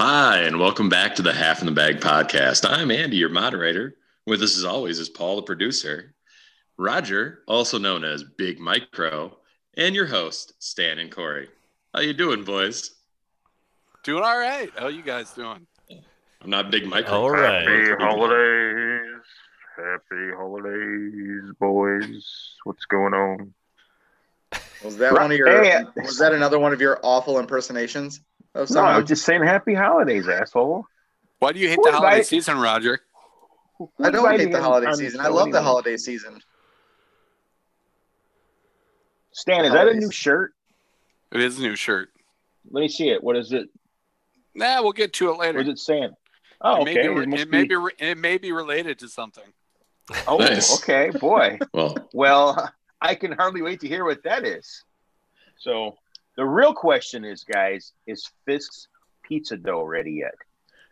and welcome back to the Half in the Bag podcast. I'm Andy, your moderator. With us, as always, is Paul, the producer, Roger, also known as Big Micro, and your host, Stan and Corey. How you doing, boys? Doing all right. How you guys doing? I'm not Big Micro. All right. Happy holidays. Happy holidays, boys. What's going on? Was that one of your? Hey, uh, Was that another one of your awful impersonations of No, I someone? was just saying happy holidays, asshole. Why do you hate Who the holiday invited- season, Roger? Who I don't invited hate the him holiday on season. show I love the anyway? holiday season. Stan, is that a holidays. new shirt? It is a new shirt. Let me see it. What is it? Nah, we'll get to it later. What is it saying? Oh, it may okay. be, must it, may be- be, re- it may be related to something. Oh, Nice. okay, boy. Well, Well, I can hardly wait to hear what that is. So the real question is, guys, is Fisk's pizza dough ready yet?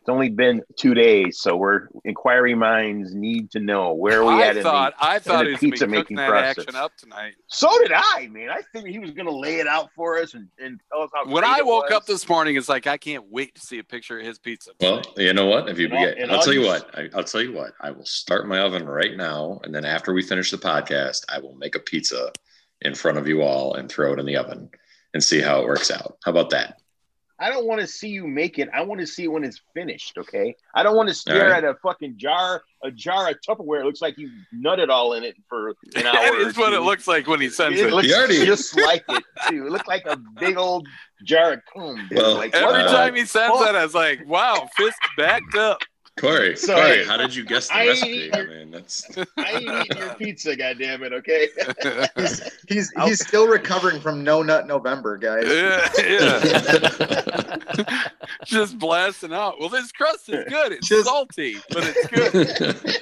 It's only been two days, so we're inquiry minds need to know where are we at. I in thought I thought the he was going to be cooking pizza-making that process. action up tonight. the, so did I, man. I figured he was going to lay it out for us and, and tell us how. When great I it woke was. up this morning, it's like I can't wait to see a picture of his pizza. well, you know what? If you And I'll- begin, and I'll I'll tell you use- what. I, I'll tell you what. I will start my oven right now, and then after we finish the podcast, I will make a pizza in front of you all and throw it in the oven and see how it works out. How about that? I don't want to see you make it. I want to see when it's finished. Okay. I don't want to stare All right. at a fucking jar, a jar of Tupperware. It looks like you nutted all in it for an hour. That or is what two. it looks like when he sends It it. looks You already- just like it too. It looked like a big old jar of coom. dude. Well, like, Every Uh, time he sends oh. that, I was like, "Wow, fist backed up." Corey, So- Corey, how did you guess the I- recipe? I mean, that's I ain't eating your pizza, goddamn it. Okay. He's he's he's still recovering from No Nut November, guys. yeah, yeah. just blasting out. Well, this crust is good. It's Just- salty, but it's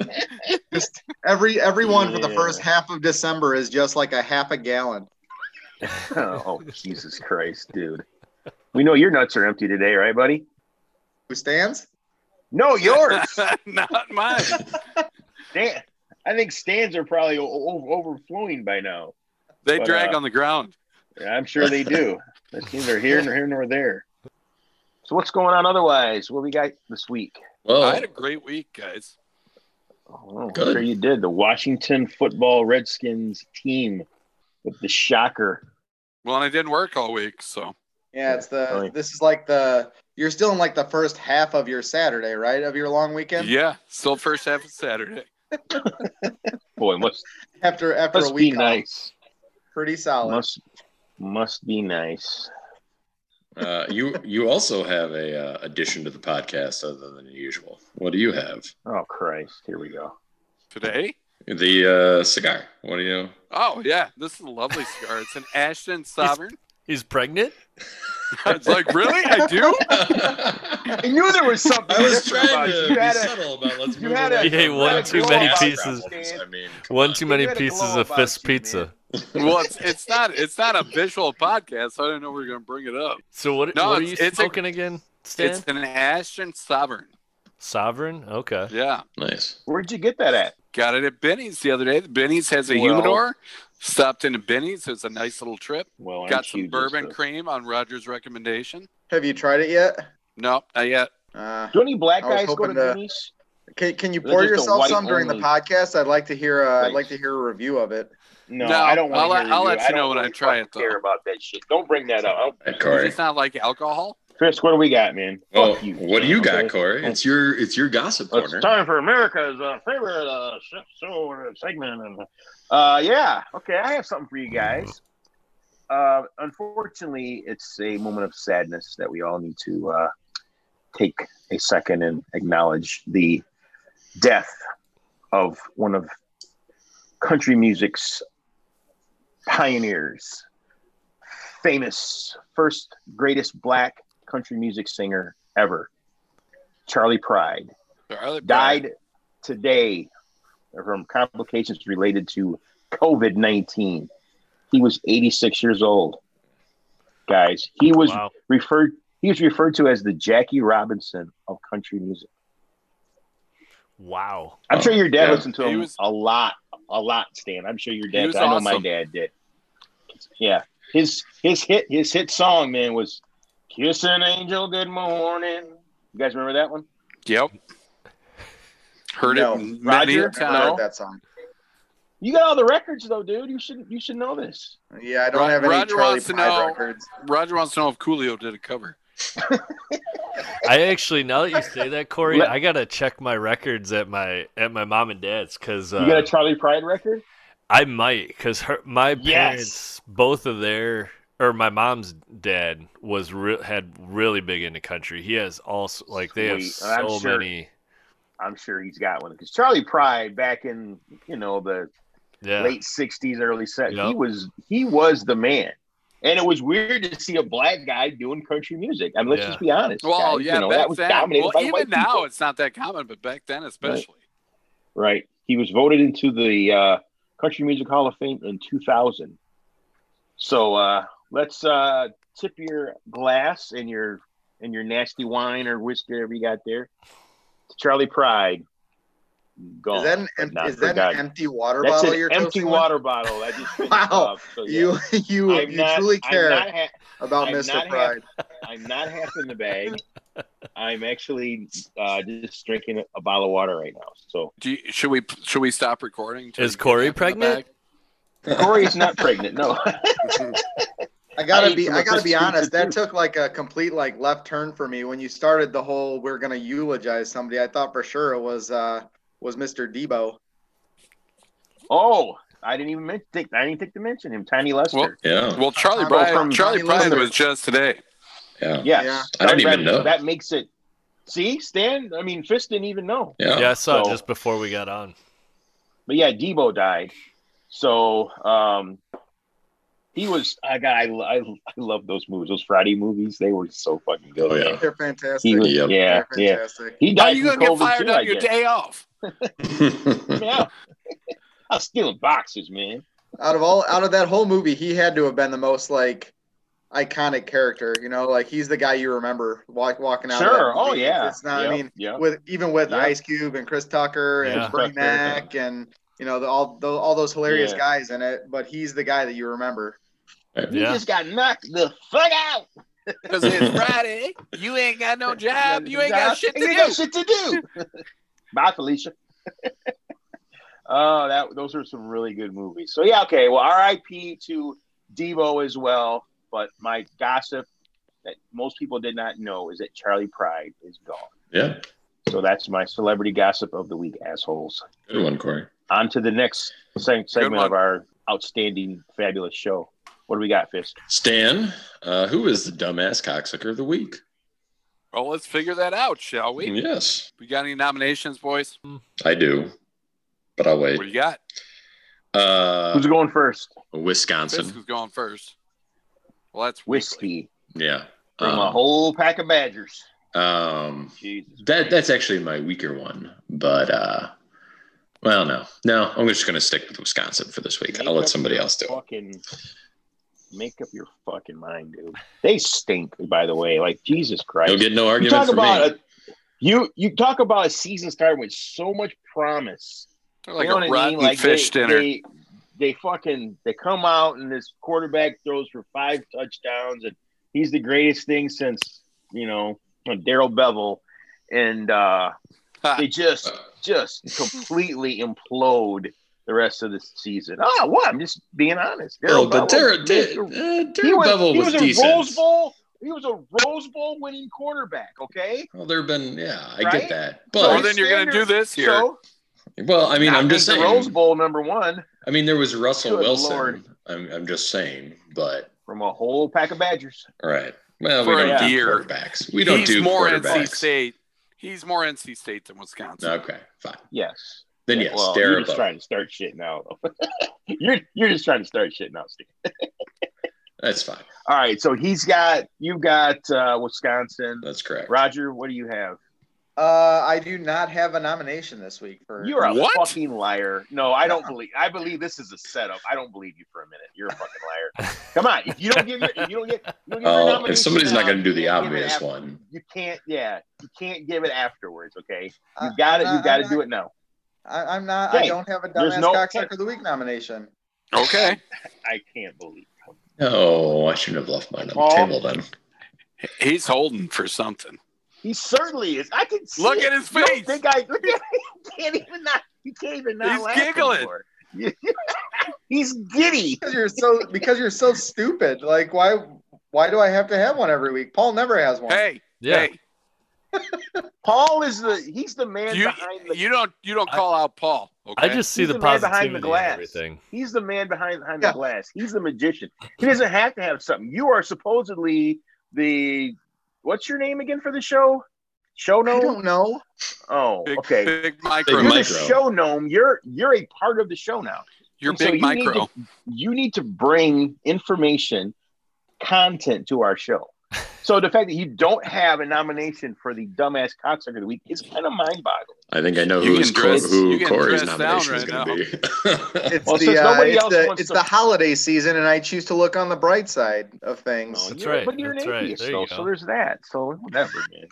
good. Just every everyone for the Yeah. first half of December is just like a half a gallon. oh Jesus Christ, dude. We know your nuts are empty today, right, buddy? Who stands? No, yours. Not mine. Stan, I think Stan's are probably o- o- overflowing by now. They But, drag uh, on the ground. I'm sure they do. That's neither here nor here nor there. So what's going on otherwise? What we got this week? I well, had a great week, guys. Oh, I'm Good. sure you did. The Washington football Redskins team with the shocker. Well, and I didn't work all week, so Yeah, it's the Really? this is like the you're still in like the first half of your Saturday, right? Of your long weekend yeah. Still first half of Saturday. Boy, must after after a must be week off. nice. pretty solid. Must must be nice. uh, you you also have a uh, addition to the podcast other than usual. What do you have? Oh Christ, here we go. Today? The uh, cigar. What do you? Oh yeah, this is a lovely cigar. It's an Ashton Sovereign. He's pregnant? It's like really, I do. I I knew there was something. was different trying about to you. be You had a- subtle about let's you move had a- away You ate from one that. too many Problems, pieces. I mean, come One on. too many had a pieces glow of about Fist you, man. Pizza. Well, it's, it's not it's not a visual podcast, so I didn't know we were gonna bring it up. So what, No, what are you it's- it's a- smoking again, Stan? It's an Ashton Sovereign. Sovereign? Okay. Yeah, Nice. Where'd you get that at? got it at Benny's the other day. The Benny's has a Well- humidor. Stopped into Benny's. It was a nice little trip. Well, Got aren't you some just bourbon a- cream on Roger's recommendation. Have you tried it yet? No, not yet. Uh, Do any black I was guys go to hoping to- Denny's? can, can you They're pour just a yourself white some during the only podcast? I'd like to hear. Uh, I'd place. like to hear a review of it. No, No, I don't want I'll to let- hear I'll you. let you don't know when I really try it, fucking Care though. about that shit. Don't bring that up. I'll- Hey, Is Corey. It's not like alcohol. Chris, what do we got, man? Well, Fuck you. what do you got, Okay? Corey? It's your it's your gossip It's corner. time for America's uh, favorite uh, sh- show uh, segment. and, Uh, yeah, okay, I have something for you guys. Uh, unfortunately, it's a moment of sadness that we all need to uh, take a second and acknowledge the death of one of country music's pioneers, famous first greatest black country music singer ever, Charlie Pride Charlotte Brown. died today from complications related to COVID 19. He was 86 years old. Guys, he was Wow. referred he was referred to as the Jackie Robinson of country music. Wow. I'm Oh, sure your dad yeah. listened to He him was- a lot, a lot, Stan. I'm sure your He dad. was I know my awesome. dad did. Yeah, his his hit his hit song man was "Kiss an Angel Good Morning." You guys remember that one? Yep. Heard No. it many Roger? I've never heard times. that song. You got all the records though, dude. You should you should know this. Yeah, I don't Ro- have any Roger Charlie wants to Pride know- records. Roger wants to know if Coolio did a cover. I actually now that you say that, Corey, Let- I gotta check my records at my at my mom and dad's because you got a uh, Charlie Pride record? I might because her my Yes. parents both of their or my mom's dad was re- had really big into country. He has also like they have Sweet. I'm so sure. many. I'm sure he's got one because Charlie Pride back in you know the Yeah, late '60s, early '70s, Yep. he was he was the man. And it was weird to see a black guy doing country music. I mean, let's Yeah. just be honest. Well, guys. yeah, you know, back that was then. dominated Well, by white even now, people. it's not that common, but back then, especially. Right. He was voted into the uh, Country Music Hall of Fame in 2000. So uh, let's uh, tip your glass and your and your nasty wine or whiskey, whatever you got there. to Charlie Pride. Gone. Is that an, but em- not is that an forgotten. empty water That's bottle an you're empty toasting with? water bottle. I just finished Wow. off, so yeah. You you I'm you not- truly I'm care not ha- about I'm Mr. not Pride. I'm not half in the bag. I'm actually uh, just drinking a bottle of water right now. So Do you, should we should we stop recording? till Is you get Corey back in the pregnant? bag? Corey's not pregnant. No. I gotta I be ate I gotta some be pizza honest. That too. took like a complete like left turn for me when you started the whole we're gonna eulogize somebody. I thought for sure it was uh was Mr. Debo. Oh, I didn't even men- think. I didn't think to mention him, Tiny Lester. Well- Yeah. Well, Charlie Well, Uh, Bryan. from Charlie Johnny Bryan Luther. was just today. Yeah. yes, yeah. I didn't even that, know. That makes it. See, Stan. I mean, Fist didn't even know. Yeah. yeah, I saw So- it just before we got on. But yeah, Debo died. So um, he was. I got. I, I, I love those movies. Those Friday movies. They were so fucking good. Oh, yeah. man. They're fantastic. He was, Yep. Yeah, They're yeah. fantastic. He Are died Oh, you gonna from get COVID fired too, I on your guess. day off? Yeah. I was stealing boxes, man. Out of all out of that whole movie, he had to have been the most like iconic character, you know, like he's the guy you remember walk, walking out. of that Sure. Oh movie. yeah. It's not I Yep, mean yep. with even with Yeah. Ice Cube and Chris Tucker and Yeah. Bernie Tucker, yeah. Mac and you know the, all the, all those hilarious Yeah. guys in it, but he's the guy that you remember. You Yeah. just got knocked the fuck out. Because it's Friday. You ain't got no job. You ain't got shit to You ain't got do. shit to do. Bye, Felicia. oh, that those are some really good movies. So yeah, okay. Well, R.I.P. to Devo as well. But my gossip that most people did not know is that Charlie Pride is gone. Yeah. So that's my celebrity gossip of the week, assholes. Good one, Corey. On to the next seg- segment one. of our outstanding, fabulous show. What do we got, Fisk? Stan, uh, who is the dumbass cocksucker of the week? Well, let's figure that out, shall we? Yes, We got any nominations, boys? I do, but I'll wait. What do you got? Uh, Who's going first? Fisk Wisconsin. is going first. Well, that's weekly. Whiskey Yeah. from a Um, whole pack of Badgers. um, Jesus. that that's actually my weaker one, but uh, well, no, no, I'm just gonna stick with Wisconsin for this week. I'll let somebody else do it. Fucking make up your fucking mind, dude. They stink, by the way. Like Jesus Christ. You'll get no you argument talk from about me. a, you you talk about a season starting with so much promise. They're like you know a what I rotten mean? Like fish they, dinner. They, they fucking they come out and this quarterback throws for five touchdowns and he's the greatest thing since you know Daryl Bevel, and uh, they just just completely implode the rest of the season. Oh, what? I'm just being honest. Oh, but Dar- Bevel, Dar- he- uh, he Darren Bevel was a Rose decent. Bowl. He was a Rose Bowl winning quarterback. Okay, Well, there've been, yeah, I Right? get that, More but than you're gonna do this year. so well, I mean, not I'm make just the saying. Rose Bowl number one I mean, there was Russell Good Lord. Wilson. I'm, I'm just saying, but from a whole pack of Badgers. all right. Well, For we a don't do year. quarterbacks. We don't He's do more NC quarterbacks. State. He's more NC State than Wisconsin. Okay, fine. Yes. Then Yeah, yes, well, Darren you're just Bevel. trying to start shit now. you're you're just trying to start shit now, Steve. That's fine. All right, so he's got you got uh, Wisconsin. That's correct. Roger, what do you have? Uh, I do not have a nomination this week for. You are a What? fucking liar. No, I don't believe. I believe this is a setup. I don't believe you for a minute. You're a fucking liar. Come on, if you don't give your, if you don't get, you don't give your Oh, nomination if somebody's not now, going to do the you can't give it obvious after- one, you can't. Yeah, you can't give it afterwards. Okay, you I- got it. I'm You got to not- do it now. I, I'm not. Hey, I don't have a there's dumbass no- cocksucker of the week nomination. Okay. I can't believe. no, I Oh, shouldn't have left mine on the Paul? table then. He's holding for something. He certainly is. I can see Look it. at his You don't face. think I look at, he can't even not. He can't even not He's laugh giggling. anymore. He's giddy. because you're so because you're so stupid. Like why why do I have to have one every week? Paul never has one. Hey, Yeah. hey, Paul is the he's the man you behind the you don't you don't I- call out Paul. Okay. I just see He's the, the man behind positivity the in glass. everything. he's the man behind behind Yeah. the glass. He's the magician. He doesn't have to have something. You are supposedly the what's your name again for the show? Show I gnome. don't know. Oh, big, okay. big micro. You're Big the micro. show gnome. You're you're a part of the show now. You're And so big you need micro. you need to bring information content to our show. So the fact that you don't have a nomination for the dumbass cocksucker of the week is kind of mind boggling. I think I know You who's can dress- you who can Corey's dress down nomination is going right to be. It's Well, the since uh, nobody it's, else the, wants it's to- the holiday season, and I choose to look on the bright side of things. No, That's You're- right. But you're That's an right. atheist, There though, you so go. there's that. So whatever, man.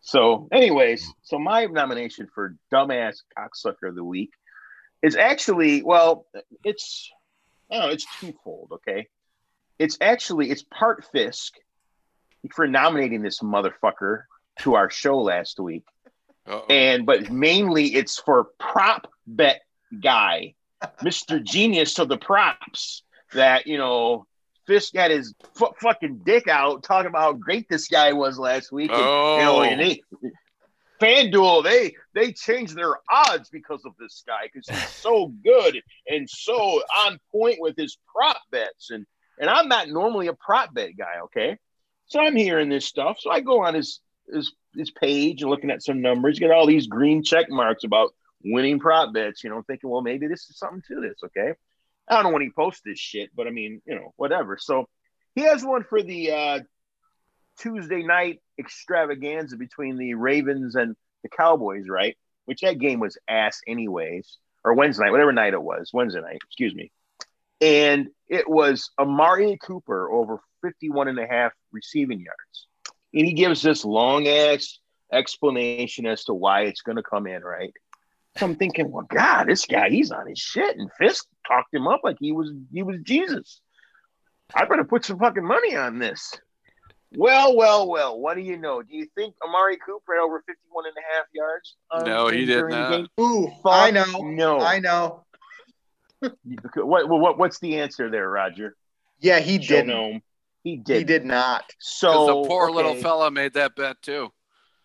So, anyways, so my nomination for dumbass cocksucker of the week is actually well, it's oh, it's twofold. Okay, it's actually it's part Fisk for nominating this motherfucker to our show last week, Uh-oh. and but mainly it's for prop bet guy, Mr. Genius of the props that you know Fisk got his fu- fucking dick out talking about how great this guy was last week. and, you know, and Oh, they FanDuel they they changed their odds because of this guy because he's so good and so on point with his prop bets and and I'm not normally a prop bet guy, okay? So I'm hearing this stuff. So I go on his his his page and looking at some numbers, get all these green check marks about winning prop bets, you know, thinking, well, maybe this is something to this, okay? I don't know when he posts this shit, but I mean, you know, whatever. So he has one for the uh, Tuesday night extravaganza between the Ravens and the Cowboys, right? Which that game was ass, anyways, or Wednesday night, whatever night it was, Wednesday night, excuse me. And it was Amari Cooper over 51 and a half receiving yards. And he gives this long ass explanation as to why it's going to come in, right? So I'm thinking, well, God, this guy, he's on his shit. And Fisk talked him up like he was he was Jesus. I better put some fucking money on this. Well, well, well, what do you know? Do you think Amari Cooper had over 51 and a half yards? Uh, um, No, he did during the not. game? Ooh, Fuck I know. No. I know. What, what, what's the answer there, Roger? Yeah, he Joe didn't. Gnome. He did. He did not. So because the poor little okay. fella made that bet too.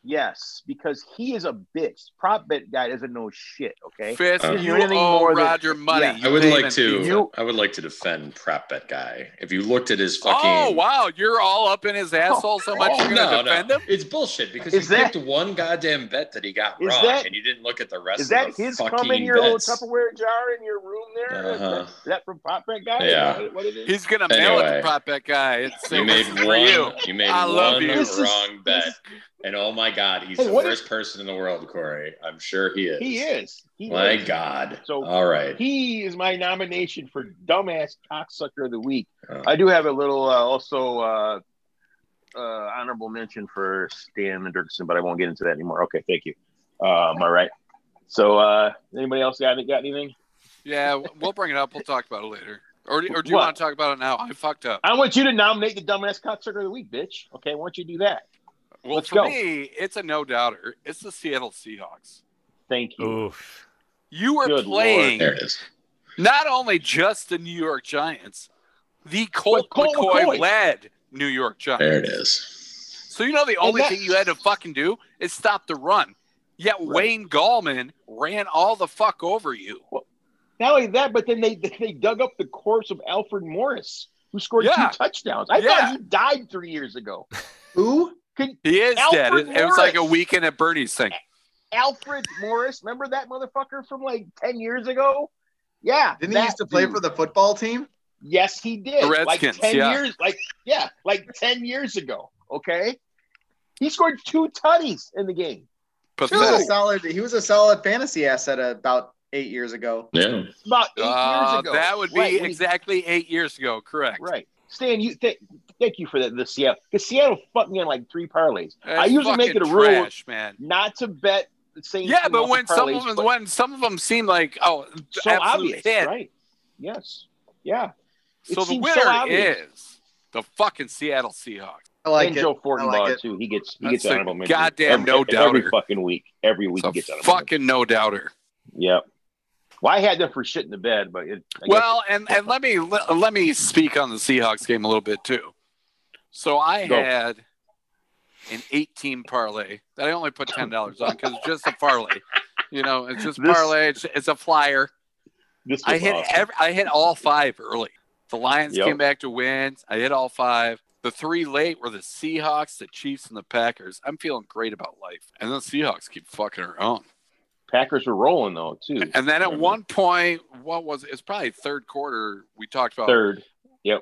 Yes, because he is a bitch. Prop bet guy doesn't know shit. Okay. Fisk, Uh, you Anything owe more than- Roger money. Yeah. You I would pay him like in to. pizza. I would like to defend prop bet guy. If you looked at his fucking. Oh wow, you're all up in his asshole so much you're gonna defend him. It's bullshit because Is he that- picked one goddamn bet that he got Is wrong, that- and you didn't look at the rest. Is that of the his fucking cum in your little bets. Tupperware jar in your room there? Is that- Uh-huh. Is that from prop bet guy? Yeah. What- What it is? He's gonna mail it to Anyway. prop bet guy. and say, You made "This is for one. You, you. made I love one you. This is- wrong bet, this- and oh my god, he's Hey, the what worst person in the world, Corey. I'm sure he is. He is. He My is. God. So- all right. He is my nomination for dumbass cocksucker of the week. Oh. I do have a little uh, also uh, uh, honorable mention for Stan Menderson, but I won't get into that anymore. Okay, thank you. Um, all right. So, uh, anybody else got, got anything? Yeah, we'll bring it up. We'll talk about it later. Or, do- or do you What? want to talk about it now? I fucked up. I want you to nominate the dumbass cocksucker of the week, bitch. Okay, why don't you do that? Well, Let's for go. me, it's a no doubter. It's the Seattle Seahawks. Thank Oh. you. Oof. You were Good playing There it is. not only just the New York Giants, the Colt, Colt McCoy, McCoy. led New York Giants. There it is. So you know the only that- thing you had to fucking do is stop the run. Yet Wayne Gallman ran all the fuck over you. Not only that, but then they they dug up the corpse of Alfred Morris, who scored Yeah. two touchdowns. I Yeah. thought he died three years ago. Who? He is dead. Alfred It, it was like a Morris. weekend at Bernie's thing. Alfred Morris, remember that motherfucker from like ten years ago? Yeah, Didn't that he used to play dude. for the football team? Yes, he did. The like Redskins, ten yeah. years, like yeah, like ten years ago. Okay, he scored two tutties in the game. He was a Pathetic. solid. He was a solid fantasy asset about eight years ago. Yeah. About eight years Uh, ago. that would be Right, when he- exactly eight years ago. Correct. Right. Stan, you th- thank you for that. The Seattle, because Seattle fucked me on like three parlays. That's I usually make fucking it a rule trash, man. Not to bet the same. Yeah, team but off when of some parlays, of them, but when some of them seem like oh, so absolute obvious, hit. right? Yes, yeah. It So the seems winner so obvious. is the fucking Seattle Seahawks. I like and it. Joe Fortenbaugh I like it. too. He gets he That's gets a honorable mention. goddamn every, no-doubter. every fucking week. Every It's week a he gets honorable mention. fucking no doubter. Yep. Well, I had them for shit in the bed, but it, I guess Well, and and let me let, let me speak on the Seahawks game a little bit too. So I Go. had an 18 parlay that I only put ten dollars on because it's just a parlay. You know, it's just This- parlay. It's, it's a flyer. this was I hit awesome. every, I hit all five early. The Lions Yep. came back to win. I hit all five. The three late were the Seahawks, the Chiefs, and the Packers. I'm feeling great about life. And then the Seahawks keep fucking around. Packers were rolling though too. And then at Remember. one point, what was it? It's probably third quarter. We talked about Third.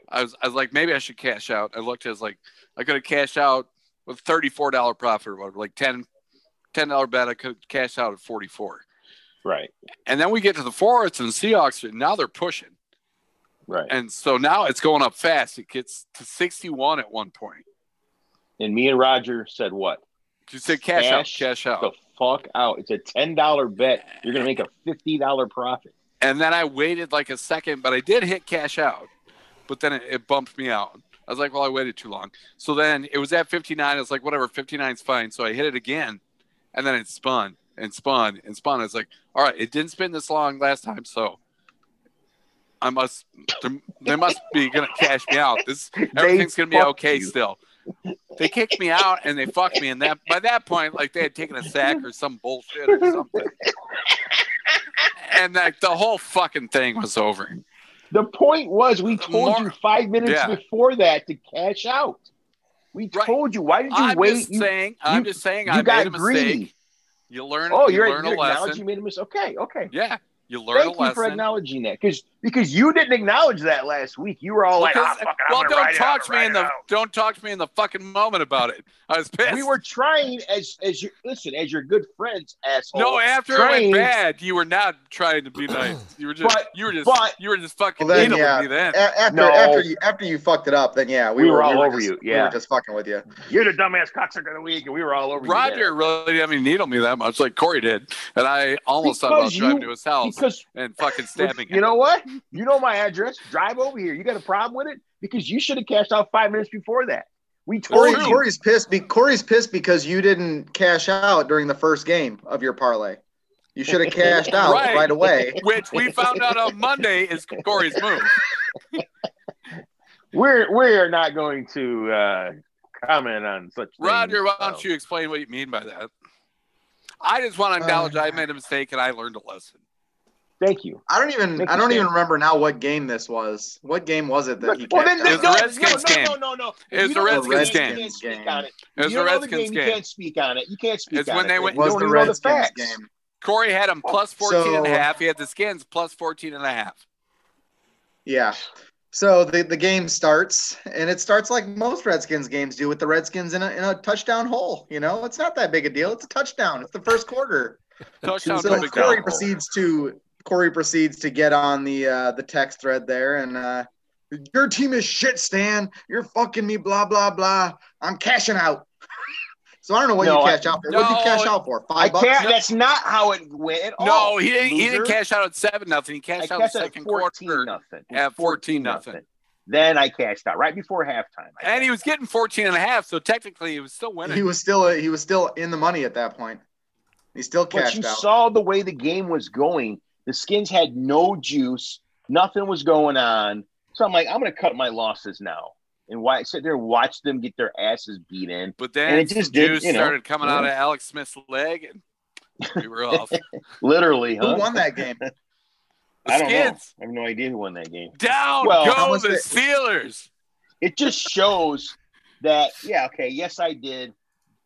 I was I was like, maybe I should cash out. I looked as like I could have cashed out with thirty four dollar profit or whatever, like 10 dollar bet. I could cash out at forty four. Right. And then we get to the fourth and the Seahawks are- now they're pushing. Right. And, And so now it's going up fast. It gets to sixty one at one point. me and Roger said what? You said cash, Cash out, cash out. The fuck out. It's a ten dollar bet. You're gonna make a fifty dollar profit. and then I waited like a second, but I did hit cash out, but then it, it bumped me out. I was like, well, I waited too long. So then it was at 59. I was like, whatever, 59's fine. So I hit it again, and then it spun and spun and spun. I was like, all right, it didn't spin this long last time, so I must, there, they must be gonna cash me out. This everything's gonna be fucked okay you. still. They kicked me out and they fucked me, and that by that point, like they had taken a sack or some bullshit or something. And like the whole fucking thing was over. The point was we told More- you five minutes Yeah. before that to cash out. We Right. told you. Why did you I'm wait? just You- saying. I'm you- just saying. you I got made a mistake. greedy. You learn. oh, you you're, learn you're a lesson. acknowledging you made a mistake. Okay, okay. Yeah, you learn Thank a you for lesson. acknowledging that because because you didn't acknowledge that last week. You were all like, Because- "Ah, fuck it, I'm well, gonna don't ride it out, talk to me ride in it the out." don't talk to me in the fucking moment about it. I was pissed. We were trying as as your listen as your good friends, asshole. no eh. after it trying- went bad. You were not trying to be nice. You were just But- you were just but- you were just fucking Well, then, needling yeah. me then. A- after No. after you after you fucked it up, then yeah, we, We were all were over just- you, we yeah. were just fucking with you. You're the dumbass cocksucker of the week, and we were all over you Roger then. really didn't even needle me that much, like Corey did, and I almost thought about Because driving you- to his house Because and fucking stabbing him. you know what? You know my address. Drive over here. You got a problem with it? Because you should have cashed out five minutes before that. We told Corey, you. Corey's pissed. Be, Corey's pissed because you didn't cash out during the first game of your parlay. You should have cashed out Right. right. away. which we found out on Monday is Corey's move. We're we are not going to uh, comment on such. Roger, things. why don't you explain what you mean by that? I just want to acknowledge Uh, I made a mistake and I learned a lesson. Thank you. I don't even Make I don't mistake. even remember now what game this was. What game was it that he Well, then, cashed then It's the out? no, Redskins no, game. no, no, no, no. It's You the don't know Redskins game, game. You can't speak on it. It was you the don't know Redskins game, game. You can't speak on it. You can't speak It's on when it. they You went- was don't the even know Redskins facts. game. Corey had him plus 14 and a So- half. He had the skins plus 14 and a half. Yeah. So the, the game starts, and it starts like most Redskins games do with the Redskins in a, in a touchdown hole. You know, it's not that big a deal. It's a touchdown. It's the first quarter. Touchdown so to big Corey Corey, touchdown. proceeds to Corey proceeds to get on the uh, the text thread there, and uh, your team is shit, Stan. You're fucking me, blah blah blah. I'm cashing out. so I don't know what No, you I- cash out for. What'd No, you cash out for? I Five bucks. can't. That's not how it went at all. No, he didn't, he didn't Oh, loser. cash out at 7 nothing. He I cashed out cashed the out at second 14 quarter. nothing. At 14 nothing. Then I cashed out right before halftime. I And he was getting 14 and a half, so technically he was still winning. He was still he was still in the money at that point. He still But you cashed out. saw the way the game was going. The skins had no juice. Nothing was going on. So I'm like, I'm going to cut my losses now. And why sit there and watch them get their asses beat in? but then and the it just did, juice you know, started coming out of yeah. Alex Smith's leg, and we were off. The Literally, huh? Who won that game? Uh, I don't know. skins I have no idea who won that game. down Well, how go much the they- Steelers. It just shows that, yeah, okay, yes, I did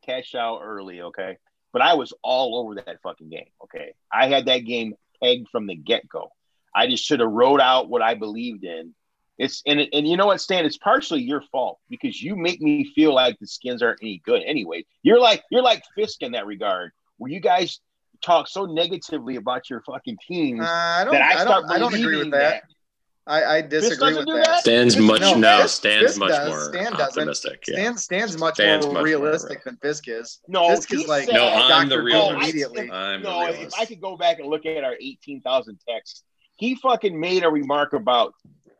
cash out early, okay, but I was all over that fucking game, okay. I had that game pegged from the get go. I just should have wrote out what I believed in. It's and and you know what, Stan? It's partially your fault because you make me feel like the skins aren't any good. Anyway, you're like you're like Fisk in that regard, where you guys talk so negatively about your fucking teams Uh, I don't. that I I, start don't. I don't agree believing with that. I, I disagree doesn't with do that. that? Stan's This- much no, no, this- Stan's this much does. more Stan doesn't. optimistic. Yeah. Stan, Stan's much Stan's more much more realistic than Fisk is. No, Fisk he is like said- No, I'm the Dr. realist. Phil immediately. I'm no, a if realist. I could go back and look at our 18,000 texts, he fucking made a remark about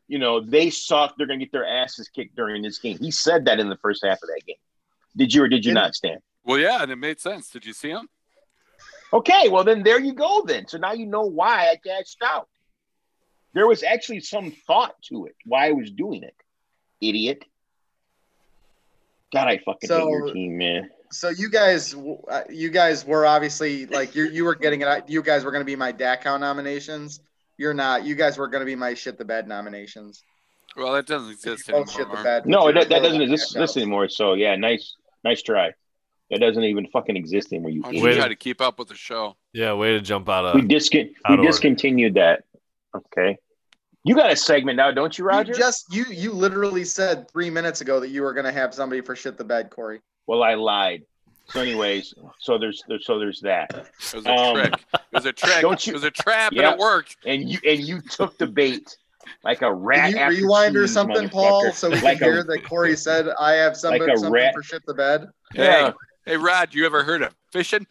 you know, they suck. They're going to get their asses kicked during this game. He said that in the first half of that game. Did you or did you Didn't- not, Stan? Well, yeah, and it made sense. Did you see him? Okay, well then there you go. Then so now you know why I cashed out. There was actually some thought to it. Why I was doing it, idiot. God, I fucking hate your So- team, man. So you guys, w- uh, you guys were obviously like you you were getting it. out- You guys were going to be my DACOW nominations. You're not. You guys were going to be my shit the bed nominations. Well, that doesn't exist Oh anymore. shit the bed. No, that, that Horrible doesn't exist, cash-outs. exist anymore. So yeah, nice, nice try. That doesn't even fucking exist anymore. You Why don't you Wait. try idiot. to keep up with the show? Yeah, way to jump out We of. discon- uh, Out we of order. discontinued that. Okay, you got a segment now, don't you, Roger? You just you you literally said three minutes ago that you were going to have somebody for shit the bed, Corey. Well, I lied. So, anyways, so there's, there's so there's that. It was a Um, trick. It was a trick. don't you- it was a trap, Yeah. and it worked. and you and you took the bait like a rat. Can you after rewind or cheese, something, Paul, motherfucker. so we like can hear a, that Corey said I have somebody Like a something rat. for shit the bed? yeah. Hey, Rod, you ever heard of fishing?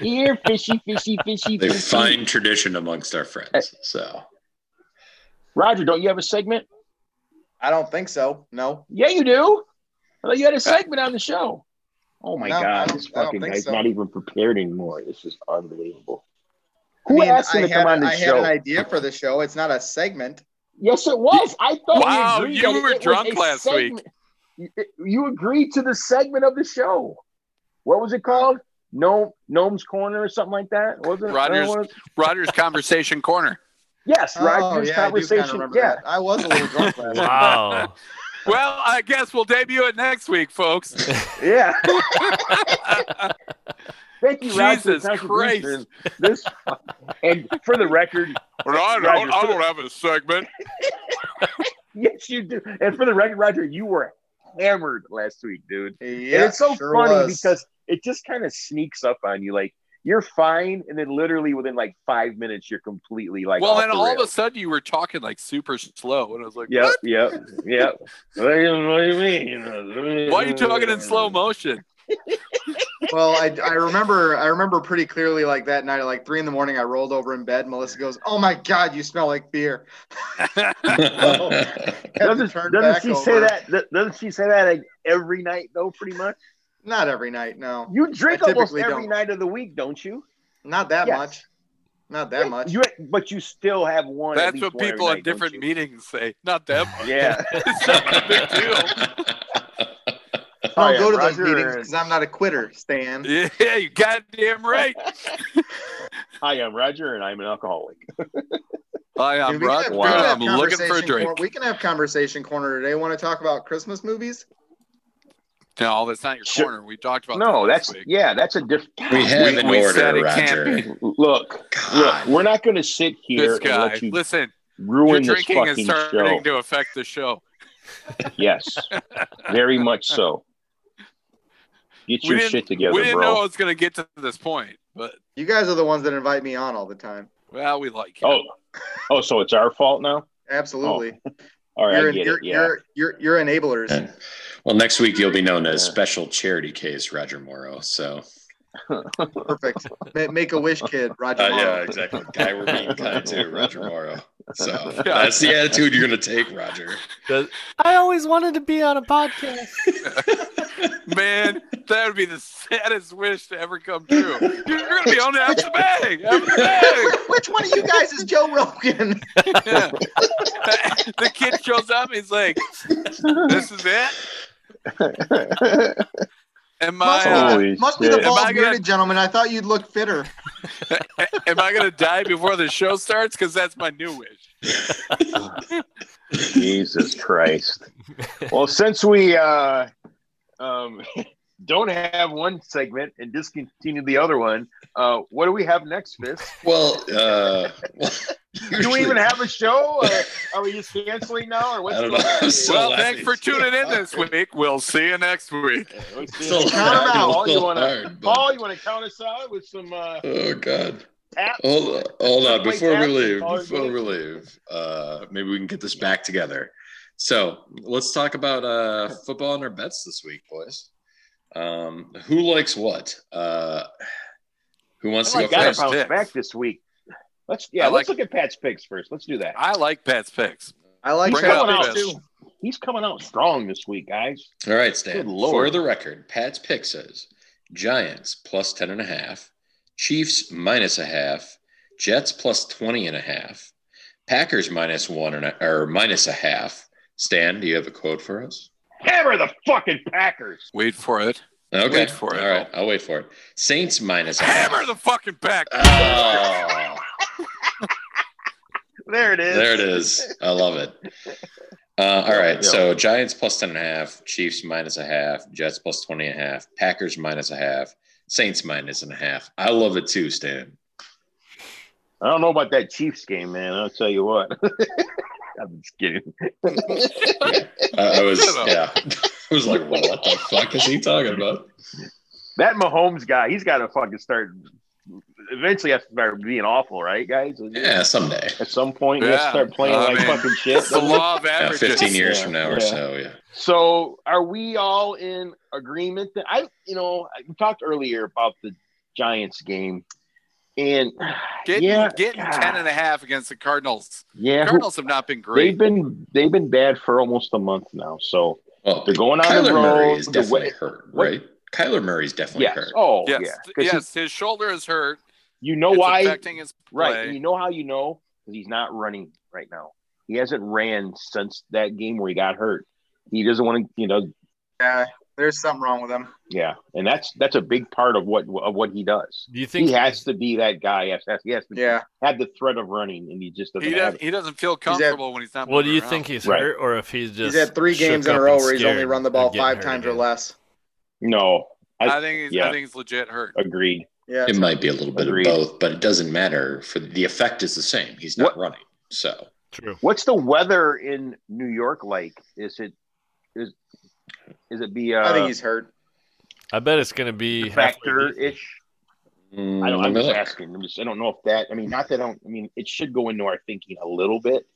Here, fishy, fishy, fishy, They fishy. find tradition amongst our friends. So Roger, don't you have a segment? I don't think so. No. Yeah, you do. I thought you had a segment on the show. Oh my No, I god, don't- this I don't fucking think guy's so. not even prepared anymore. This is unbelievable. I Who mean, asked him I to come had- on the I show? had an idea for the show. It's not a segment. Yes, it was. I thought. Wow, we agreed you that were it was drunk a last week. segment. You, you agreed to the segment of the show. What was it called? Gnome, Gnome's Corner or something like that. Was it? Roger's- What was- Roger's conversation corner. Yes, Roger's Oh, I do kinda conversation. remember Yeah. that. I was a little drunk last night. Wow. Well, I guess we'll debut it next week, folks. Yeah. Thank you, Roger. for the Jesus contribution. This and for the record, Well, I Roger, for the- have a segment. yes, you do. And for the record, Roger, you were hammered last week, dude. Yeah, and it's so sure funny was. because it just kind of sneaks up on you. Like you're fine, and then literally within like five minutes, you're completely like. well, off then the all of a rails. sudden you were talking like super slow, and I was like, Yep, yep, yep. what do you what do you mean? "Why are you talking in Mm. slow motion?" Well, I, I remember I remember pretty clearly like that night at like three in the morning. I rolled over in bed. Melissa goes, "Oh my god, you smell like beer." Had to Doesn't, turn doesn't back she say over. that? Doesn't she say that like every night though? Pretty much. Not every night, no. You drink I almost typically every don't. night of the week, don't you? Not that Yes. much. Not that much. You, but you still have one. That's at least what one every people night, in different don't you? meetings say. Not them. Yeah. it's not a big deal. I don't Oh, yeah, go to those Roger meetings and- because I'm not a quitter, Stan. Yeah, you goddamn right. Hi, I'm Roger, and I'm an alcoholic. Hi, Dude, I'm we can Rod. have- we Wow. can I'm have looking for a conversation drink. cor- we can have conversation corner today. Want to talk about Christmas movies? No, that's not your Sure. corner. We talked about No, that last that's week. yeah, that's a different. we have an we said order, it can't Roger. Look, look, God. we're not going to sit here This and guy. let you Listen, your ruin this drinking is fucking show. starting to affect the show. Yes, very much so. Get we your didn't, shit together, we didn't know it bro. was going to get to this point, but You guys are the ones that invite me on all the time. well, we like you. Oh, oh, so it's our fault now. Absolutely. All right, you're, I get you're, it. Yeah. you're you're you're enablers. Well, next week you'll be known as Yeah. Special Charity Case Roger Morrow. So, Perfect. Ma- Make a wish, kid. Roger. Uh, Moore. yeah, exactly. Guy we're being kind to, Roger Morrow. So that's the attitude you're going to take, Roger. Does- I always wanted to be on a podcast. Man, that would be the saddest wish to ever come true. You're going to be on Have the Bag. Have the Bag. Which one of you guys is Joe Rogan? Yeah. the kid shows up. He's like, this is it? Am I, uh, Holy Must be the shit. Am I bald gonna- bearded gentleman. I thought you'd look fitter. am I going to die before the show starts? Because that's my new wish. Jesus Christ. Well, since we uh, um, don't have one segment and discontinue the other one, uh, what do we have next, Fist? Well, uh, Do we even have a show? Or are we just canceling now? Or what's I don't going know. on? So- Well, laugh thanks is for tuning in this hard. week. We'll see you next week. Still Count 'em out. hard, Paul, you still wanna- hard, but- Paul, you want to count us out with some uh, Oh, God. taps? Hold on, hold on. Wait, Before we Jackson, leave, Paul, before go. we leave, uh, maybe we can get this back together. So let's talk about uh, football and our bets this week, boys. Um, who likes what? Uh, who wants I to go got gotta Oh first? to bounce Fist. back this week. Let's yeah, I let's like- look at Pat's picks first. Let's do that. I like Pat's picks. I like He's Bring it Pat's coming up, out Pat. picks, too. He's coming out strong this week, guys. All right, Stan. Good lord. For the record, Pat's pick says Giants plus 10 and a half, Chiefs minus a half, Jets plus 20 and a half, Packers minus one and a, or minus a half. Stan, do you have a quote for us? Hammer the fucking Packers. Wait for it. Okay. Wait for it. All right, I'll wait for it. Saints minus a half. Hammer the fucking back. Uh, Oh, There it is. there it is. I love it. Uh, all right. Yeah. So Giants plus 10 and a half, Chiefs minus a half, Jets plus 20 and a half, Packers minus a half, Saints minus and a half. I love it too, Stan. I don't know about that Chiefs game, man. I'll tell you what. I'm just kidding. I, I was, Shut up. yeah. I was like, what the fuck is he talking about? That Mahomes guy, he's got to fucking start. Eventually, has to start being awful, right, guys? Yeah, someday. At some point, you have to Yeah. start playing I like mean, fucking shit. It's the doesn't it? law of Yeah, averages. 15 years Yeah, from now or yeah. so, yeah. So, are we all in agreement that I, you know, I we talked earlier about the Giants game, and Getting, yeah, getting God. 10 and a half against the Cardinals. yeah, who- Cardinals have not been they've great. been they've been bad for almost a month now. So Well, they're going on Kyler the road. Murray is the definitely way- hurt, what- right? Kyler Murray's definitely yes. hurt. Oh, yes. yeah. 'Cause he- yes, his shoulder is hurt. you know it's why? affecting his play. Right. And you know how you know? Because he's not running right now. He hasn't ran since that game where he got hurt. He doesn't want to, you know, Yeah, there's something wrong with him. yeah. And that's that's a big part of what of what he does. Do you think He has to be that guy. Yes, yes, yes. Yeah, Had the threat of running, and he just doesn't He, does, have it. he doesn't feel comfortable when he's not. Well, do moving you around. think he's Right. hurt, or if he's just he's had three shook games in a up row and where he's only scared run the of ball getting five hurt times or again? less. No, I I think he's, yeah. I think he's legit hurt. agreed. Yeah, It might be a little bit Agreed. of both, but it doesn't matter. For the effect is the same. He's not What- running. So True. What's the weather in New York like? Is it is is it be I think uh, he's hurt. I bet it's going to be halfway factor decent. ish? I don't, let I'm me just Mm-hmm. look. asking. I'm just, I don't know if that. I mean, not that I don't. I mean, it should go into our thinking a little bit,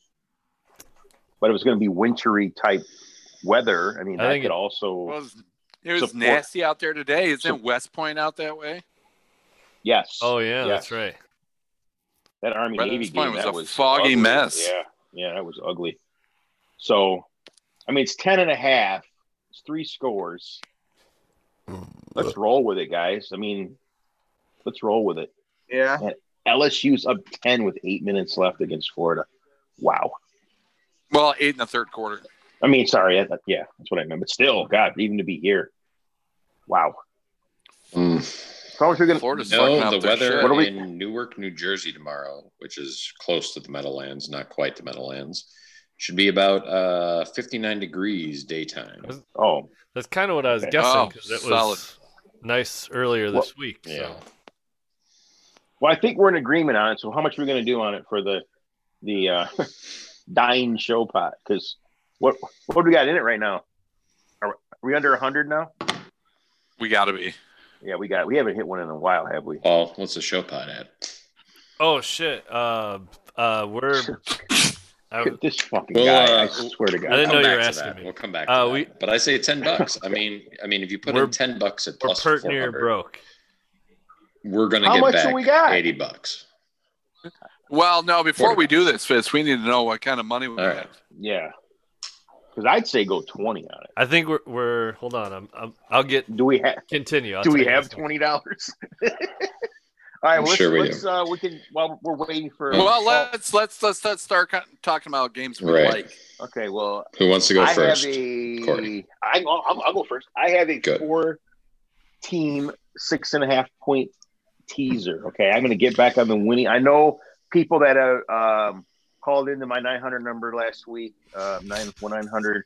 but it was going to be wintry type weather. I mean, I that think could it- also. It was, it was Oh. Support. nasty out there today. Isn't Sup- West Point out that way? yes. Oh yeah, that's Yes. right. That Army Right, Navy this point game was that a was foggy ugly. mess. Yeah, yeah, that was ugly. So, I mean, it's ten and a half. It's three scores. Let's roll with it, guys. I mean, let's roll with it. Yeah, LSU's up ten with eight minutes left against Florida. Wow. Well, eight in the third quarter. I mean, sorry, I, that- yeah, that's what I meant. But still, God, even to be here, wow. Mm. As long as you're gonna, Florida's fucking No, up the their weather shit. What are we- in Newark, New Jersey tomorrow, which is close to the Meadowlands, not quite the Meadowlands, should be about uh, 59 degrees daytime. That's- oh, That's kind of what I was Okay. guessing Oh, because it solid. was nice earlier this week. So Yeah. well, I think we're in agreement on it. So, how much are we gonna do on it for the the uh, dying show pot? Because what what do we got in it right now? Are, we- are we under hundred now? We got to be. Yeah, we got. We haven't hit one in a while, have we? Paul, what's the show pot at? Oh shit. Uh, uh, we're. uh, I, Look at this fucking Well, guy! I uh, swear to I God. didn't Come know you back were to asking that. me. We'll come back. Uh, to we- that. But I say 10 bucks. I mean, I mean, if you put We're- in 10 bucks at we're plus pert near 400, broke. we're going to How get much do back we got? 80 bucks. Well, no, before we do this, Fitz, we need to know what kind of money we All got. right. Yeah, because I'd say go twenty on I think we're. we're hold on. I'm, I'm. I'll get it. Do we have? continue. I'll Do we tell you have this. twenty dollars? All right, I'm let's, sure we let's uh, we can while we're waiting for. Well, let's let's let's, let's start co- talking about games we Right. like. okay, well, Who wants to go I first? have a. Corey. I, I'll, I'll- I'll go first. I have a Good. four-team six and a half point teaser. Okay, I'm going to get back on the winning. I know people that uh, um, called into my 900 number last week, uh, nine one nine hundred.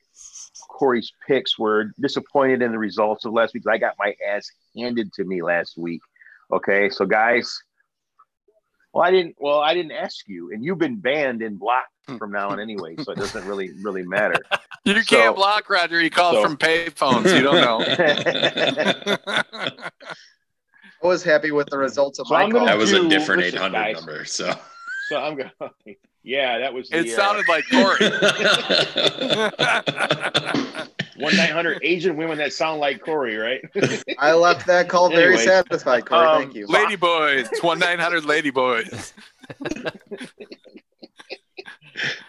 Corey's picks were disappointed in the results of last week. 'cause I got my ass handed to me last week. Okay, so guys. Well, I didn't. Well, I didn't ask you, and you've been banned and blocked Hmm. from now on anyway, so it doesn't really really matter. You So- can't block Roger. He calls so- from payphones. You don't know. I was happy with the results of So my I'm gonna- call. that was a Dude, different listen, 800 guys. number. So So I'm going. Yeah, that was it the uh, sounded like Corey. one nine hundred Asian women that sound like Corey, right? I left that call very Anyway. satisfied, Corey. Um, thank you. Lady boys, one nine hundred lady boys.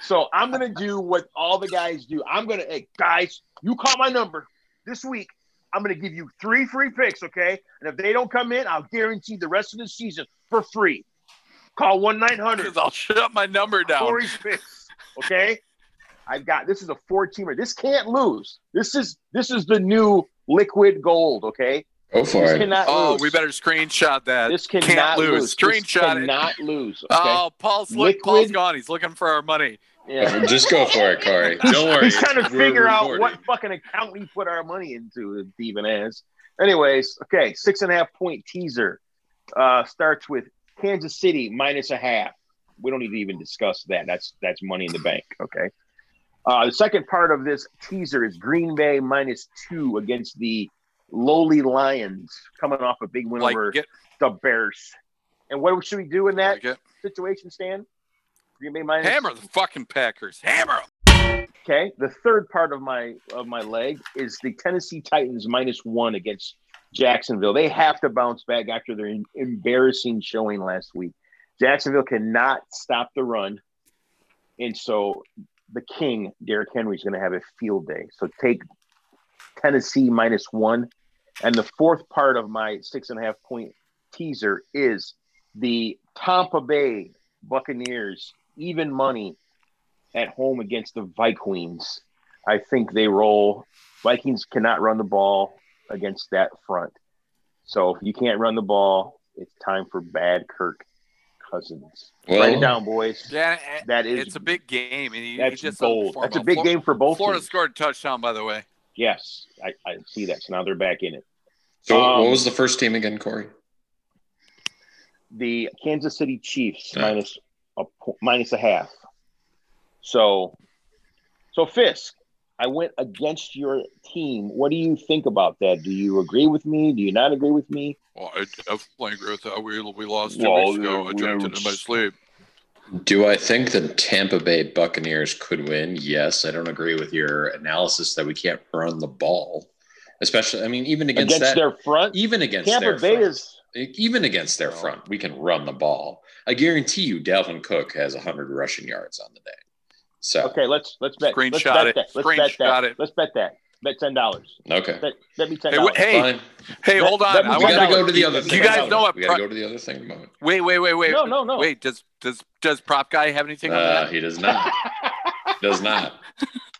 So I'm gonna do what all the guys do. I'm gonna, hey guys, you call my number this week. I'm gonna give you three free picks, okay? And if they don't come in, I'll guarantee the rest of the season for free. Call one nine hundred. Because I'll shut my number down. Corey's picks, okay? I've got this is a four teamer. This can't lose. This is this is the new liquid gold, okay? Go for This it. cannot Oh, lose. we better screenshot that. This can't cannot lose. lose. This Screenshot it. cannot lose. Okay. Oh, Paul's look, Paul's Liquid- gone. He's looking for our money. yeah. Just go for it, Corey. Don't worry. He's trying to We're figure out recording. what fucking account we put our money into, the even ass. Anyways, okay, six and a half point teaser uh, starts with Kansas City minus a half. We don't need to even discuss that. That's that's money in the bank. Okay. Uh, the second part of this teaser is Green Bay minus two against the lowly Lions, coming off a big win Like over get the Bears. And what should we do in that like it. situation, Stan? Green Bay minus Hammer the fucking Packers. Hammer 'em. Okay. The third part of my of my leg is the Tennessee Titans minus one against Jacksonville. They have to bounce back after their em- embarrassing showing last week. Jacksonville cannot stop the run, and so the king Derrick Henry is going to have a field day. So take Tennessee minus one, and the fourth part of my six and a half point teaser is the Tampa Bay Buccaneers even money at home against the Vikings. I think they roll. Vikings cannot run the ball against that front. So if you can't run the ball, it's time for bad Kirk Cousins. Write it down, boys. Yeah, eh, That is it's a big game. And he, he that's just gold. underperformed. That's a big Flor- game for both. Florida teams. scored a touchdown, by the way. Yes, I, I see that. So now they're back in it. So, Um, what was the first team again, Corey? The Kansas City Chiefs Yeah. minus a po- minus a half. So, so Fisk, I went against your team. What do you think about that? Do you agree with me? Do you not agree with me? Well, I definitely agree with that. We, we lost two Well, weeks ago. I we- jumped into my sleep. Do I think the Tampa Bay Buccaneers could win? Yes. I don't agree with your analysis that we can't run the ball, especially. I mean, even against, Against, that, their front, even against Tampa their Bay front, is. e, even against their front, we can run the ball. I guarantee you, Dalvin Cook has 100 rushing yards on the day. So okay, Okay, let's let's bet. let's Screenshot bet it. That. Let's bet Screenshot that. it. Let's bet that. Bet ten dollars. Bet, bet me ten Hey, dollars. wh- hey, fine. hey, hold on. Let- let me I we check want got out to go to the you- other. you thing in a guys moment. know what we got to pro- go to the other thing in a moment. Wait, wait, wait, wait. no, no, no. Wait, does does does prop guy have anything on Uh, that? he does not. does not.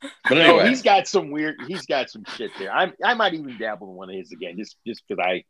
But No, anyway, he's got some weird. He's got some shit there. I I might even dabble in one of his again, just just because I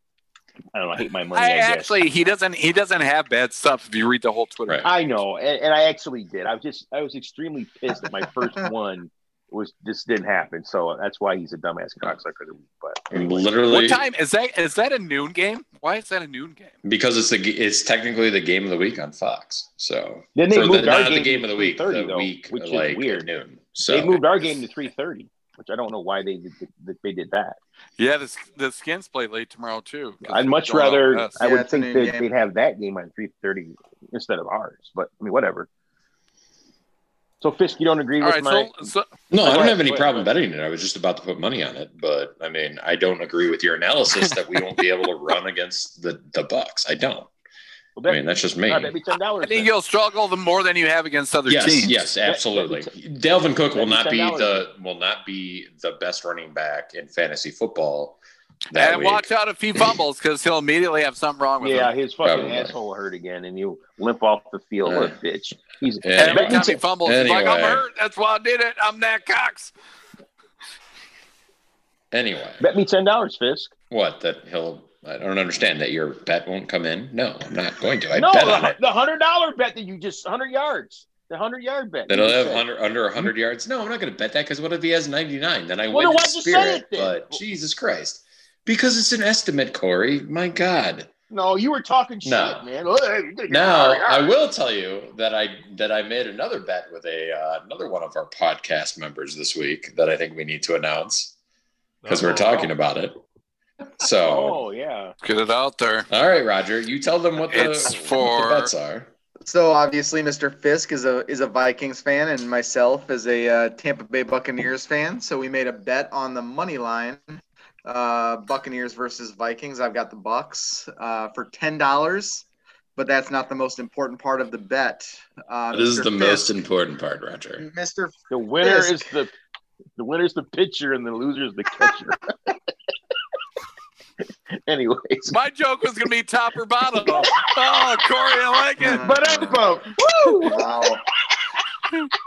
I don't know, I hate my money. I, I guess. actually he doesn't he doesn't have bad stuff if you read the whole Twitter. Right. I know, and, and I actually did. I was just I was extremely pissed that my first one was just didn't happen. So that's why he's a dumbass cocksucker of the week. But anyway. literally What time is that? Is that a noon game? Why is that a noon game? because it's the g- it's technically the game of the week on Fox. So then they Or the- moved our not game the game of the week, to 3:30, the though, week which is like at weird. noon. So They moved our game to three thirty, which I don't know why they did that they did that. Yeah, the the skins play late tomorrow too. 'cause I'd they're much going out rather west. I Yeah, would it's a think noon that game. they'd have that game on three thirty instead of ours. But I mean, whatever. So Fisk, you don't agree All with right, my? so, so no, I Go don't ahead, have any go ahead, problem go betting it. I was just about to put money on it, but I mean, I don't agree with your analysis that we won't be able to run against the the Bucks. I don't. I Well, bet- mean, that's just me. all right, bet me ten dollars. I think you'll struggle the more than you have against other yes, teams. yes, absolutely. Let- Delvin Cook will let me not be $10. the will not be the best running back in fantasy football. That And week. watch out if he fumbles because he'll immediately have something wrong with Yeah, him. his fucking Probably. asshole hurt again, and you limp off the field. What a Yeah. bitch! He's Yeah, And every anyway. time he fumbles, he's like, "I'm Anyway. hurt. That's why I did it. I'm that Cox." Anyway, bet me ten dollars, Fisk. what that he'll. I don't understand that your bet won't come in. No, I'm not going to. I no, bet on the, it. the hundred dollar bet that you just hundred yards, the hundred yard bet. That'll you just have said. Hmm? 100, under 100 yards. No, I'm not going to bet that because what if he has 99? Then I Well, then win why'd in you say spirit. it then? But Jesus Christ. Because it's an estimate, Corey. My God. No, you were talking shit, No. man. Oh, hey, you're gonna get Now $100 I will tell you that I that I made another bet with a uh, another one of our podcast members this week that I think we need to announce because we're Uh-oh. talking about it. So, Oh yeah. Get it out Oh. there. all right, Roger, you tell them what the, It's what for- the bets are. So obviously, Mr. Fisk is a is a Vikings fan, and myself is a uh, Tampa Bay Buccaneers fan. So we made a bet on the money line, uh, Buccaneers versus Vikings. I've got the Bucks uh, for ten dollars. but that's not the most important part of the bet. Uh, This is Mr. the most Fisk- important part, Roger. Mr. The winner Fisk. is the the winner's the pitcher and the loser's the catcher. Anyways, My joke was gonna be top or bottom. Oh, Corey, I like it. but up, up. Woo! Wow.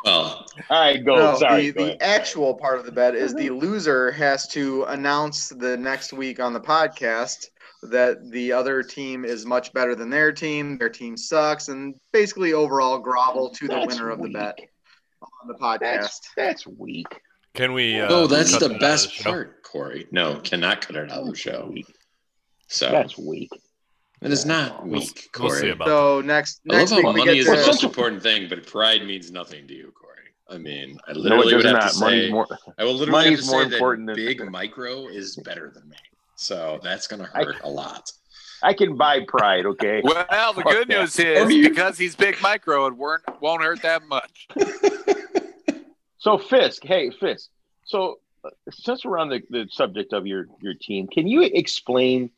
Well, All right, go. No, Sorry, the, go ahead. the actual part of the bet is Mm-hmm. the loser has to announce the next week on the podcast that the other team is much better than their team, their team sucks, and basically overall grovel to the That's winner of the weak. bet on the podcast. That's that's weak. Can we? Uh, no, oh, that's cut the that out of best show? part, Corey. No, cannot cut it out of the show. So That's weak. it is not We'll- weak, we'll see Corey. about that. So next I love next how week we money get is the to most important thing, but pride means nothing to you, Corey. I mean, I No, literally it would does have not. to Money's say, more. I will literally have money's to more say important that than- Big Micro is better than me. So that's going to I- hurt a lot. I can buy pride. Okay. Well, the good Fuck yeah. news Have is you- because he's big micro, it won't won't hurt that much. So Fisk, hey Fisk. So uh, since we're on the, the subject of your your team, can you explain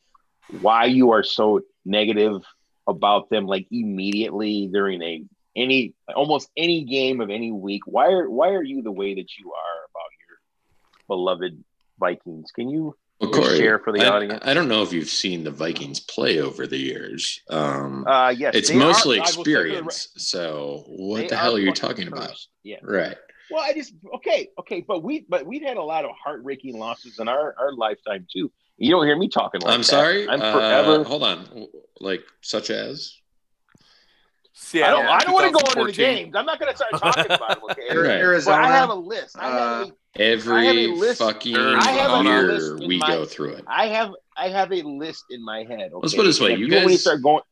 why you are so negative about them? Like immediately during a any almost any game of any week, why are why are you the way that you are about your beloved Vikings? Can you? Well, Just Corey, share for the I, audience. I don't know if you've seen the Vikings play over the years. Um, Uh, yes, it's they are- mostly I will say for the re- experience. So what they the hell are you fucking talking about? cursed. Yeah. Right. Well, I just okay, okay, but we but we've had a lot of heartbreaking losses in our our lifetime too. You don't hear me talking like I'm that. sorry. I'm Uh, forever. hold on. Like such as. I Seattle, don't. I don't want to go into the 2014. games. I'm not going to start talking about them. Okay. Ari- Right. Arizona. But I have a list. I have, Uh, a, I have Every a list- fucking I have a year list in we my- go through it. I have, I have a list in my head. Okay? Let's put it this way, If you want me to guys- start going.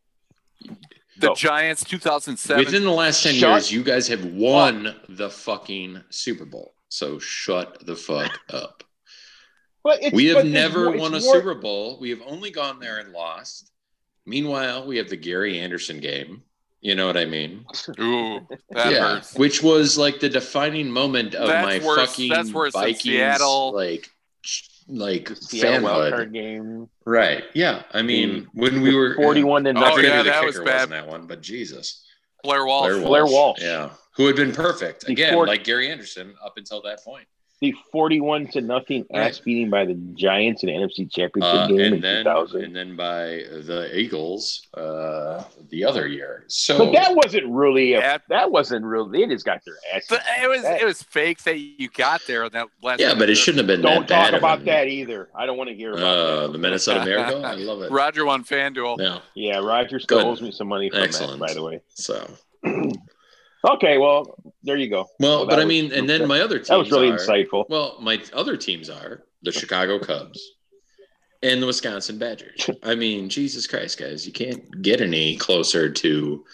The Go. Giants 2007. Within the last 10 Shut years, you guys have won the fucking Super Bowl. So shut the fuck up. But it's, We have but it's never more- it's won a more- Super Bowl. We have only gone there and lost. Meanwhile, we have the Gary Anderson game. You know what I mean? Ooh, that hurts. which was like the defining moment of That's my worse- fucking that's worse than Vikings, Seattle. like, like The Seattle Mm. wild fanhood. card game. Right? Yeah. I mean, when we were forty-one to I Oh, nothing. forget yeah, who the that kicker was was, bad. in that one, but Jesus, Blair Walsh. Blair Walsh. yeah, who had been perfect again, Before- like Gary Anderson up until that point. The forty-one to nothing ass beating by the Giants in the NFC Championship Uh, game in and two then, thousand. and then by the Eagles uh, the other year. So But that wasn't really. A, At- that wasn't real. They just got their ass. Th- It was That- it was fake that you got there on that last. yeah, but it shouldn't have been Don't that bad. talk of about an- that either. I don't want to hear about Uh, that. the Minnesota Miracle. I love it. Roger won FanDuel. Yeah. Yeah, Roger still Good. owes me some money for Excellent. that, by the way. So Okay, well, there you go. well, Well, but that I was- mean, and then my other teams That was really are, insightful. Well, my other teams are the Chicago Cubs and the Wisconsin Badgers. I mean, Jesus Christ, guys, you can't get any closer to,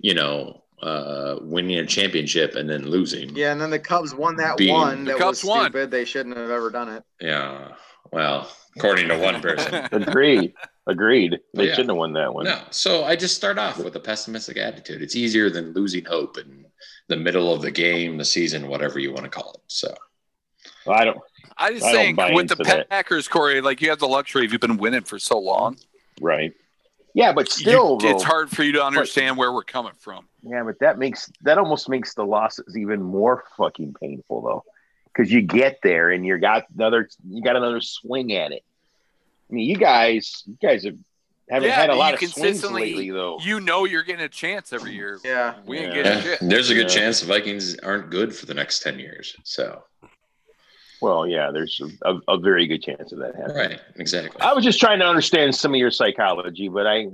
you know, uh, winning a championship and then losing. yeah, and then the Cubs won that Being- one. The That Cubs was won. stupid. They shouldn't have ever done it. Yeah. Well, according to one person. Agreed. Agreed. They Yeah. shouldn't have won that one. No. So I just start off with a pessimistic attitude. It's easier than losing hope in the middle of the game, the season, whatever you want to call it. So Well, I don't. I just I don't think buy with the into that. Packers, Corey, like you have the luxury if you've been winning for so long. Right. Yeah, but you- still, though, it's hard for you to understand where we're coming from. yeah, but that makes that almost makes the losses even more fucking painful, though, because you get there and you got another you got another swing at it. I mean, you guys, you guys have haven't Yeah, had a but lot you of swings consistently- lately, though. You know you're getting a chance every year. Yeah. We ain't Yeah. getting shit. there's a good Yeah. chance the Vikings aren't good for the next 10 years. So, Well, yeah, there's a, a, a very good chance of that happening. right. Exactly. I was just trying to understand some of your psychology, but I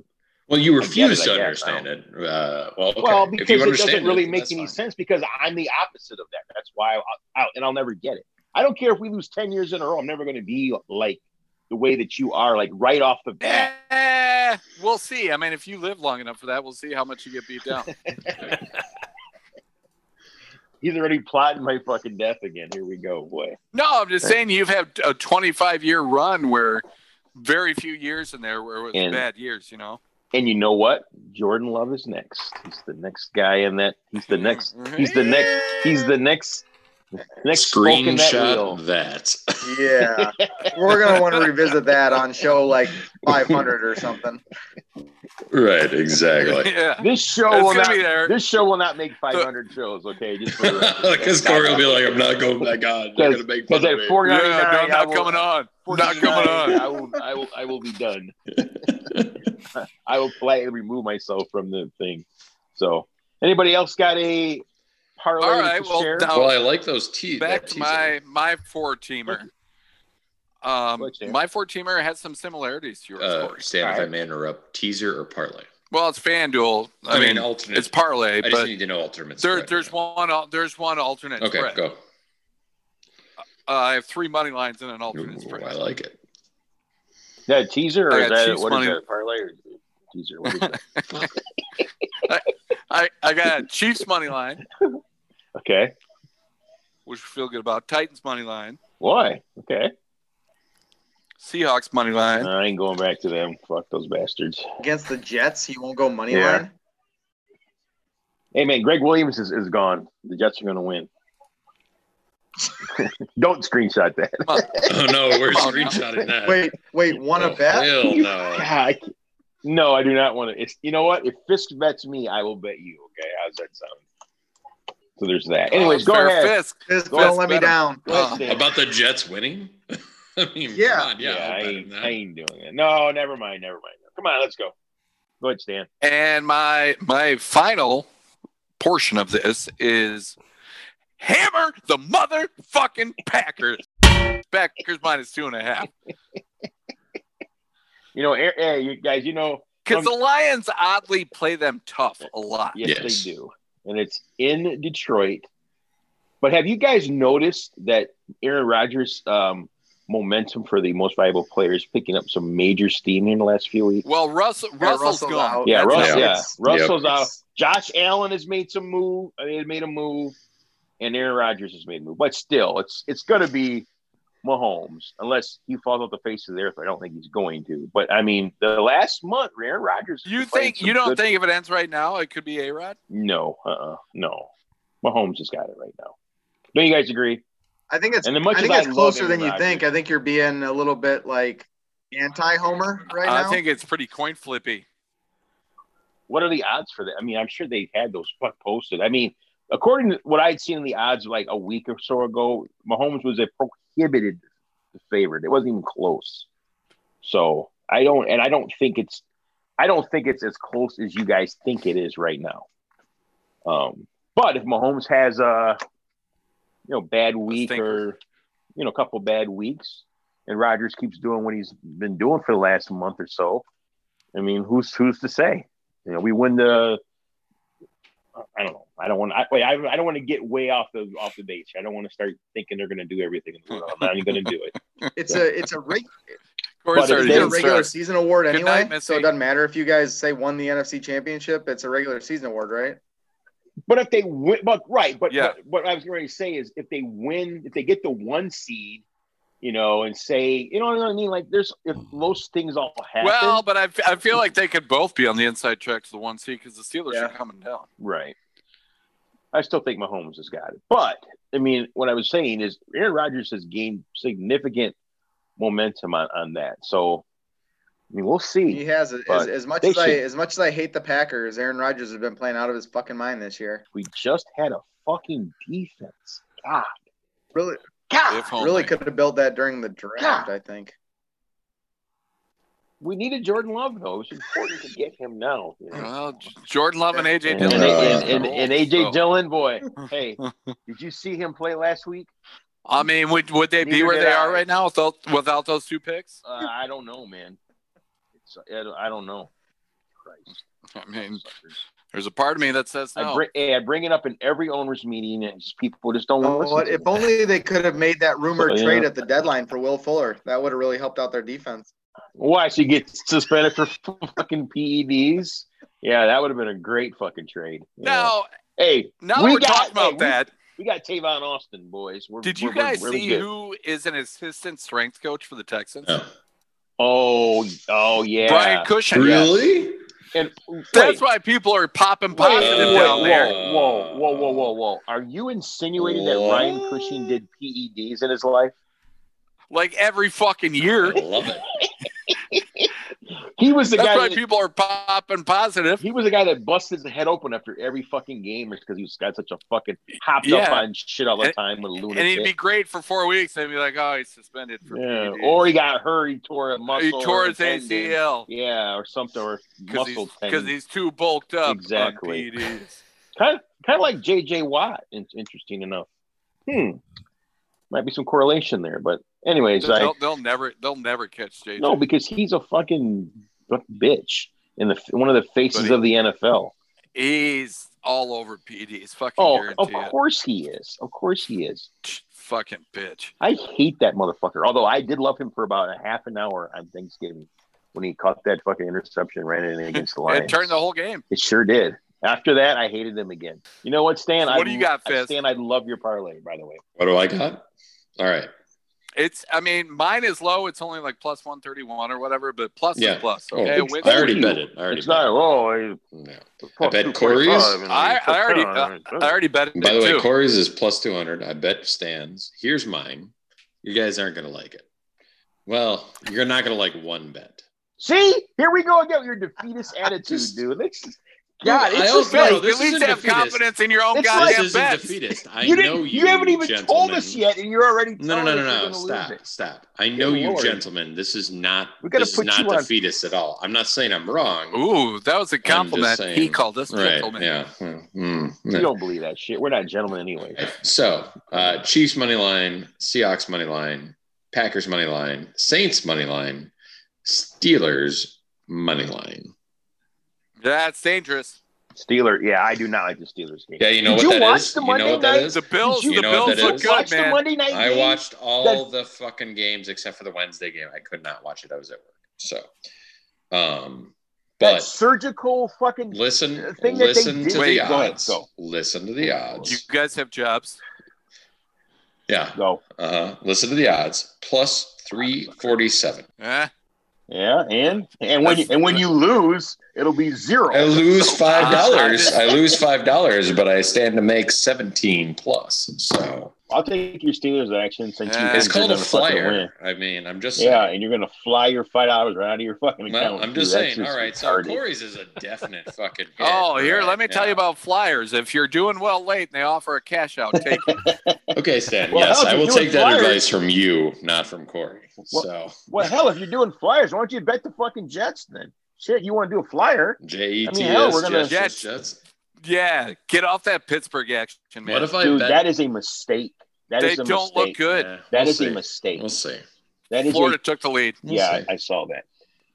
Well, you I get it, refuse I to guess. understand I it. Uh, well, okay. well If because you it understand doesn't really then make that's any fine. sense because I'm the opposite of that. That's why I, I and I'll never get it. I don't care if we lose ten years in a row. I'm never going to be like the way that you are, like right off the bat. Eh, we'll see. I mean, if you live long enough for that, we'll see how much you get beat down. He's already plotting my fucking death again. Here we go, boy. No, I'm just saying you've had a 25 year run where very few years in there where it was And- bad years, you know. And you know what? Jordan Love Mm-hmm. is next. He's the next guy in that. He's the next. He's the next. He's the next Next spoke in that wheel. Screenshot that. Yeah, we're gonna want to revisit that on show like 500 or something. right, exactly. yeah. This show It's will gonna not. be there. This show will not make 500 shows. Okay, just for the record. Because Corey will be like, I'm not going back on. You're going to make fun Because Oh, of at me. 499, Yeah, no, I not will- coming on. Not 499, coming on. I will, I will, I will be done. I will politely remove myself from the thing. So, anybody else got a parlay All right, to well, share? now- Well, I like those teeth. back that to teaser. my my four teamer. Um, What's that? my four teamer had some similarities to yours, Uh, Corey. Stan, if I Alright. may interrupt, teaser or parlay? Well, it's FanDuel. I, mean, alternate. it's parlay, I just but need to know alternate. there, spread. there's one al- there's one alternate Okay, spread. go. Uh, I have three money lines and an alternate Ooh, spread. I like it. Is that a teaser I or is got that Chiefs what is money. that? Parlay or teaser? What is that? I, I got Chiefs money line, okay. which we feel good about. Titans money line, Why? Okay. Seahawks money line. No, I ain't going back to them. Fuck those bastards. Against the Jets, you won't go money Yeah. line. Hey man, Greg Williams is, is gone. The Jets are gonna win. Don't screenshot that. Oh no, we're Come on now. screenshotting Uh, that. Wait, wait, want oh, to bet? Hell no. God, I can't- no, I do not want to. It's you know what? If Fisk bets me, I will bet you. Okay, how's that sound? So there's that. Anyways, Uh, go fair ahead. Fisk. Just Go don't on, let me bet 'em. down. Go ahead, Uh, Stan. About the Jets winning? I mean, Yeah. come on, yeah. I'll I, bet him ain't, that. I ain't doing it. No, never mind, never mind. Come on, let's go. Go ahead, Stan. And my my final portion of this is hammer the motherfucking Packers. Packers minus two and a half. You know, eh, eh, you guys, you know, Because the Lions oddly play them tough a lot. yes, Yes. they do, and it's in Detroit. But have you guys noticed that Aaron Rodgers' um, momentum for the most valuable player is picking up some major steam in the last few weeks? Well, Russell Yeah, Russell's Russell's gone. out. Yeah, That's Russ, how Russell- yeah. it's- Russell's out. it's- Josh Allen has made some move. I mean, made a move, and Aaron Rodgers has made a move. But still, it's it's going to be Mahomes unless he falls off the face of the earth. I don't think he's going to. But I mean, the last month, Aaron Rodgers. has You been playing think some you don't good- think if it ends right now, it could be A Rod? No, uh, uh no. Mahomes has got it right now. Don't you guys agree? I think it's. And then much I think as I it's love closer than Aaron you Rodgers- think. I think you're being a little bit like anti-Homer right Uh, I now. think it's pretty coin flippy. What are the odds for that? I mean, I'm sure they had those fuck posted. I mean, according to what I'd seen in the odds like a week or so ago, Mahomes was a prohibited favorite. It wasn't even close. So I don't, and I don't think it's, I don't think it's as close as you guys think it is right now. Um, but if Mahomes has a, you know, bad week stinker. or, you know, a couple bad weeks, and Rodgers keeps doing what he's been doing for the last month or so, I mean, who's who's to say? You know, we win the. I don't know. I don't want. I, wait, I, I don't want to get way off the off the base. I don't want to start thinking they're going to do everything. in the world. I'm not even going to do it. it's a it's a, reg- Corey's But if already it's a they- getting regular started. season award Good anyway, night, so Missy. it doesn't matter if you guys say won the NFC Championship. It's a regular season award, right? But if they win, but right, but, Yeah. but what I was going to say is if they win, if they get the one seed, you know, and say, you know what I mean? Like there's if most things all happen. Well, but I, f- I feel like they could both be on the inside track to the one seed because the Steelers Yeah. are coming down. Right. I still think Mahomes has got it. But I mean, what I was saying is Aaron Rodgers has gained significant momentum on, on that. So I mean we'll He see. has as, But as much they as I should- as much as I hate the Packers. Aaron Rodgers has been playing out of his fucking mind this year. We just had a fucking defense. God. Really, God. If only. Ah, really could have built that during the draft. I think. We needed Jordan Love though. It's important to get him now. you know? Well, J- Jordan Love and uh, AJ And, Dillon. and, and, and, and AJ So, Dillon, boy, hey, did you see him play last week? I mean, would would they be Neither where did they I. are right now without without those two picks? Uh, I don't know, man. It's, I, don't, I don't know. Christ. I mean, there's a part of me that says I, no. bring, hey, I bring it up in every owners meeting, and just people just don't You know want to Oh, what? listen. If to me. only they could have made that rumored Oh, yeah. trade at the deadline for Will Fuller. That would have really helped out their defense. Why she gets suspended for fucking PEDs? Yeah, that would have been a great fucking trade. Yeah. Now, hey, now We we are got- talking about hey, we- that. we got Tavon Austin, boys. We're, Did you we're- we're guys really see good. who is an assistant strength coach for the Texans? No. Oh, oh yeah, Brian Cushing. Yeah. Really? And That's wait, why people are popping positive wait, down wait. there. there. Whoa, whoa, whoa, whoa, whoa! Are you insinuating that What? Ryan Cushing did PEDs in his life? Like every fucking year. I love it. He was the That's guy. why That, people are popping positive. he was the guy that busted his head open after every fucking game because he was got such a fucking hopped up Yeah. on shit all the And- time with a And he'd be lunatic. great for four weeks. They'd be like, oh, he's suspended for Yeah. PEDs. Or he got hurt. He tore a muscle. he tore or his tendon. ACL Yeah, or something, or because muscle he's, tendon. 'cause he's too bulked up. on E Exactly. PEDs. kind of, kind of like J.J. Watt. in- Interesting enough. Hmm. Might be some correlation there, but anyways, I They'll, they'll never, they'll never catch JJ. no because he's a fucking bitch in the one of the faces But he- of the NFL. he's all over PEDs. Fucking Oh, of guarantee it. course he is. Of course he is. Ch- Fucking bitch. I hate that motherfucker. Although I did love him for about a half an hour on Thanksgiving when he caught that fucking interception, ran it in against the Lions. It turned the whole game. It sure did. After that, I hated him again. You know what, Stan? So what do you got, Fizz? Fist? Stan, I love your parlay, by the way. What do I got? All right. It's, I mean, mine is low. It's only like plus 131 or whatever, but plus Yeah. is plus. Oh, Okay. it's Win- I already you. bet it. I already It's not, bet oh, it. No. I, I bet Corey's. I, I already, uh, I already bet it By the way, too. Corey's is plus 200. I bet stands. Here's mine. You guys aren't going to like it. Well, you're not going to like one bet. See, here we go again with your defeatist attitude, just- dude. It's, God, I it's just also- like, no, At this least isn't have defeatist. confidence in your own It's like- This goddamn isn't bets. defeatist. I you, know didn't, you. you haven't even told gentlemen. us yet, and you're already No, telling no, us no, you're no, no. gonna Stop, lose it. stop. I know Good you, Lord. gentlemen. This is not. We gotta this is put not you on- defeatist at all. I'm not saying I'm wrong. Ooh, that was a compliment. saying. He called us right? gentlemen. Yeah. Mm, mm, You yeah. don't believe that shit. We're not gentlemen anyway. So, uh, Chiefs money line, Seahawks money line, Packers money line, Saints money line, Steelers money line. That's dangerous. Steeler, yeah, I do not like the Steelers game. Yeah, you know Did what you that watch is? the you Monday know what that night? is? The Bills, you the know what Bills that look is? good, watch the man. Monday night I game? watched all the fucking games except for the Wednesday game. I could not watch it. I was at work. So, um, that but surgical fucking. listen, the thing that they listen did- to Wait, the go ahead, odds. go. Listen to the You odds. guys have jobs. Yeah. No. Uh-huh. Listen to the odds. Plus 347. Eh? Yeah, and and when you, and when you lose, it'll be zero. I lose five dollars. $5. I lose five dollars, but I stand to make seventeen plus. So I'll take your Steelers action since you. Yeah. Uh, it's think called you're a gonna fucking win. flyer. I mean, I'm just Yeah, saying. and you're gonna fly your five dollars right out of your fucking account. Well, I'm just dude. That's saying. All right, so retarded. Corey's is a definite fucking. hit Oh, here, right let me tell you now. about flyers. If you're doing well late and they offer a cash out, take it. Okay, Stan. Well, yes, hell, if I you're will doing take that flyers- advice from you, not from Corey. Well- So Well, hell, if you're doing flyers, why don't you bet the fucking Jets then? Shit, you want to do a flyer? J E T I mean, hell, we're S gonna- Jets. Jets, Jets. Jets. Yeah, get off that Pittsburgh action, man. What if I Dude, bet? that is a mistake. That they is a don't mistake. look good. Yeah, That we'll is see. a mistake. We'll see. That is Florida a took the lead. We'll yeah. see. I saw that.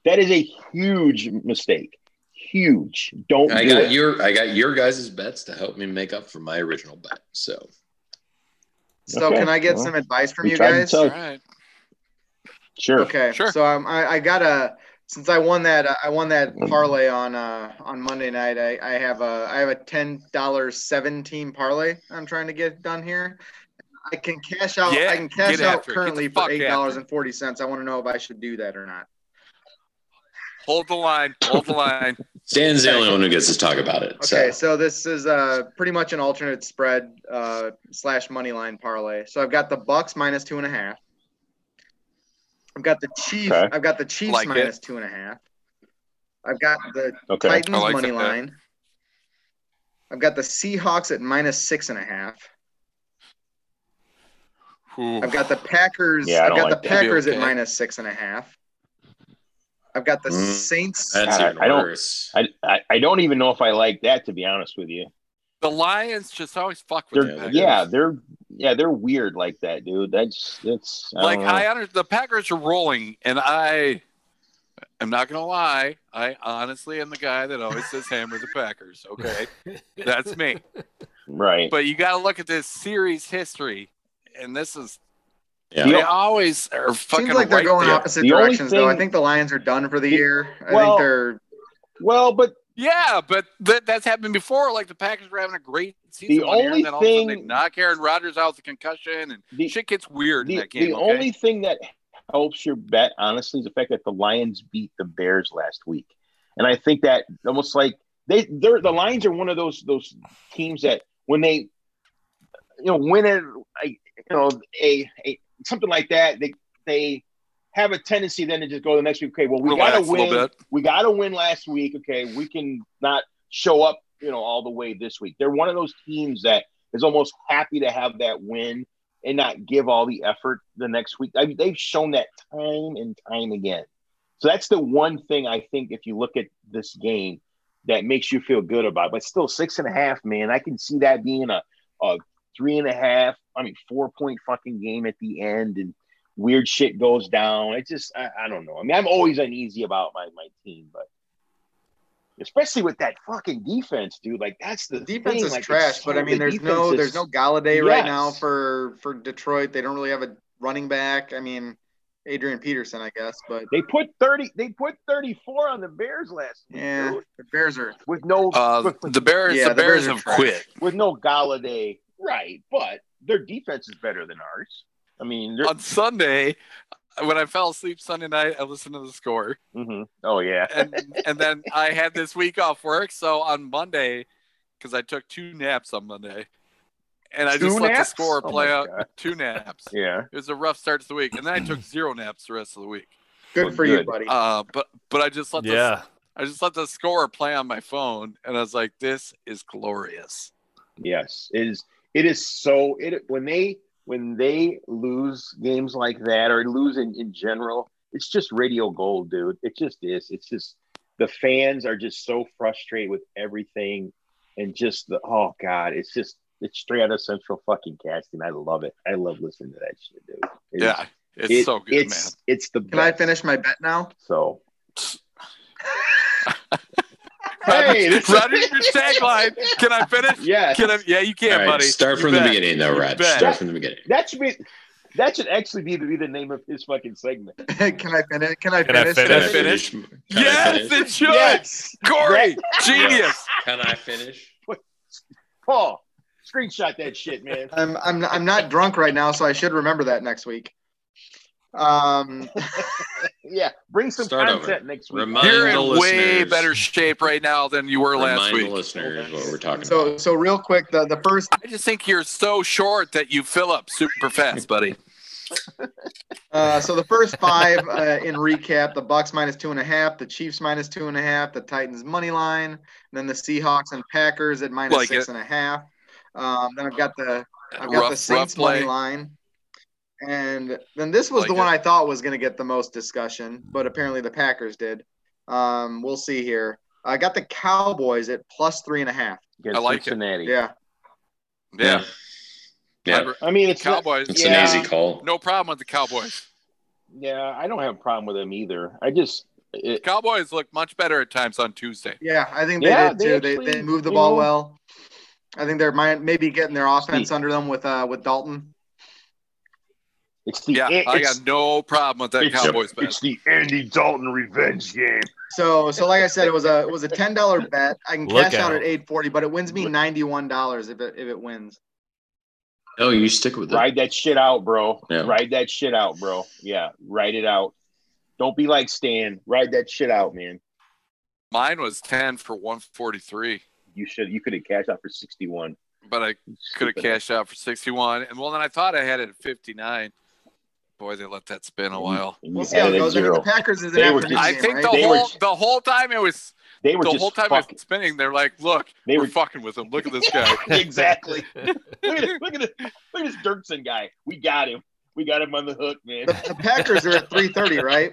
That is a huge mistake. Huge. Don't I do got it. your I got your guys' bets to help me make up for my original bet. So So Okay, can I get well, some advice from we you tried to guys? tell All you. right. Sure. Okay, Sure. so um, I, I got a since I won that uh, I won that Mm. parlay on uh, on Monday night. I, I have a I have a ten dollars seven team parlay. I'm trying to get done here. I can cash out. Yeah, I can cash get out after it. Get currently the for fuck eight dollars and forty cents. I want to know if I should do that or not. Hold the line. Hold the line. Stan's the Okay. only one who gets to talk about it. Okay, So. so this is uh, pretty much an alternate spread uh, slash money line parlay. So I've got the Bucks minus two and a half. I've got the Chiefs. Okay. I've got the Chiefs Like it. minus two and a half. I've got the Okay. Titans I like money that. line. I've got the Seahawks at minus six and a half. Ooh. I've got the Packers. Yeah, I I've don't got like that. the That'd be Packers at okay. minus six and a half. I've got the Mm. Saints. That's God, even I don't- worse. I, I I don't even know if I like that to be honest with you. the Lions just always fuck with They're the yeah, Yeah, Packers. they're yeah, they're weird like that, dude. That's that's I Like don't know. I under the Packers are rolling, and I am not gonna lie. I honestly am the guy that always says hammer the Packers. Okay, that's me. right. But you got to look at this series history, and this is Yeah. they always are fucking. Seems like they're right going there. opposite The only directions, though. I thing- think the Lions are done for the year. I Well, think they're well, but Yeah, but that that's happened before. Like the Packers were having a great season. The one year, only and then all of a sudden they thing- knock Aaron Rodgers out with a concussion, and the shit gets weird in the, that game. the okay? only thing that helps your bet honestly is the fact that the lions beat the bears last week And I think that almost like they they're the Lions are one of those those teams that when they you know win it like you know a, a something like that they they have a tendency then to just go the next week okay well we Relax gotta a little win bit. we gotta win last week okay we can not show up you know all the way this week they're one of those teams that is almost happy to have that win and not give all the effort the next week I mean, they've shown that time and time again so that's the one thing i think if you look at this game that makes you feel good about it. but still six and a half man i can see that being a three and a half, I mean, four point fucking game at the end, and weird shit goes down. It just, I, I don't know. I mean, I'm always uneasy about my, my team, but especially with that fucking defense, dude. Like, that's the The defense thing, is like, trash, it's but so- I mean, the there's defense no is- there's no Galladay right now Yes. for for Detroit. They don't really have a running back. I mean, Adrian Peterson, I guess, but They put thirty. They put thirty-four on the Bears last week, yeah, dude, the Bears are. with no Uh, with, the Bears, Yeah, the the Bears Bears are have trash. quit. with no Galladay, right? But their defense is better than ours. I mean, they're, On Sunday, when I fell asleep Sunday night, I listened to the score, mhm. oh yeah, and and then I had this week off work. So on Monday, because I took two naps on Monday, and I just Two let the naps? score Oh, play my out. God. Two naps. yeah. It was a rough start to the week, and then I took zero naps the rest of the week. Good Well, for you, good. buddy. Uh, but but I just let the yeah. I just let the score play on my phone, and I was like, "This is glorious." Yes, it is. It is so. It when they when they lose games like that or lose in, in general, it's just radio gold, dude. It just is. It's just the fans are just so frustrated with everything, and just the oh god, it's just it's straight out of central fucking casting. I love it. I love listening to that shit, dude. It is- yeah, it's it- so good, it's, It's the best. Can I finish my bet now? So. man. hey, this is- Roger, your tagline. Can I finish? Yes. Can I, yeah, you All can, right, buddy. start You from the bet. beginning, though, You Rod. bet. Start from the beginning. That should be. That should actually be, be the name of his fucking segment. Can I finish? Can I Can I finish? finish? Can I finish? Yes. Can I Yes, finish? it should. Yes, Corey, genius. genius. Can I finish? Paul, screenshot that shit, man. I'm I'm I'm not drunk right now, so I should remember that next week. Um, Yeah, bring some Start over. content next week. Remind- You're the in way listeners. better shape right now than you were last Remind week. the listeners what we're talking so about. so real quick, the the first I just think you're so short that you fill up super fast, buddy. Uh, so the first five uh, in recap: the Bucks minus two and a half, the Chiefs minus two and a half, the Titans money line, and then the Seahawks and Packers at minus Like six and a half. Um, then I've got the I've got the rough, rough Saints money play. line, and then this was Like the one it. I thought was going to get the most discussion, but apparently the Packers did. Um, we'll see here. I got the Cowboys at plus three and a half. Against I like it. Cincinnati. Yeah, Yeah. Yeah. I'd- I mean, it's Cowboys. It's Yeah. an easy call. No problem with the Cowboys. yeah. I don't have a problem with them either. I just it, Cowboys look much better at times on Tuesday. yeah, I think they Yeah, did they too. actually, they they moved the you ball know- well. I think they're mi- maybe getting their offense Sneak. under them with uh with Dalton. it's the Yeah, I it's, got no problem with that it's- Cowboys bet. it's the Andy Dalton revenge game. So, so like I said, it was a it was a ten dollar bet. I can Look cash out out. at eight forty, but it wins me Look- ninety one dollars if it if it wins. No, you stick with it. Ride that shit out, bro. Yeah. Ride that shit out, bro. Yeah, ride it out. Don't be like Stan. Ride that shit out, man. Mine was ten for one forty three, You should. You could have cashed out for sixty-one. but I could have cashed out for sixty one. And well, then I thought I had it at fifty nine. Boy, they let that Mm. spin a while. And you We'll see had how it it at goes. I mean, zero. the Packers is an They were afternoon just- I game, think right? the They whole were- the whole time it was They were the just whole time fucking. it's spinning, they're like, "Look, They we're were fucking with him. Look at this guy." exactly. look at this, look at this, look at this Dirksen guy. We got him. We got him on the hook, man. the, the Packers are at three thirty, right?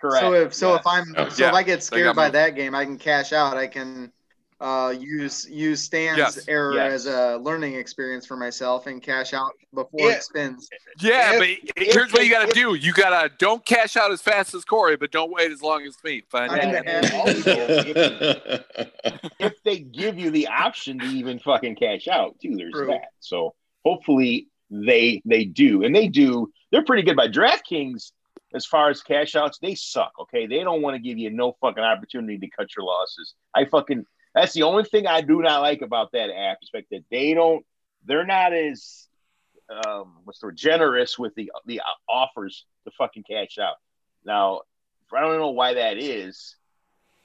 Correct. So if so, Yes. if I'm Oh, so yeah. if I get got scared by moved. that game, I can cash out. I can uh, use use Stan's Yes. error as Yes. a learning experience for myself and cash out before Yeah. it spins. yeah, If- but if- here's what you got to if- do: you got to don't cash out as fast as Corey, but don't wait as long as me. Find I out. mean, Yeah, that- also, if, if they give you the option to even fucking cash out, too, there's True. that. So hopefully they they do, and they do. They're pretty good by DraftKings as far as cash outs. They suck. Okay, they don't want to give you no fucking opportunity to cut your losses. I fucking that's the only thing I do not like about that aspect that they don't. They're not as um, what's the word, generous with the the offers to fucking cash out. Now I don't know why that is.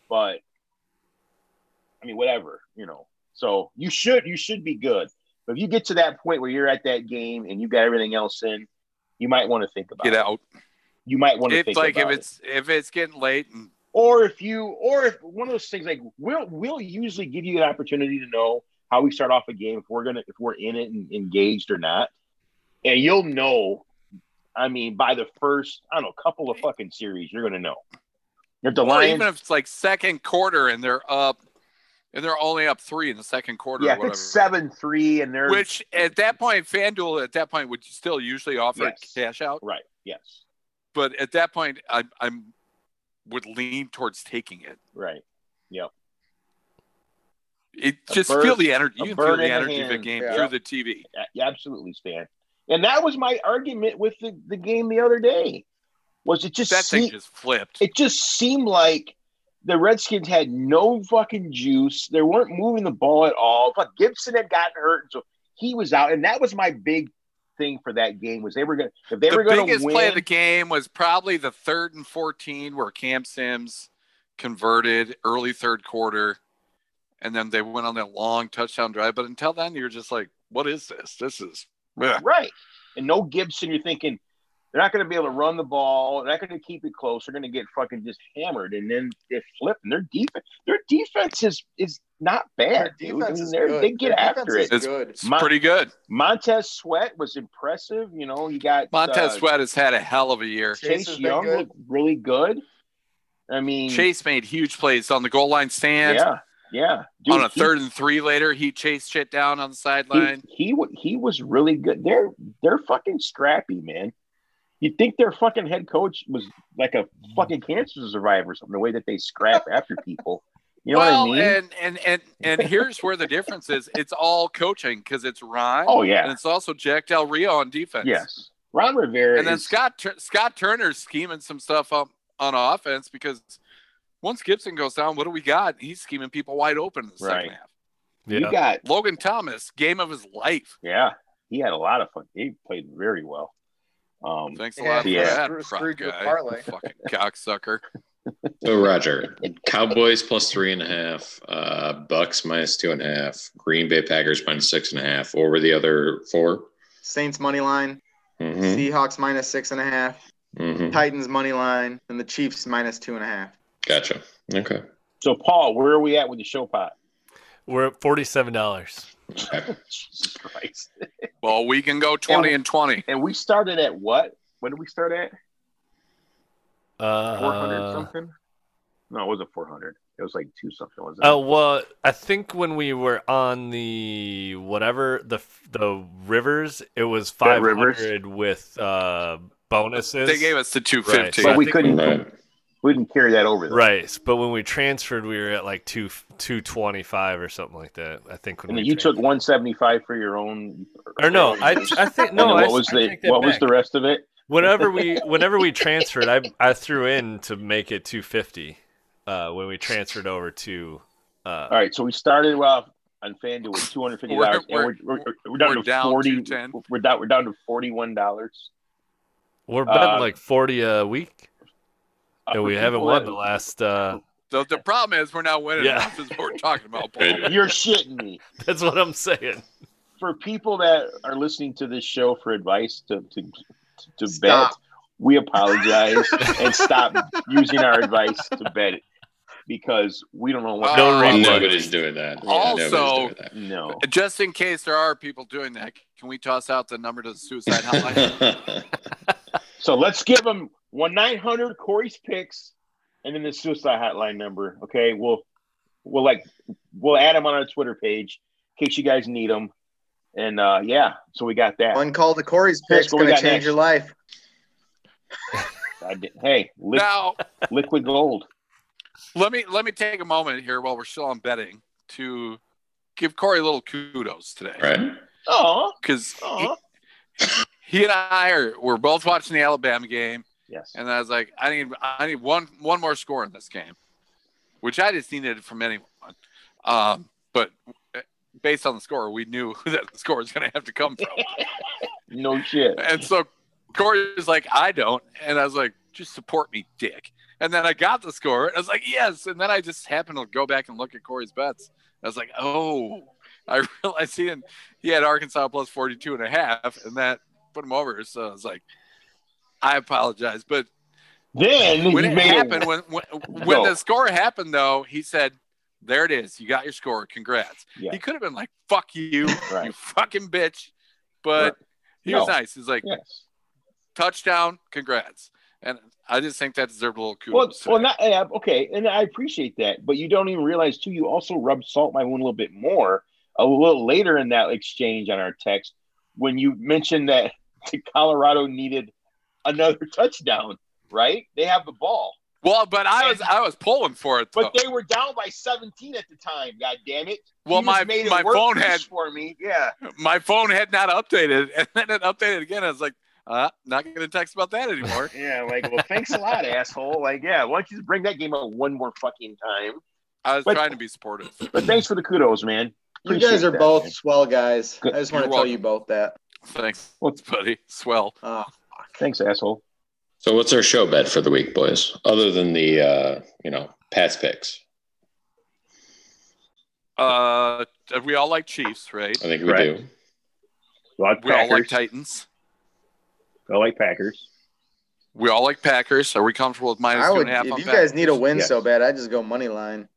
but I mean, whatever, you know. So you should you should be good. But if you get to that point where you're at that game and you got everything else in, you might want to think about Get it. out. You might want to If think like if about it. it's if it's getting late and or if you or if one of those things like we'll we'll usually give you an opportunity to know how we start off a game if we're gonna if we're in it and engaged or not and you'll know i mean by the first i don't know couple of fucking series you're gonna know if the or lions even if it's like second quarter and they're up and they're only up three in the second quarter yeah or if whatever. it's seven three and they're Which at that point, FanDuel at that point would still usually offer Yes. a cash out, right yes but at that point, I, I'm would lean towards taking it. right It A just bird- feel the energy. a You can feel bird in the the energy of the hand. game Yeah. through the TV. A- you absolutely stan and that was my argument with the, the game the other day was it just That thing seemed- just flipped. it just seemed like the Redskins had no fucking juice. They weren't moving the ball at all. Fuck, Gibson had gotten hurt, so he was out, and that was my big thing for that game was they were gonna if they the were gonna biggest win. play of the game was probably the third and 14 where Cam Sims converted early third quarter. And then they went on that long touchdown drive. But until then, you're just like, what is this? This is. Ugh. Right. And no Gibson, you're thinking they're not going to be able to run the ball. They're not going to keep it close. They're going to get fucking just hammered. And then they flip, and their defense, their defense is is not bad. Their dude. I defense mean, is they're- good. They get Their after defense it. is good. It's My- pretty good. Montez Sweat was impressive. You know, you got Montez uh, Sweat has had a hell of a year. Chase Chase, has been Young good. looked really good. I mean, Chase made huge plays on the goal line stand. yeah, yeah. Dude, on a he- third and three later, he chased shit down on the he, sideline. he wa- he was really good. They're they're fucking scrappy, man. You would think their fucking head coach was like a fucking cancer survivor or something? The way that they scrap after people, you know well, what I mean? and, and and and here's where the difference is. It's all coaching because it's Ron. oh and yeah, it's also Jack Del Rio on defense. yes. Ron Rivera and then is- Scott Tur- Scott Turner's scheming some stuff up on offense because once Gibson goes down, what do we got? He's scheming people wide open in the second Right. half. Yeah. You got Logan Thomas, game of his life. yeah. He had a lot of fun. He played very well. Um, Thanks a Yeah, lot yeah. for Screw- that, prop screwed your guy. parlay. Fucking cocksucker. So Roger, Cowboys plus three and a half, uh, Bucks minus two and a half, Green Bay Packers minus six and a half. What were the other 4 Saints money line, Mm-hmm. Seahawks minus six and a half, Mm-hmm. Titans money line, and the Chiefs minus two and a half. Gotcha. Okay. so Paul, where are we at with the show pot? We're at forty-seven dollars. Okay. Jesus Christ. Well, we can go twenty and twenty. And we started at what? When did we start at? Uh, four hundred something. No, it wasn't four hundred. It was like two something. Was it? Oh well, I think when we were on the whatever the the rivers, it was Bet five Rivers? hundred with uh, bonuses. They gave us the two fifty. Right. but I we think couldn't. Right. We didn't carry that over. Though. right, but when we transferred, we were at like two two twenty five or something like that. I think when And we then you took transferred. one seventy five for your own. or no, I I think And no. then I, what was I the take that what was back. the rest of it? whenever we whenever we transferred i i threw in to make it 250 uh when we transferred over to uh All right, so we started off on FanDuel with two hundred fifty dollars, and We're- we're, we're, we're, we're down to down forty. 210. We're down. We're down to forty one dollars. we're betting uh, like 40 a week and we haven't won the last uh The, the problem is we're not winning. Yeah. That's what we're talking about. Paul. Good. You're shitting me. that's what i'm saying For people that are listening to this show for advice to to to, to bet, Stop. we apologize and stop using our advice to bet it because we don't know what. No the fuck reason. we're Nobody's doing that. Yeah, Also- nobody's doing that. No. Uh, Just in case there are people doing that, can we toss out the number to the suicide hotline? So let's give them one nine hundred Corey's picks, and then the suicide hotline number. Okay, we'll we'll like we'll add them on our Twitter page in case you guys need them. And uh, yeah, so we got that. One call to Corey's Here's pick's what we going to got change next. your life. I did- hey, li- now, liquid gold. let me let me take a moment here while we're still on betting to give Corey a little kudos today right. Oh, because oh, he, he and I are we're both watching the Alabama game, yes. and I was like, I need I need one one more score in this game, which I just needed from anyone. Um, but based on the score, we knew that the score was going to have to come from. No shit. And so Corey was like, I don't. And I was like, just support me, dick. And then I got the score. I was like, yes. And then I just happened to go back and look at Corey's bets. I was like, oh, I realized he, had- he had Arkansas plus 42 and a half, and that put him over. So I was like, I apologize. But Then when he it made happened, when, when, when Go. the score happened, though, he said, there it is. You got your score. Congrats. Yeah. He could have been like, fuck you, you Right. fucking bitch. But he was No. nice. He's like, Yes. touchdown, congrats. And I just think that deserved a little Well, kudos. well, not yeah, okay, and I appreciate that, but you don't even realize too. You also rubbed salt in my wound a little bit more a little later in that exchange on our text when you mentioned that Colorado needed another touchdown. Right? They have the ball, Well, but I was And- I was pulling for it though. but they were down by 17 at the time. God damn it! well, You just my made it my work phone had for me. Yeah, my phone had not updated, and then it updated again. I was like, uh, not going to text about that anymore. yeah. Like, well, thanks a lot, asshole. Like, yeah. Why don't you just bring that game up one more fucking time? I was But- trying to be supportive. But thanks for the kudos, man. You guys Appreciate are that, both man. swell guys. I just You're want to tell welcome. you both that. Thanks, Well- buddy. Swell. Uh, Thanks, asshole. So what's our show bet for the week, boys? Other than the uh, you know, Pat's picks. Uh, we all like Chiefs, right? I think we Right. do. I like We all like Titans. I like Packers. We all like Packers. Are we comfortable with minus I two would. and a half If on you Packers? guys need a win Yes. so bad, I just go money line.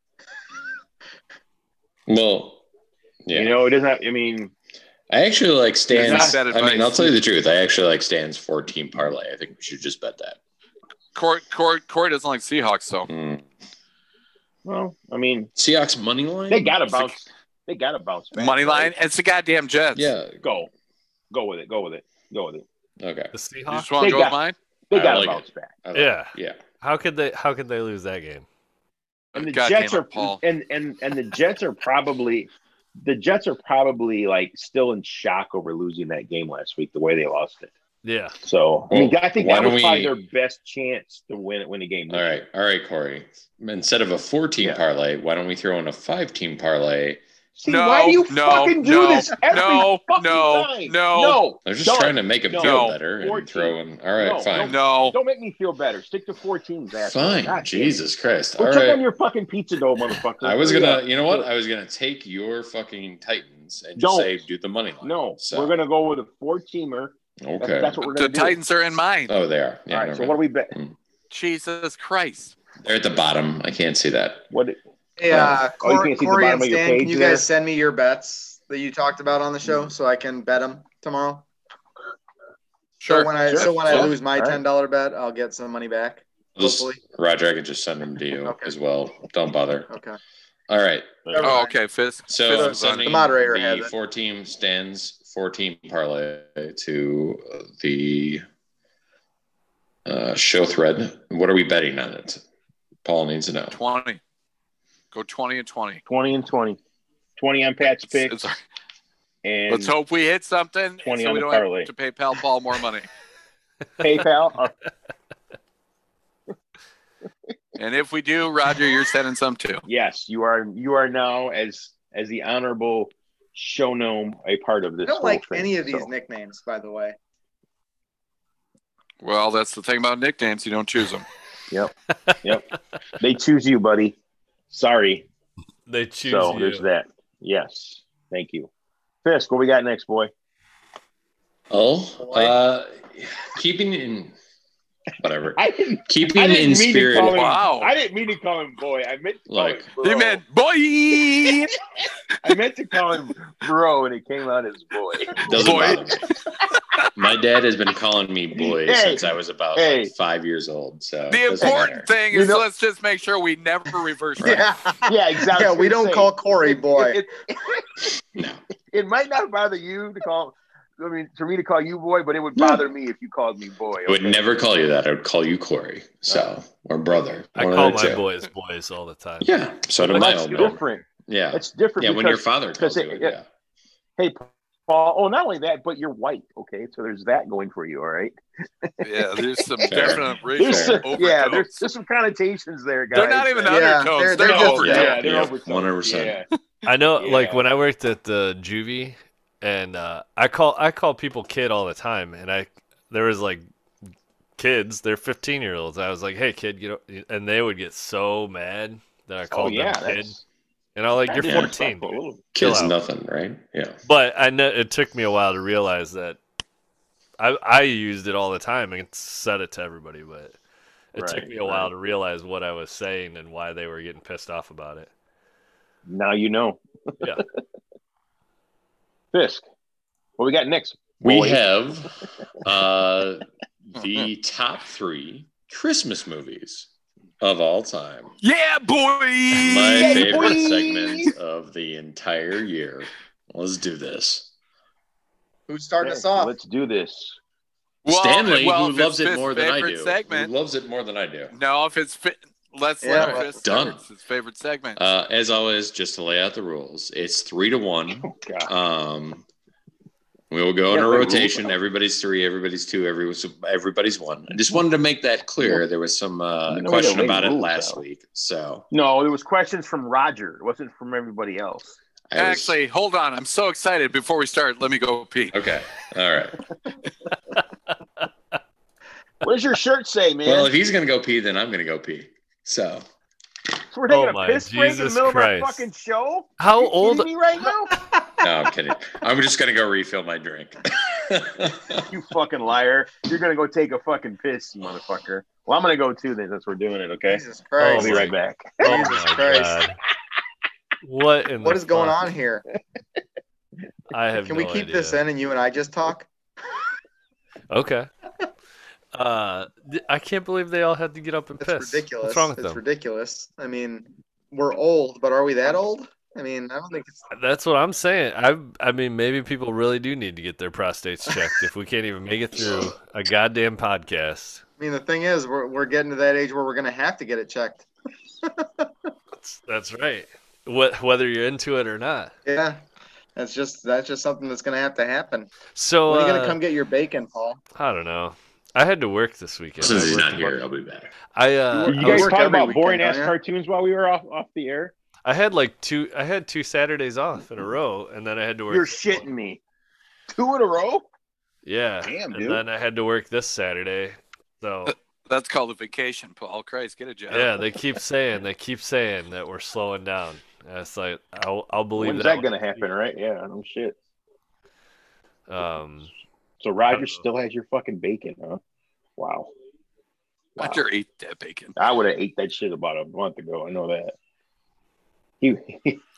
Well, yeah. You know, it doesn't. Have, I mean, I actually like Stan's. There's I not bad advice. mean, I'll tell you the truth. I actually like Stan's 14 parlay. I think we should just bet that. Corey, Corey, Corey doesn't like Seahawks, so Mm. well, I mean, Seahawks money line. they got to bounce. They got to bounce. Back, money line. right? It's the goddamn Jets. Yeah. Go, go with it. Go with it. Go with it. Okay. The You Seahawks. just want to They go with got- mine? They I got to like bounce back. I like it. Yeah. Yeah. How could they? How could they lose that game? And the God Jets damn are it, Paul. and and and the Jets are probably the Jets are probably like still in shock over losing that game last week. The way they lost it. Yeah. So I mean, Well, I think why that don't was probably we- their best chance to win win a game. All right. All right, Corey. Instead of a 14 Yeah. parlay, why don't we throw in a five team parlay? See, No, why do you no, fucking do no, this every no, fucking no, time? no. no. They're just Don't. trying to make them No. feel better and 14. throw in. All right, No, fine. No. Don't make me feel better. Stick to four teams. asshole. Fine. God damn it. Jesus Christ. All Well, right. check on your fucking pizza dough, motherfucker. I was Hurry gonna, up. you know what? I was gonna take your fucking Titans and Don't. just say do the money line. No, So- we're gonna go with a four-teamer. That's, Okay. that's what we're The gonna do. Titans are in mine. oh, they are. All Yeah. right. never So mind. what do we bet? Jesus Christ. They're at the bottom. I can't see that. What? Hey, Yeah. uh, Oh, you Cor- can't see the Corey bottom and of your Stan, can page you there? guys send me your bets that you talked about on the Mm-hmm. show so I can bet them tomorrow? Sure. So when I so sure, when I sure. lose my All right. ten dollar bet, I'll get some money back. Just- Hopefully. Roger, I could just send them to you Okay. as well. Don't bother. Okay. All right. Oh, okay. Fisk. So I'm Fisk is on it. sending The moderator the has it. four team stands, four team parlay to uh, the uh, show thread. What are we betting on it? Paul needs to know. 20. Go 20 and 20. Twenty and twenty. Twenty on Pat's pick, It's- it's- and let's hope we hit something 20 so on we the don't have parlay. to pay Pal Paul more money. PayPal. Uh, And if we do, Roger, you're sending some too. yes, you are. You are now as as the honorable show gnome a part of I this. don't whole like thing, any of these so. nicknames, by the way. Well, that's the thing about nicknames. You don't choose them. They choose you, buddy. Sorry. They choose so you. there's that. Yes. Thank you. Fisk, what we got next, boy? Oh, Boy. uh, keeping in whatever. I didn't. Keeping I didn't in mean to call him. spirit. Wow. I didn't mean to call him boy. I meant to call Like- him. Bro. You meant, boy. I meant to call him bro, and it came out as boy. Doesn't Boy. bother me. My dad has been calling me boy Hey. since I was about Hey. like, five years old. So The it doesn't important matter. thing You is know- let's just make sure we never reverse it. Yeah. Yeah, exactly. Yeah, we don't call Corey boy. It, No. it might not bother you to call. I mean, for me to call you boy, but it would No. bother me if you called me boy. I would okay? never call you that. I would call you Corey. So, or brother. I one of call the my two. boys boys all the time. Yeah. So do But my that's old man. different. Yeah. That's different. yeah. because, When your father because calls it- you it, yeah. yeah. hey, Paul. Oh, not only that, but you're white. Okay, so there's that going for you. All right. Yeah, there's some Fair. definite racial There's some, overtones. yeah, there's, there's some connotations there, guys. They're not even that- Yeah, undertones. they're- They're, they're just- overtones. yeah, Yeah, they're yeah, overtones. 100%. Yeah. I know, Yeah. like when I worked at the juvie, and uh, I call I call people kid all the time, and I there was like kids. They're 15 year olds. I was like, hey, kid, get o-" and they would get so mad that I Oh called yeah, them kid. that's- And I'm like, you're Yeah. 14. Fuck a little- Chill Kids, out. nothing, right? Yeah. But I know it took me a while to realize that I I used it all the time and said it to everybody, but it took Right, me a while right. to realize what I was saying and why they were getting pissed off about it. Now you know. Yeah. Fisk. What we got next? We boy? have uh, the top three Christmas movies of all time. Yeah, My boy. Yay, favorite boy! segment of the entire year. Let's do this. Who's starting us Yeah, off? Let's do this. Well, Stanley, well, who if it's loves it Fist's more than I favorite do, Segment. who loves it more than I do. No, if it's fit, let's Yeah, let well, Fist done. start. It's his favorite segment. Uh, as always, just to lay out the rules, it's three to one. Oh God. Um, we will go in Yeah, a the rules rotation. are- Everybody's three, everybody's two, everyone's everybody's one. I just wanted to make that clear. There was some I uh, don't know where to question lay about it rules last out. week, so No, there was questions from Roger. It wasn't from everybody else. I was- Actually, hold on. I'm so excited. Before we start, let me go pee. okay, all right. What does your shirt say, man? Well, if he's gonna go pee, then I'm gonna go pee. So So we're taking Oh, my a piss break in the Jesus middle of Christ. our fucking show. How You kidding old? me right now? no, I'm kidding. I'm just gonna go refill my drink. you fucking liar! You're gonna go take a fucking piss, you motherfucker. Well, I'm gonna go too then, since we're doing it. Okay, Jesus I'll Christ. be right back. Oh Jesus my Christ. God. What in what the is going fuck? on here? I have Can we no keep this idea. in and you and I just talk? Okay. Uh, th- I can't believe they all had to get up and That's piss. ridiculous. What's wrong with it's them? ridiculous. I mean, we're old, but are we that old? I mean, I don't think it's That's what I'm saying. I I mean, maybe people really do need to get their prostates checked if we can't even make it through a goddamn podcast. I mean, the thing is, we're, we're getting to that age where we're going to have to get it checked. That's, that's right. What whether you're into it or not. Yeah. That's just that's just something that's going to have to happen. So when are you going uh, to come get your bacon, Paul? I don't know. I had to work this weekend. Since I he's worked not work- here, I'll be back. I uh, You I, guys was- work talk every about weekend, boring-ass don't ya? cartoons while we were off off the air? I had like two. I had two Saturdays off in a row, and then I had to work. You're shitting me. Two in a row? Yeah. Damn, and dude. then I had to work this Saturday. So That's called a vacation, Paul. Christ, get a job. yeah, they keep saying they keep saying that we're slowing down. That's like I'll, I'll believe When's that. that gonna happen? Right? Yeah. No shit. one. Um, So I don't know. Roger still has your fucking bacon, huh? Wow. Wow. Roger ate that bacon. I would have ate that shit about a month ago. I know that. He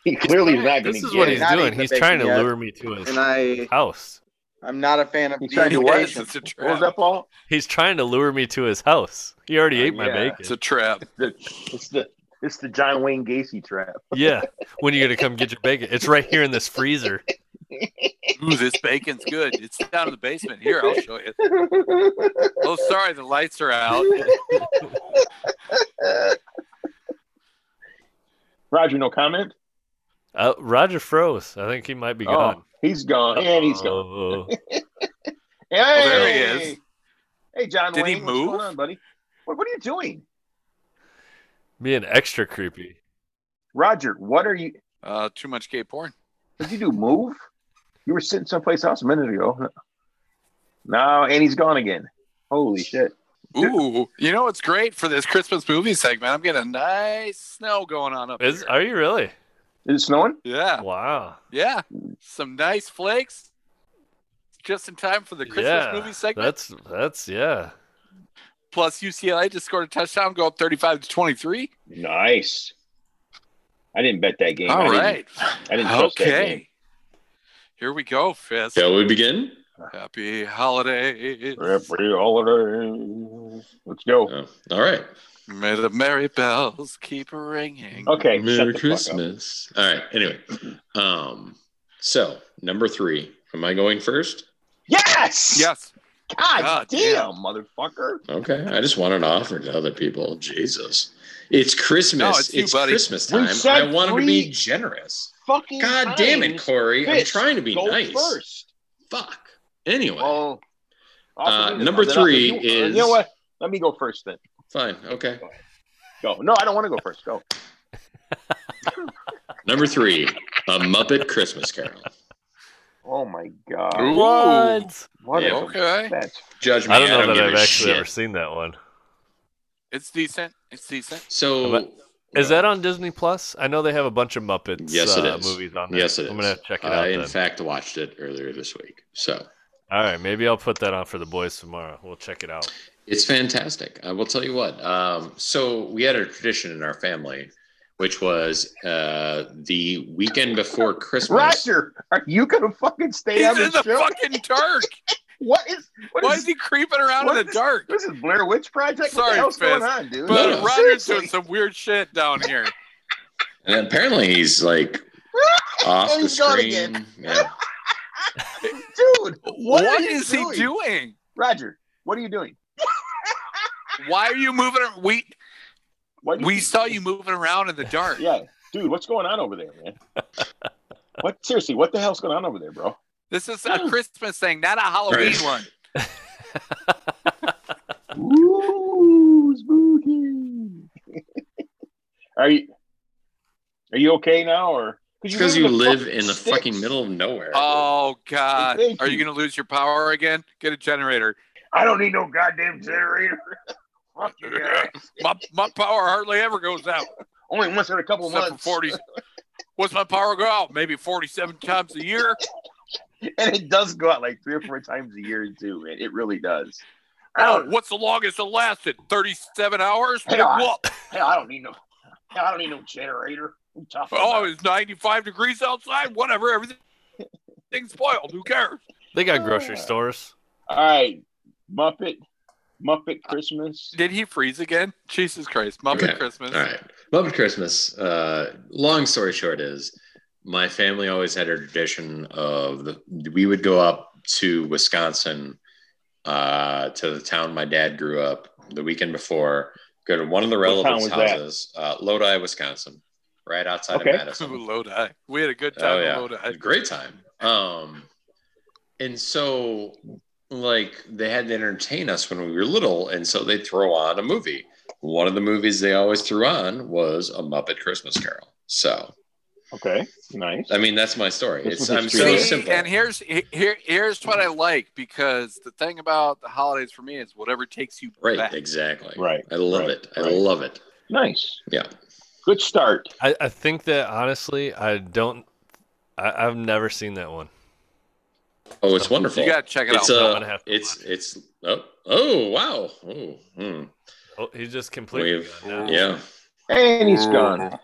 he clearly is not gonna this is get what it. he's Not doing. eating the He's trying to bacon yet. lure me to his And I house. I'm not a fan of You tried to what? It's deviation. a What was trap. that, Paul? He's trying to lure me to his house. He already Uh, ate my yeah. It's bacon. a trap. The- It's the it's the John Wayne Gacy trap. yeah. When are you gonna come get your bacon? It's right here in this freezer. Ooh, this bacon's good. It's down in the basement. Here, I'll show you. Oh, sorry, the lights are out. Roger, no comment. Uh, Roger froze. I think he might Oh, be gone. Oh, He's gone, and he's gone. Oh, Hey, there he is. Hey, John Did he Wayne, what's going move? on, buddy? What, what are you doing, being extra creepy. Roger? What are you? Uh, too much gay porn. Did you do move? You were sitting someplace else a minute ago. No, and he's gone again. Holy shit! Ooh, you know what's great for this Christmas movie segment? I'm getting a nice snow going on up Is here. are you really? Is it snowing? Yeah, Wow. yeah. Some nice flakes. Just in time for the Christmas yeah, movie segment. That's that's yeah. Plus, UCLA just scored a touchdown, go up 35 to 23. Nice. I didn't bet that game. All I didn't- right. I didn't touch that game. okay. Here we go, Fist. Shall we begin? Happy holidays. Every holiday. Let's go. Oh, all right. May the merry bells keep ringing. Okay. shut the Merry fuck up. Christmas. All right. Anyway, um, so number three. Am I going first? Yes. Yes. God, God damn, motherfucker. Okay. I just want an offer to other people. Jesus. It's Christmas. No, it's it's you, buddy. Christmas We time. I said want to three- be generous. Fucking. God damn it, times. Corey. I'm Fist, trying to be go nice. First. Fuck. Anyway, Well, Uh, I'll do this. number Then I'll- three you, is- You know what? Let me go first then. fine. Okay. Go. No, I don't want to go first. Go. Number three, A Muppet Christmas Carol. Oh my god! Ooh. What? What Yeah, a okay. fetch. Judge me. I don't know that give I've a actually shit. ever seen that one. It's decent. It's decent. So Have Is that on Disney Plus? I know they have a bunch of Muppets Yes, it uh, is. movies on there. Yes, it is. I'm gonna have to check it I, out. in then. fact, watched it earlier this week. So All right, maybe I'll put that on for the boys tomorrow. We'll check it out. it's fantastic. I will tell you what. Um, so we had a tradition in our family, which was uh, the weekend before Christmas. Roger, are you gonna fucking stay He's on in the show? fucking dark. what is? What Why is- is he creeping around in what the is- dark? This is Blair Witch Project. what Sorry, the hell's going Fizz, on, dude? No, But no. Roger's doing Seriously. some weird shit down here. And apparently, he's like off And the he's gone screen. Yeah. dude. What, what are you is doing? he doing? Roger, what are you doing? Why are you moving? ar- We What are you- we saw you moving around in the dark. Yeah, dude, what's going on over there, man? what? Seriously, what the hell's going on over there, bro? This is a Christmas thing, not a Halloween Right. one. Ooh, spooky. are you are you okay now or Because you in the live fucking in the sticks. fucking middle of nowhere. Oh God, Thank are you you. going to lose your power again? Get a generator. I don't need no goddamn generator. Fuck you guys. My my power hardly ever goes out, Only once every couple except for months. forty. What's my power go out? Maybe forty-seven times a year. And it does go out like three or four times a year too, man. It really does. I Oh, don't what's the longest it lasted? Thirty-seven hours. Hey, I- Well, hell, I don't need no hell, I don't need no generator. I'm tough. Oh, it's 95 degrees outside. Whatever. Everything, everything's spoiled. Who cares? They got grocery Ah. stores. All right. Muppet Muppet Christmas. Did he freeze again? Jesus Christ. Muppet Okay. Christmas. All right. Muppet Christmas. Uh, long story short is my family always had a tradition of the, we would go up to Wisconsin uh, to the town my dad grew up the weekend before, go to one of the What town relatives' was that? houses, uh, Lodi, Wisconsin, right outside Okay. of Madison. Lodi. We had a good time Oh in yeah, Lodi. great time. Um, and so like they had to entertain us when we were little, and so they throw on a movie. One of the movies they always threw on was a Muppet Christmas Carol. So Okay. Nice. I mean, that's my story. This It's was I'm a so treat. See, simple. and here's he- here here's what I like because the thing about the holidays for me is whatever takes you right, back. exactly. Right, I love right, it. I right. love it. Nice. Yeah. Good start. I, I think that honestly, I don't. I, I've never seen that one. Oh, it's wonderful. You gotta check it it's out. I'm uh, gonna have to it's watch it's oh oh wow oh hmm. Oh, he's just completely We've- gone now. yeah And he's gone.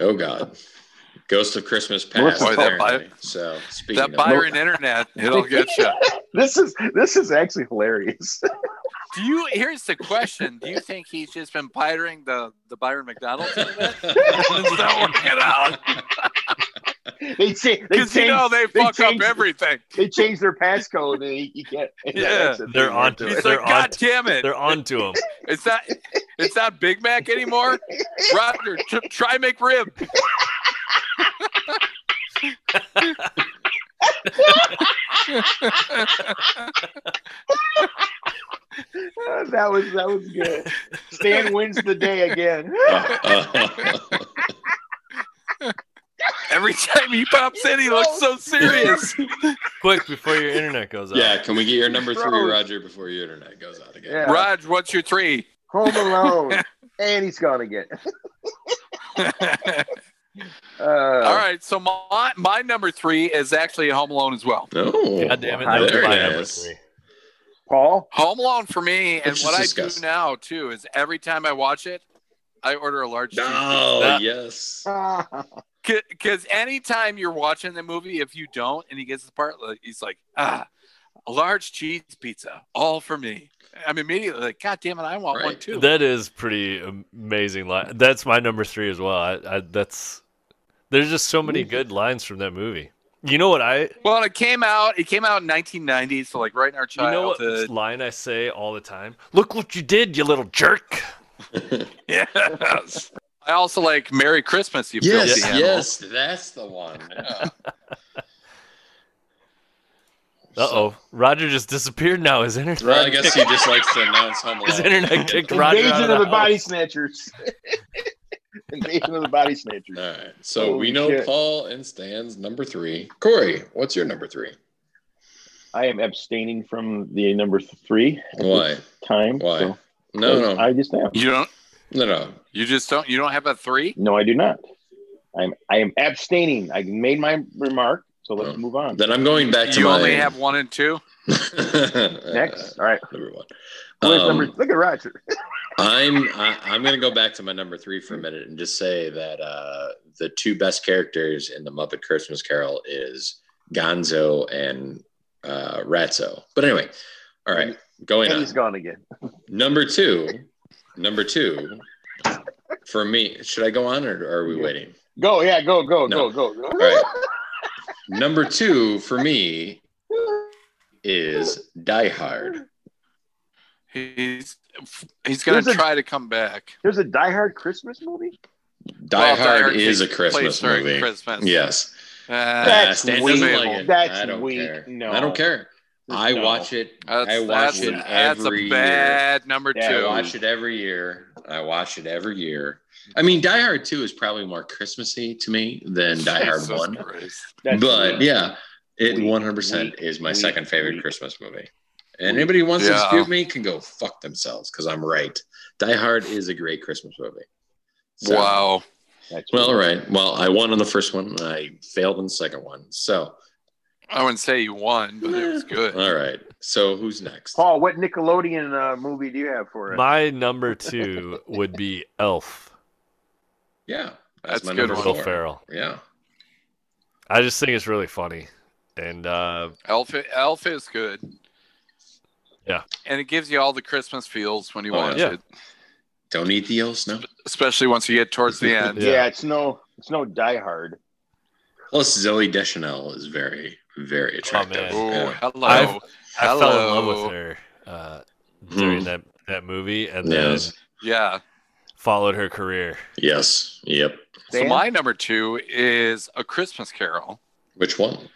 oh god, Ghost of Christmas Melissa Past. Boy, that apparently. so speaking that of Byron internet, it'll get you. This is this is actually hilarious. Do you? Here's the question: Do you think he's just been pirating the the Byron McDonald? internet? it's not working out. they say they Because changed, you know they they fuck up changed- everything. they changed their passcode and you, you can't. Yeah, that's the they're thing. onto He's They're like, on- God damn it! They're on to him. It's not. It's not Big Mac anymore. Roger, t- try McRib. Uh, That was that was good. Stan wins the day again. Every time he pops in, he looks so serious. Quick before your internet goes out. yeah, can we get your number three, Gross. Roger, before your internet goes out again? Yeah. Raj, what's your three? Home Alone, and he's gone again. Uh, All right, so my my number three is actually Home Alone as well. Oh, God damn it! Well, That was there my it number is. three. Paul. Home Alone for me, and Which is what I disgusting. do now too is every time I watch it, I order a large. cheese Oh, That- yes. Because anytime you're watching the movie, if you don't, and he gets the part, like, he's like, ah, a large cheese pizza, all for me. I'm immediately like, God damn it, I want one Right. too. That is pretty amazing line. That's my number three as well. I, I, that's there's just so many good lines from that movie. You know what I? well, it came out. It came out in 1990, so like right in our You know childhood. what line I say all the time? Look what you did, you little jerk! yes. I also like Merry Christmas. You yes, filthy animal. yes, that's the one. Yeah. Uh oh, Roger just disappeared now. His internet. Well, I guess he just likes to announce Home His Alone. internet kicked Roger Invasion out of the house. Body Snatchers. Invasion of the Body Snatchers. All right. So Holy we know shit. Paul and Stan's number three. Corey, what's your number three? I am abstaining from the number three. at Why? this Time. Why? so- No, no, I just am. You don't. no, no. You just don't. You don't have a three. No, I do not. I'm. I am abstaining. I made my remark. So let's Oh. move on. Then I'm going back to You my only have one and two. Next. All right. Uh, number one. Where's Um, number- look at Roger. I'm I, I'm gonna go back to my number three for a minute and just say that uh, the two best characters in the Muppet Christmas Carol is Gonzo and uh, Ratzo. But anyway, all right, going And on. he's gone again. Number two, number two, for me. Should I go on or are we Yeah. waiting? Go. Yeah. Go. Go. No. Go. Go. All right. Number two for me is Die Hard. He's he's gonna Here's a- try to come back. There's a Die Hard Christmas movie. Die Well, Hard is a takes place Christmas during movie. Christmas. Yes. Uh, That's Stan weak. doesn't like it. That's I don't weak. care. No. I don't care. I No. watch it. that's, I watch that's, it that's every a bad number Yeah, year. I two. watch it every year. I watch it every year. I mean, Die Hard Two is probably more Christmassy to me than Die Hard Jesus One, Christ. That's but weak. yeah, it Weak, one hundred percent weak, is my weak, second favorite weak. Christmas movie. And anybody who wants to Yeah. dispute me can go fuck themselves because I'm right. Die Hard is a great Christmas movie. So- Wow. That's Well, all weak. right. Well, I won on the first one. And I failed on the second one. So, I wouldn't say you won, but it was good. all right. So, who's next? Paul, what Nickelodeon uh, movie do you have for us? My number two would be Elf. Yeah, That's a good number one. Will four. Ferrell. Yeah, I just think it's really funny, and uh, Elf, Elf is good. Yeah. And it gives you all the Christmas feels when you Oh, watch yeah. it, don't eat the old snow. especially once you get towards the end. Yeah. yeah. it's no, it's no Die Hard. Plus, Zoe Deschanel is very, very attractive. man. Oh, Yeah. hello. I've- I fell in love Hello. with her uh, during that that movie, and Hmm. Yes. then yeah. followed her career. Yes. Yep. So Dan? my number two is A Christmas Carol. Which one?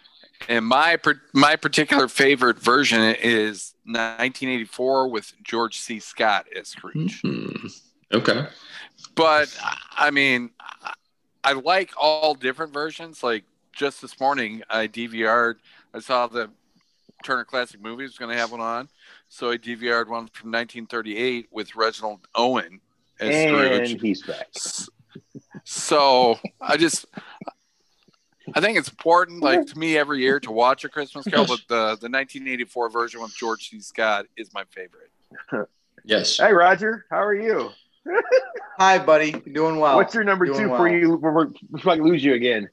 And my par- my particular favorite version is 1984 with George C. Scott as Scrooge. Hmm. Okay. But I mean, I- I like all different versions. Like just this morning, I DVR'd. I saw the Turner Classic Movies was going to have one on, so I DVR'd one from 1938 with Reginald Owen as and Scrooge. he's back. S- So I just. I think it's important, like to me, every year to watch a Christmas Carol, but the, the 1984 version with George C. Scott is my favorite. Yes. Hey, Roger, how are you? Hi, buddy. Doing well. What's your number doing two well. for you before, before I lose you again?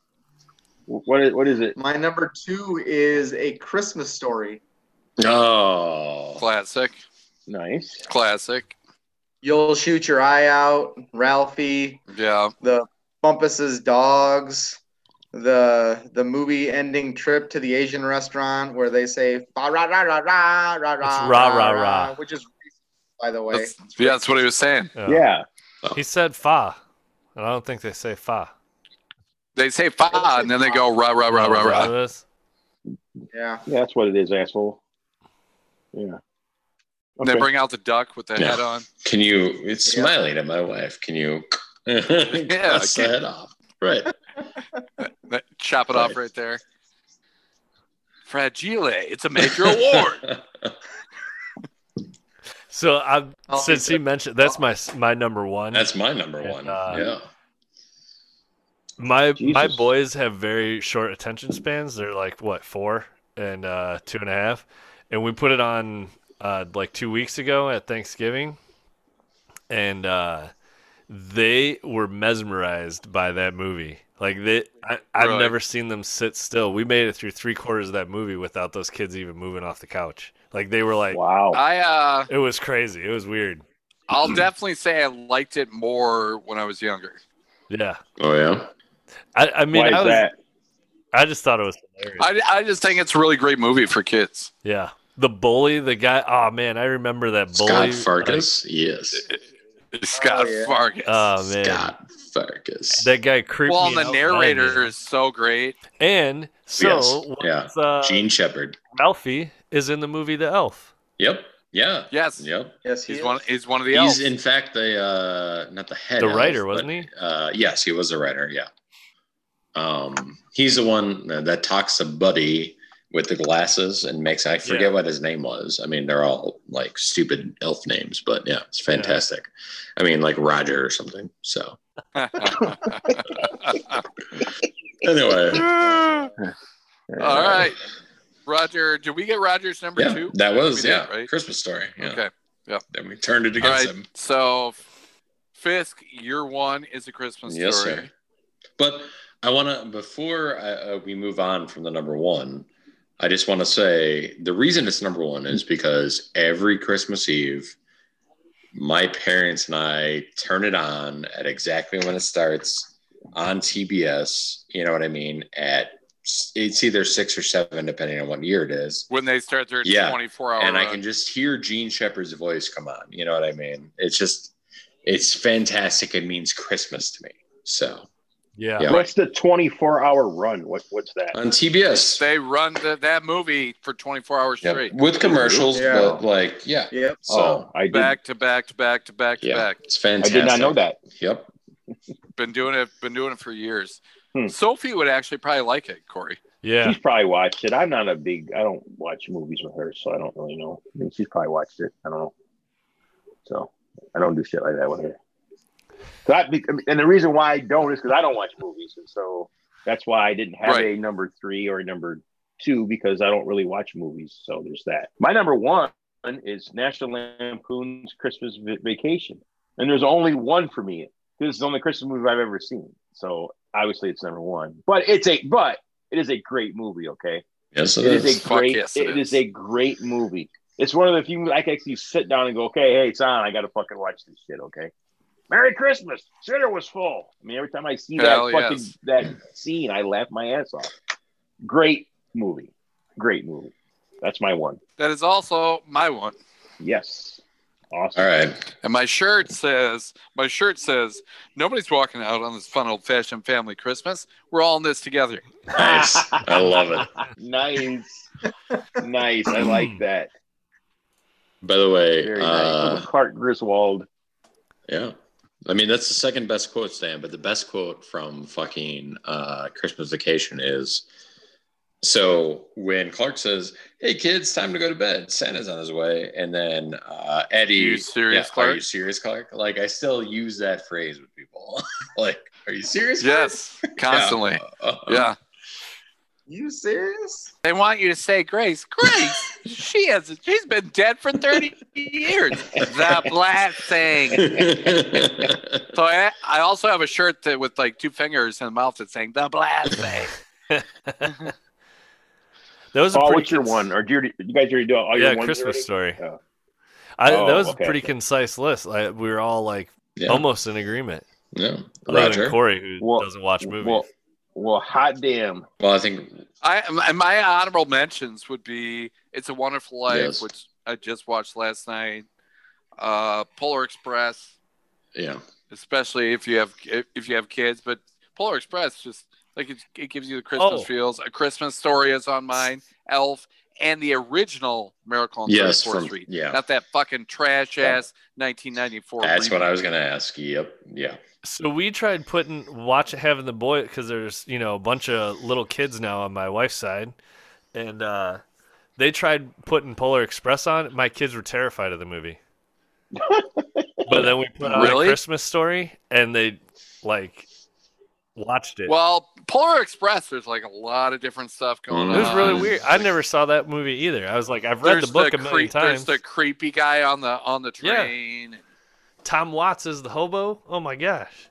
What is, what is it? My number two is a Christmas story. Oh. Classic, Nice. classic, You'll shoot your eye out, Ralphie, yeah. the Bumpus's dogs, the the movie ending trip to the Asian restaurant where they say fa ra ra ra ra ra ra ra, ra, ra. which is racist, by the way. That's, yeah, that's what he was saying. Uh, Yeah. he said "fa," and I don't think they say "fa." They say fa, and then they go rah rah rah rah Is that rah. what it is? Yeah. Yeah, that's what it is, asshole. Yeah. And They Okay. bring out the duck with the Yeah. head on. Can you? It's Yeah. smiling at my wife. Can you? yeah. That's the okay. head off. Right. That- Chop it off Right. right there. Fragile. It's a major award. So I, I'll since be he mentioned, that's my s- my number one. That's my number one. Uh, yeah. my my Jesus. boys have very short attention spans. They're like what four and uh, two and a half, and we put it on uh, like two weeks ago at Thanksgiving, and uh, they were mesmerized by that movie. Like they, I, I've Really? never seen them sit still. We made it through three quarters of that movie without those kids even moving off the couch. Like they were like, Wow. I uh, it was crazy. It was weird. I'll definitely say I liked it more when I was younger. Yeah, Oh yeah. I, I mean, Why is I was, that? I just thought it was hilarious. I, I just think it's a really great movie for kids. Yeah. The bully, the guy. Oh man, I remember that bully. Scott Farkas. yes. Oh, Scott yeah. Fargus. like, oh man, Scott Farkas. that guy creeped well, and me the out narrator lying. is so great. And so, Oh, Yes, yeah. once, uh, Gene Shepard. Ralphie is in the movie The Elf. Yep. Yeah. Yes. Yep. Yes, he He's is. one. He's one of the elves. He's in fact the uh, not the head. The elf, writer, but, wasn't he? Uh, yes, he was a writer. Yeah. Um, he's the one that talks to Buddy with the glasses and makes I forget Yeah. what his name was. I mean, they're all like stupid elf names, but yeah, it's fantastic. I mean, like Roger or something. So anyway, All Uh, right, Roger. Did we get Roger's number yeah, two? that was We did, yeah right? Christmas story. Yeah. Okay. Then we turned it All against right. him. So, Fisk, year one is a Christmas yes, story. sir. But I want to before I, uh, we move on from the number one, I just want to say the reason it's number one is because every Christmas Eve, my parents and I turn it on at exactly when it starts on TBS. You know what I mean? At it's either six or seven, depending on what year it is When they start their Yeah. 24 hour. and I run. can just hear Gene Shepard's voice come on. You know what I mean? It's just, it's fantastic. It means Christmas to me. So Yeah. Yeah. What's the 24 hour run? What What's that? on TBS, They run the, that movie for 24 hours Yep. straight. with commercials, Yeah. but like, yeah. Yep. So oh, I did. Back to back to back to back to Yeah. back. it's I fantastic. did not know that. Yep. Been doing it. Been doing it for years. Hmm. Sophie would actually probably like it, Corey. Yeah. She's probably watched it. I'm not a big. I don't watch movies with her, so I don't really know. I mean, she's probably watched it. I don't know. So I don't do shit like that with her. So I, be- and the reason why I don't is because I don't watch movies, and so that's why I didn't have Right. a number three or a number two because I don't really watch movies. So there's that. My number one is National Lampoon's Christmas Va- Vacation, and there's only one for me. This is the only Christmas movie I've ever seen. So obviously it's number one, but it's a but it is a great movie. Okay, Yes, it it is. is a Fuck great. yes, it it is. is. a great movie. It's one of the few I can actually sit down and go, okay, hey, it's on. I got to fucking watch this shit. Okay. Merry Christmas. Theater was full. I mean, every time I see Hell that fucking yes. that scene, I laugh my ass off. Great movie. Great movie. That's my one. That is also my one. Yes. Awesome. All right. And my shirt says, my shirt says, nobody's walking out on this fun old fashioned family Christmas. We're all in this together. Nice. I love it. nice. nice. I like that. By the way, Very uh, nice. Clark Griswold. yeah. I mean, that's the second best quote, Stan, but the best quote from fucking uh, Christmas Vacation is so when Clark says, Hey kids, time to go to bed, Santa's on his way. And then uh, Eddie, Are you serious, yeah, Are Clark? you serious, Clark? Like, I still use that phrase with people. like, are you serious? Yes, constantly. Clark?" Yeah. You serious? They want you to say Grace. Grace, she has she's been dead for 30 years. The black thing. So I, I also have a shirt that with like two fingers and a mouth that's saying the black thing. That was a Paul, pretty what's your cons- one? Or do you, already- you guys already do all yeah, your ones already? Christmas story. Oh. I, that Oh, was okay, a pretty okay. concise list. I, we were all like yeah. almost in agreement. yeah. Other than Roger. Corey, who Well- doesn't watch movies. Well, well, hot damn. Well, I think I and my honorable mentions would be It's a Wonderful Life, Yes. which I just watched last night. Uh, Polar Express, yeah. especially if you have if you have kids. But Polar Express just like it, it gives you the Christmas Oh. feels. A Christmas Story is on mine. Elf and the original Miracle on Yes, 34th from Street, yeah. not that fucking trash ass 1994. That's what remake. I was gonna ask. Yep. Yeah. So we tried putting watch having the boy because there's you know a bunch of little kids now on my wife's side, and uh, they tried putting Polar Express on. My kids were terrified of the movie. but then we put on Really? a Christmas story, and they like watched it. Well, Polar Express, there's like a lot of different stuff going Mm. on. it was really um, weird. I never saw that movie either. I was like, I've read the book a million creep- times. There's the creepy guy on the on the Yeah. train. Tom Watts is the hobo. Oh my gosh,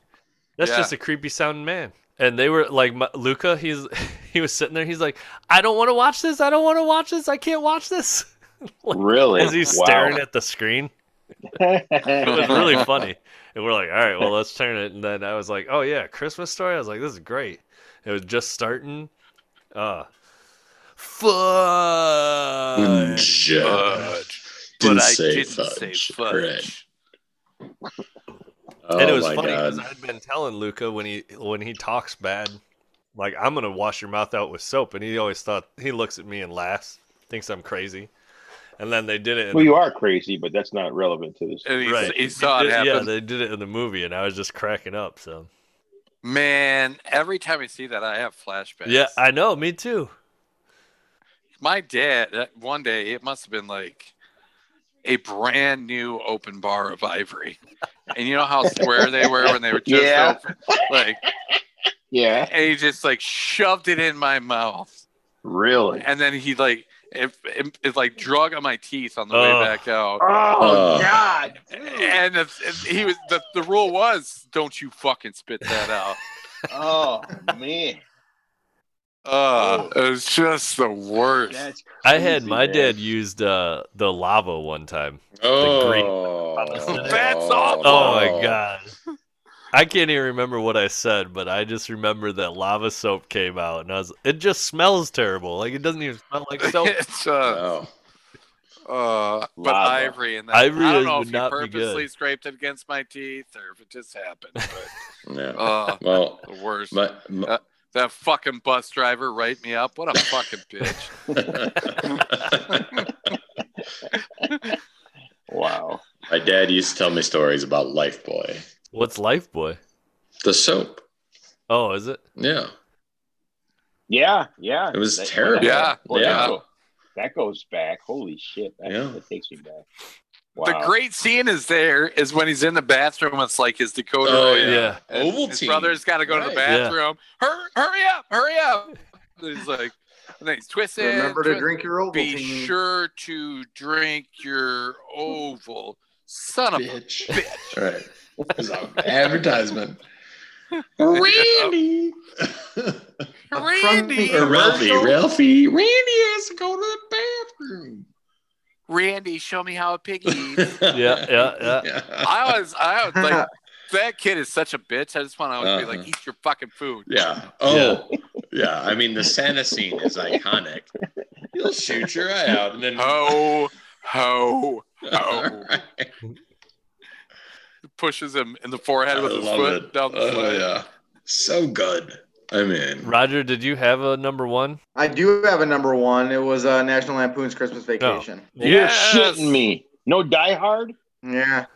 that's Yeah. just a creepy sounding man. And they were like my, Luca. He's he was sitting there. He's like, I don't want to watch this. I don't want to watch this. I can't watch this. Really? As he's staring at the screen, it was really funny. And we're like, all right, well, let's turn it. And then I was like, oh yeah, Christmas story. I was like, this is great. It was just starting. Uh, fudge. Yeah. Fudge. Didn't but say I didn't say fudge. fudge. Correct. Oh and it was my funny god. because I'd been telling Luca when he when he talks bad, like I'm gonna wash your mouth out with soap, and he always thought he looks at me and laughs, thinks I'm crazy, and then they did it. in Well, the- you are crazy, but that's not relevant to this. And he, Right. he saw it Yeah, happen. yeah, they did it in the movie, and I was just cracking up. So Man, every time I see that, I have flashbacks. yeah, I know, me too. my dad uh, one day it must have been like a brand new open bar of ivory and you know how square they were when they were just Yeah. open like Yeah, and he just like shoved it in my mouth really. and then he like it, it, it like drug on my teeth on the Ugh. way back out Uh. Oh. God. and the, he was the, the rule was don't you fucking spit that out Oh, man. uh, it was just the worst That's I had crazy, my man. dad used uh, the lava one time. Oh, That's awful. Oh my god. I can't even remember what I said, but I just remember that lava soap came out, and I was. It just smells terrible. Like it doesn't even smell like soap. it's uh, Oh. Uh, but Lava. ivory and that. Ivory I don't is- know would if not you be purposely good. scraped it against my teeth or if it just happened. But, Yeah. uh, Well, the worst. my, my- that fucking bus driver write me up. What a fucking bitch. Wow. my dad used to tell me stories about Lifebuoy, What's Life Boy? the soap. Oh, is it? Yeah. Yeah, yeah. It was That- terrible. Yeah, Boy, yeah. That, goes, that goes back. Holy shit! That, Yeah. that takes me back. Wow. The great scene is there is when he's in the bathroom. It's like his Dakota. Oh, Ryan Yeah. and Ovaltine. His brother's got to go to the Right. Yeah. bathroom. Hurry, hurry up, hurry up. And he's like, and then he's twisted. Remember to drink your Ovaltine. Be sure to drink your oval. Son of a Bitch. Bitch. Right. It was an advertisement. Randy. Randy. Or Ralphie, Ralphie. Randy has to go to the bathroom. Randy, show me how a pig eats. Yeah, yeah, yeah. yeah. I was, I was like, that kid is such a bitch. I just want to always be Uh-huh. like, eat your fucking food. Yeah. Oh, yeah. I mean, the Santa scene is iconic. You'll shoot your eye out, and then Oh, Ho, ho, ho. Right. Pushes him in the forehead I with his love foot it. down the oh foot. yeah, so good. I mean, Roger, did you have a number one? I do have a number one. It was uh, National Lampoon's Christmas Vacation. You're Yes. shitting me. No Die Hard. Yeah.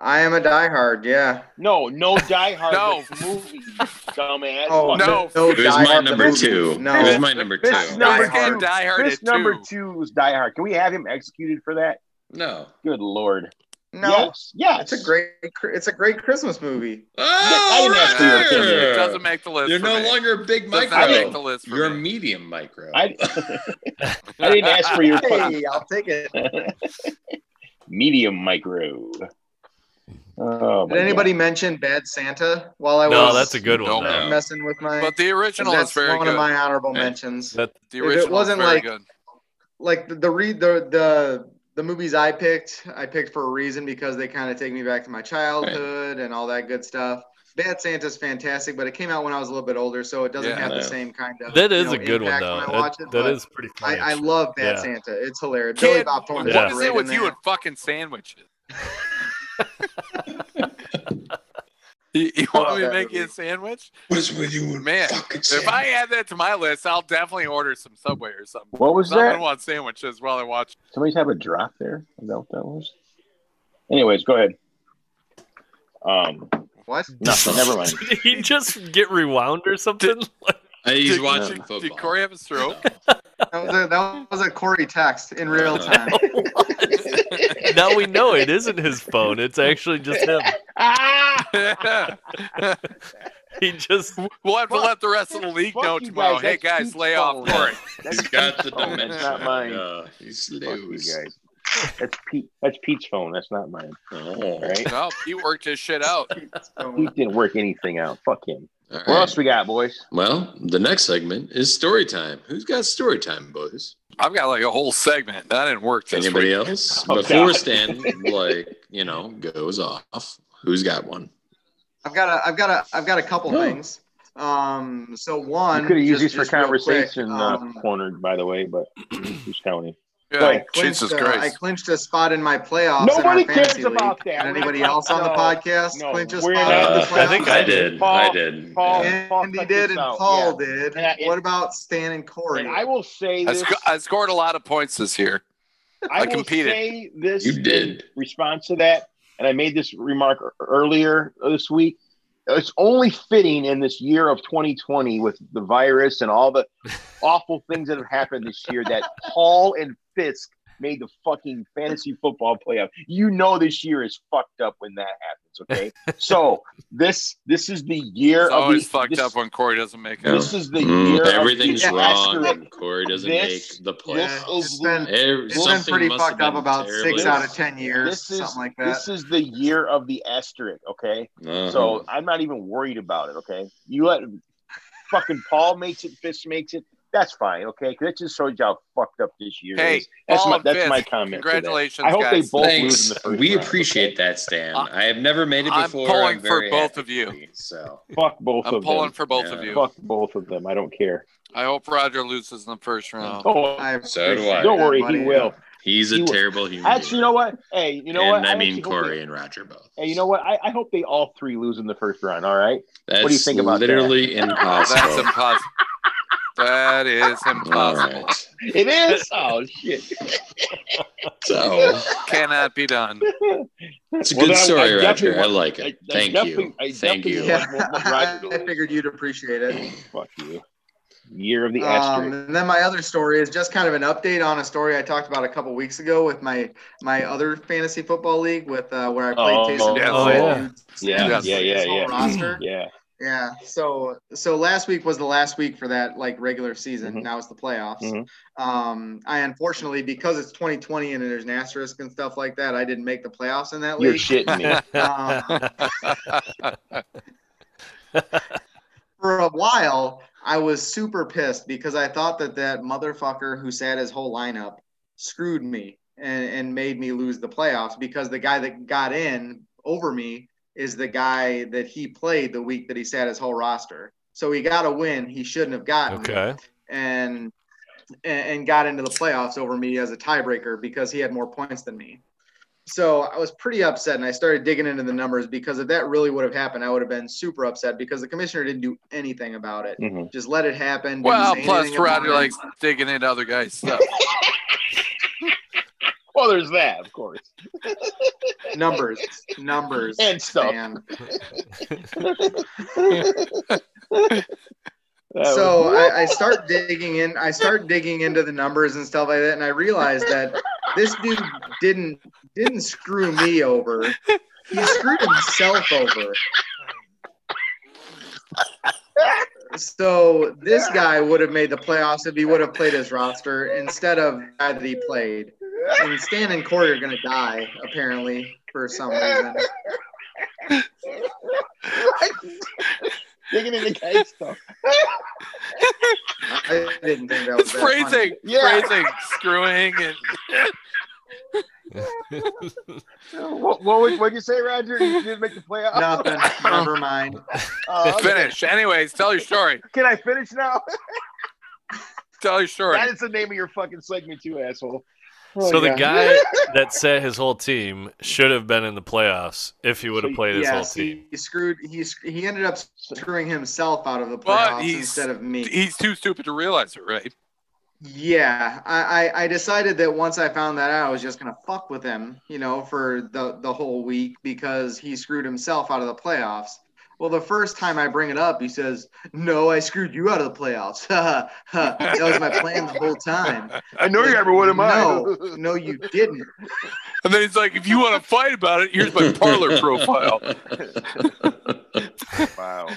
I am a diehard. Yeah. No, no Die Hard. No. That's a movie. Dumbass. Oh Fuck. No. No it was Die my Hard, the number movie. two. No. It was my number two. This Die number Hard. two. Die Hard This at number two. two was Die Hard. Can we have him executed for that? No. Good lord. No. Yes. Yes. It's a great. It's a great Christmas movie. Oh, didn't ask you your Roger! opinion. It doesn't make the list. You're for no me. longer a big Does not make the micro. list for You're a me. medium micro. I, I didn't ask for your fucking Hey, I'll take it. medium micro. Oh, my Did anybody mention Bad Santa while I No, was that's a good No. one. though. No. messing with my? But the original that's is very one good. of my honorable mentions. That- the if it original wasn't is very like- good. like the the read the the the movies I picked, I picked for a reason because they kind of take me back to my childhood and all that good stuff. Bad Santa's fantastic, but it came out when I was a little bit older, so it doesn't Yeah. have Yeah. the same kind of That is you know, a good one impact though. When I watch That- it, that but is pretty funny. I, I love Bad Yeah. Santa. It's hilarious. Billy Kid, Bob Thornton. what is great it in with you that. and fucking sandwiches? you, you want Oh, me to make you a sandwich? What is with you and Man, fucking If I add that to my list, I'll definitely order some Subway or something. What was I'm gonna that? want sandwiches while I watch. Somebody's have a drop there. Is that what that was? Anyways, go ahead. Um, What? nothing. Never mind. Did he just get rewound or something? Hey, He's Did- watching did- football. Did Corey have a stroke? That was a that was a Corey text in real time. now we know it isn't his phone. It's actually just him. Ah! we'll He just have to let the rest of the league Fuck know you tomorrow. guys, Hey that's guys, Pete's lay off phone. Corey. That's He's got the Pete's phone. dimension. That's Oh, not mine. Uh, he's Fuck you loose. guys. That's Pete. That's Pete's phone. That's not mine. Oh. All right. No, he worked his shit out. He didn't work anything out. Fuck him. All right. What else we got, boys? Well, the next segment is story time. Who's got story time, boys? I've got like a whole segment that didn't work this Anybody week. else? Oh, Before God. Stan, like, you know, goes off, who's got one? I've got a I've got a I've got a couple Oh. things. Um, so one you could have used these just- for just real quick, conversation um, uh, corner, by the way, but who's counting? Yeah, I clinched, Jesus uh, I Christ. clinched a spot in my playoffs. Nobody in our fantasy cares about league. that. Did anybody We're else on the not- podcast no, clinch a we're spot not- in the Uh, playoffs? I think I did. I Paul- did. Paul- Yeah. Paul Andy cut did, this and out, Paul did. And I- what about Stan and Corey? And I will say I, this. sc- I scored a lot of points this year. I, will competed. say this You in did. response to that, and I made this remark e- earlier this week. It's only fitting in this year of 2020 with the virus and all the awful things that have happened this year that Paul and Fisk made the fucking fantasy football playoff. You know this year is fucked up when that happens, okay? so this this is the year It's of always the- fucked this- up when Corey doesn't make it. Yeah. This is the Mm, year of the everything's wrong. accurate. Corey doesn't This- make the This playoffs. is It's been- Every- It's been something pretty must have fucked up been about terribly six wrong. out of ten years, This is- something like that. this is the year of the asterisk, okay? Uh-huh. So I'm not even worried about it. Okay, you let fucking Paul makes it, Fisk makes it. That's fine. Okay, 'Cause that just shows you how fucked up this year Hey, is. That's Paul my and that's Fisk, my comment. for that. Oh, Congratulations, I hope guys. they both lose in Thanks. the first We round, appreciate okay? that, Stan. Uh, I have never made it I'm before. pulling for very both happy of you. to be, So Fuck both I'm of pulling them. for both of Yeah. you. Fuck both of them. I don't care. I hope Roger loses in the first round. Oh, I So do I. appreciate don't that, worry, buddy. he will. he's a You- terrible human. Actually, you know what? Hey, you know and what? I, actually mean hope they- Corey and Roger both. Hey, you know what? I, I hope they all three lose in the first round. All right. That's do you think about that? literally Oh, That's impossible. impossible. that is All impossible. right. It is. Oh shit. So Cannot be done. it's a Well, good that- I story, definitely Roger. I want- like I- I it. Thank definitely- you. I Thank definitely you. want- Yeah, I, Roger I figured you'd appreciate it. Fuck you. Year of the Um, asterisk. and then my other story is just kind of an update on a story I talked about a couple weeks ago with my my other fantasy football league with uh, where I played Oh, Taste of oh, Death. oh, yeah. Yeah, Yes. yeah, yeah, His whole yeah. roster. Yeah. Yeah. So so last week was the last week for that like regular season. Mhm. Now it's the playoffs. Mhm. Um, I unfortunately because it's 2020 and there's an asterisk and stuff like that, I didn't make the playoffs in that You're league. shitting me. Um, for a while, I was super pissed because I thought that that motherfucker who sat his whole lineup screwed me and, and made me lose the playoffs because the guy that got in over me is the guy that he played the week that he sat his whole roster. So he got a win he shouldn't have gotten okay. and and and got into the playoffs over me as a tiebreaker because he had more points than me. So I was pretty upset, and I started digging into the numbers because if that really would have happened, I would have been super upset because the commissioner didn't do anything about it. Mhm. Just let it happen. didn't well, say plus anything about Roger it. likes digging into other guys' stuff. Well, there's that, of course. numbers, numbers, And stuff. man. That So was- I, I start digging in. I start digging into the numbers and stuff like that, and I realized that this dude didn't didn't screw me over. He screwed himself over. So this guy would have made the playoffs if he would have played his roster instead of the guy that he played. And Stan and Corey are gonna die apparently for some reason. digging into guy's stuff. I didn't think that was It's that funny. phrasing, Yeah. phrasing, screwing, and What, what would what'd you say, Roger? You did make the playoff. Nothing. Never mind. Oh, okay. finish. Anyways, tell your story. Can I finish now? Tell your story. That is the name of your fucking segment, too, asshole. Oh, so the God. guy that set his whole team should have been in the playoffs if he would So have you- played his whole Yes, team. he, he screwed. He sc- he ended up screwing himself out of the But playoffs he's- instead of me. He's too stupid to realize it, right? yeah, I, I I decided that once I found that out, I was just gonna fuck with him, you know, for the the whole week because he screwed himself out of the playoffs. Well, the first time I bring it up, he says, "No, I screwed you out of the playoffs. that was my plan the whole time." I know you everyone in mind. No, no, you didn't. And then he's like, if you want to fight about it, here's my parlor profile. Wow.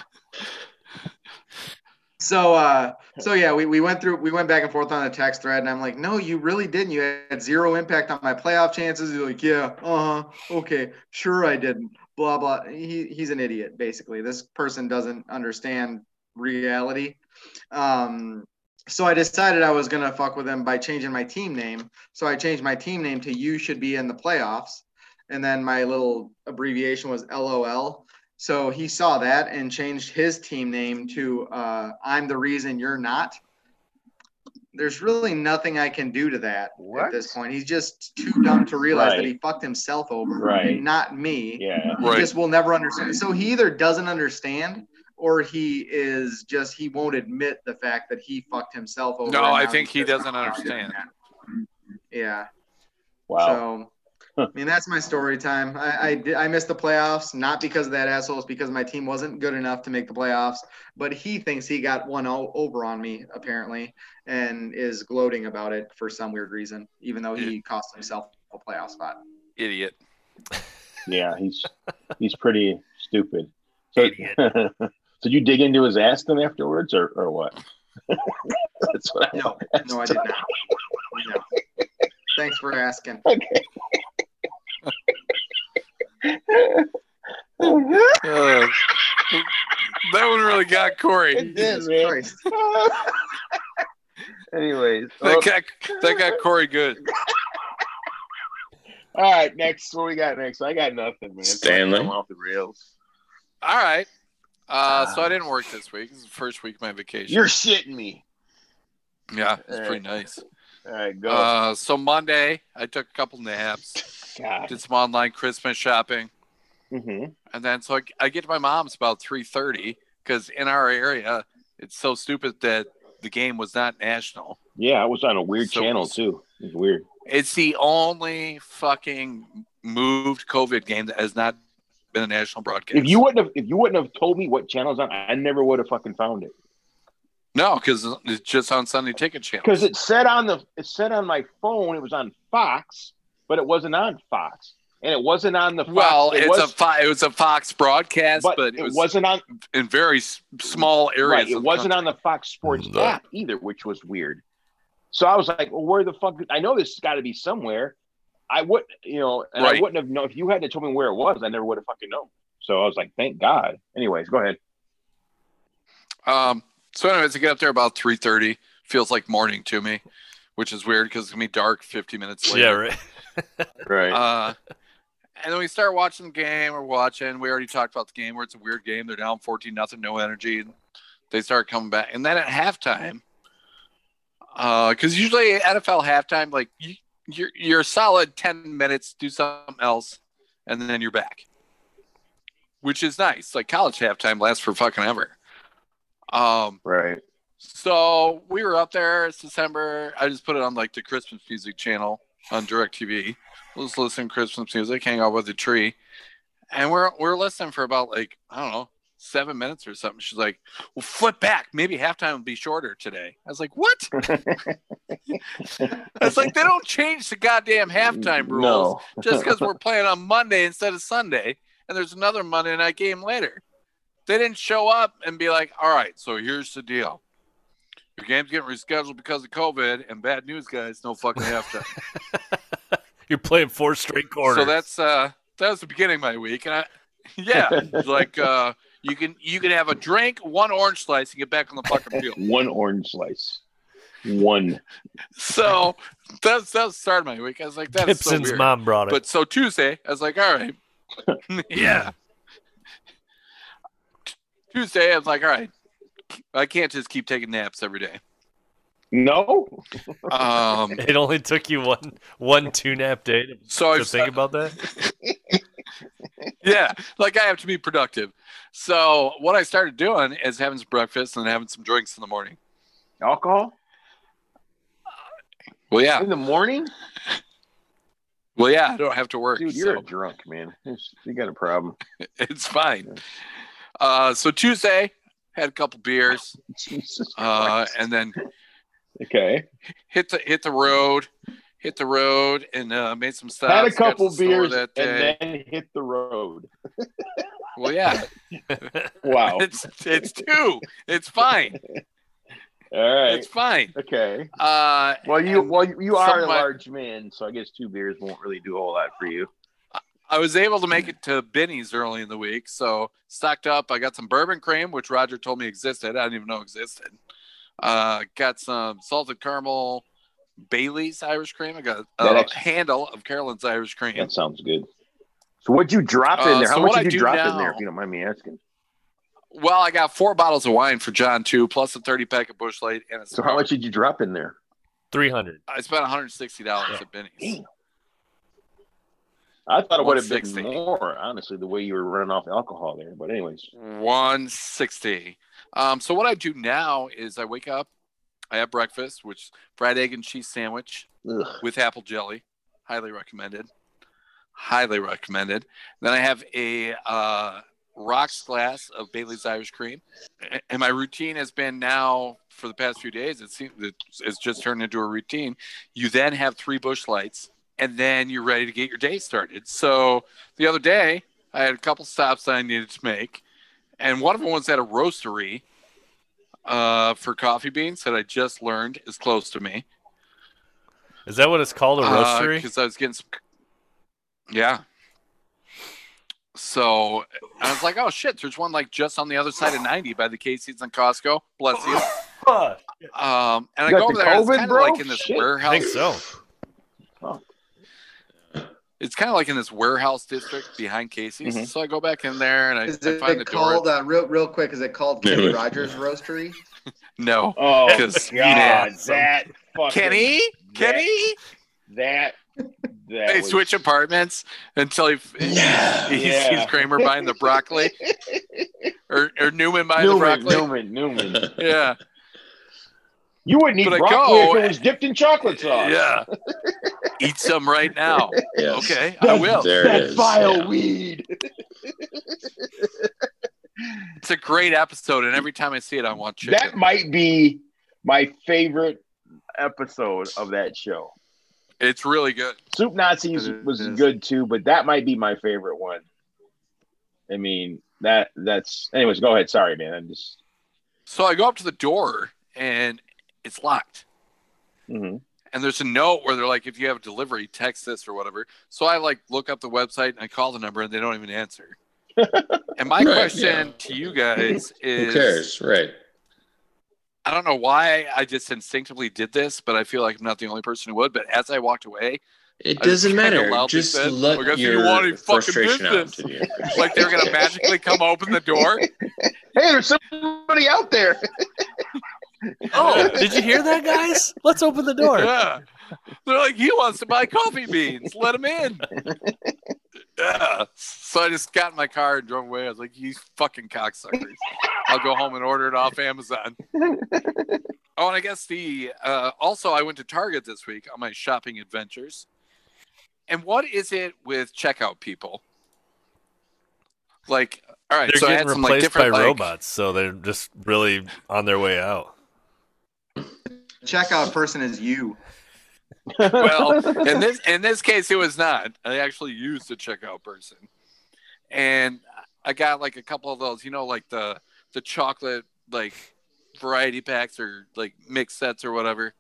So uh so yeah, we, we went through we went back and forth on the text thread and I'm like, no, you really didn't. You had zero impact on my playoff chances. He's like, yeah, uh-huh, okay, sure I didn't. Blah blah. He he's an idiot, basically. This person doesn't understand reality. Um so I decided I was gonna fuck with him by changing my team name. So I changed my team name to you should be in the playoffs. And then my little abbreviation was LOL. So he saw that and changed his team name to uh, I'm the reason you're not. There's really nothing I can do to that What? at this point. He's just too dumb to realize that Right. he fucked himself over, Right. not me. Yeah. He Right. just will never understand. So he either doesn't understand or he is just he won't admit the fact that he fucked himself over. No, and I now think he he's just doesn't not understand. doing that. Yeah. Wow. So, I mean, that's my story time. I, I, did, I missed the playoffs, not because of that asshole, it's because my team wasn't good enough to make the playoffs. But he thinks he got one o- over on me, apparently, and is gloating about it for some weird reason, even though he cost himself a playoff spot. Idiot. Yeah, he's he's pretty stupid. So, so did you dig into his ass then afterwards, or, or what? That's what I, No, no, I did not. No. Thanks for asking. Uh, that one really got Corey. It did, Jesus man. Christ. Anyways, That well, got, that got Corey good. all right. Next, what we got next? I got nothing, man. Stanley? I'm off the rails. All right. Uh, so I didn't work this week. This is the first week of my vacation. Ah. You're shitting me. yeah, all it's right. pretty nice. All right, go. Uh, so Monday, I took a couple naps, God. did some online Christmas shopping, Mhm. and then so I, I get to my mom's about three thirty because in our area, it's so stupid that the game was not national. Yeah, I was on a weird So- channel too. It was weird. It's the only fucking moved COVID game that has not been a national broadcast. If you wouldn't have, if you wouldn't have told me what channel's on, I never would have fucking found it. no, because it's just on Sunday Ticket Channel. Because it said on the, it said on my phone, it was on Fox, but it wasn't on Fox, and it wasn't on the. Fox. Well, it it's was, a fo- it was a Fox broadcast, but, it, was wasn't on. in very s- small areas. Right, of it the wasn't country. on the Fox Sports No. app either, which was weird. So I was like, well, where the fuck? I know this has got to be somewhere. I would, you know, and I Right. wouldn't have known if you hadn't told me where it was. I never would have fucking known. So I was like, thank God. Anyways, go ahead. Um, so, anyways, I get up there about three thirty. Feels like morning to me, which is weird because it's gonna be dark fifty minutes Yeah, later. right. Right. Uh, and then we start watching the game. We're watching. We already talked about the game where it's a weird game. They're down fourteen nothing, no energy. They start coming back, and then at halftime, because usually NFL halftime, like you, you're you're a solid ten minutes, do something else, and then you're back, which is nice. Like college halftime lasts for fucking ever. Um, Right. so we were up there. It's December. I just put it on like the Christmas music channel on DirecTV. We'll just listen to Christmas music, hang out with the tree, and we're we're listening for about like I don't know seven minutes or something. She's like, "Well, flip back. Maybe halftime will be shorter today." I was like, "What?" I was like, "They don't change the goddamn halftime rules No. just because we're playing on Monday instead of Sunday, and there's another Monday night game later. They didn't show up and be like, all right, so here's the deal. Your game's getting rescheduled because of COVID, and bad news, guys, no fucking halftime. You're playing four straight quarters. so that's uh that was the beginning of my week. And I yeah, like uh you can you can have a drink, one orange slice, and get back on the fucking field. One orange slice. One. So that's that was the start of my week. I was like, that's so Gibson's weird. mom brought it. But so Tuesday, I was like, all right. yeah. Tuesday, I was like, all right. I can't just keep taking naps every day. No. Um, it only took you one one two nap day to, so Oh, I to think about that. yeah, like I have to be productive. So what I started doing is having some breakfast and then having some drinks in the morning. Alcohol Well, yeah, in the morning, well, yeah. I don't have to work. dude. You're so. a drunk man. You got a problem. it's fine. Uh, so Tuesday, had a couple beers, Jesus. uh, Christ. and then okay. hit the hit the road, hit the road, and uh, made some stops. Had a got to couple the store beers that day. and then hit the road. Well, yeah, Wow. it's it's two. It's fine. All right. It's fine. Okay. Uh, Well, you and well you, you are a somewhat- large man, so I guess two beers won't really do a whole lot for you. I was able to make it to Benny's early in the week, so stocked up. I got some bourbon cream, which Roger told me existed. I didn't even know existed. Uh, got some salted caramel Bailey's Irish cream. I got a That actually- handle of Carolyn's Irish cream. That sounds good. So what'd you drop Uh, in there? How so much what did I you do drop in now- there? If you don't mind me asking. Well, I got four bottles of wine for John too, plus a thirty pack of Bush Light and a So how much did you drop in there? Three hundred. I spent one hundred sixty dollars at Benny's. Damn. I thought it would have been 160. more, honestly, the way you were running off alcohol there. But anyways, One sixty. Um, so what I do now is I wake up, I have breakfast, which fried egg and cheese sandwich ugh, with apple jelly. Highly recommended. Highly recommended. Then I have a uh, rocks glass of Bailey's Irish Cream, A- and my routine has been now for the past few days. It seems it's it's just turned into a routine. You then have three bush lights, and then you're ready to get your day started. So the other day, I had a couple stops I needed to make, and one of them was at a roastery uh, for coffee beans that I just learned is close to me. Is that what it's called? A Uh, roastery? Because I was getting some. Yeah. So I was like, oh shit, there's one like just on the other side of 90 by the Casey's and Costco. Bless you. Fuck. Um, and I You got go over the there, and it's COVID, kind of bro? like in this Shit. I warehouse. think so. It's kind of like in this warehouse district behind Casey's. Mhm. So I go back in there and I, Is I find the it called door. uh, real real quick? Is it called Yeah, Kenny but- Rogers Roastery? No. Oh, God, Because you know. that fucking Kenny? Kenny? that that They was- switch apartments until he, Yeah. he Yeah. sees Kramer buying the broccoli or, or Newman buying the Newman, broccoli. Newman, Newman. Yeah. You wouldn't eat But I broccoli go- if it was dipped in chocolate sauce. Yeah. Eat some right now. Yes. Okay, I will. There that it is. vile yeah. weed. It's a great episode, and every time I see it, I want chicken. That might be my favorite episode of that show. it's really good. Soup Nazis It was is. good too, but that might be my favorite one. I mean, that that's anyways, go ahead. Sorry, man. I'm just So I go up to the door, and it's locked. mhm. And there's a note where they're like, if you have a delivery, text this or whatever. So I like look up the website and I call the number, and they don't even answer. and my Right, question yeah. to you guys is Who cares? Right. I don't know why I just instinctively did this, but I feel like I'm not the only person who would. But as I walked away, It I doesn't kinda matter. loudly Just said, let "Look, I see you your want a fucking frustration out business." to the end. like they're gonna magically come open the door. Hey, there's somebody out there. Oh, did you hear that, guys? Let's open the door. Yeah. They're like, he wants to buy coffee beans. Let him in. yeah. So I just got in my car and drove away. I was like, you fucking cocksuckers. I'll go home and order it off Amazon. Oh, and I guess the uh, also I went to Target this week on my shopping adventures. And what is it with checkout people? Like, all right, They're so I getting had some like replaced by different like, robots, so they're just really on their way out. Checkout person is you. well, in this in this case, it was not. I actually used a checkout person, and I got like a couple of those. You know, like the the chocolate like variety packs or like mixed sets or whatever.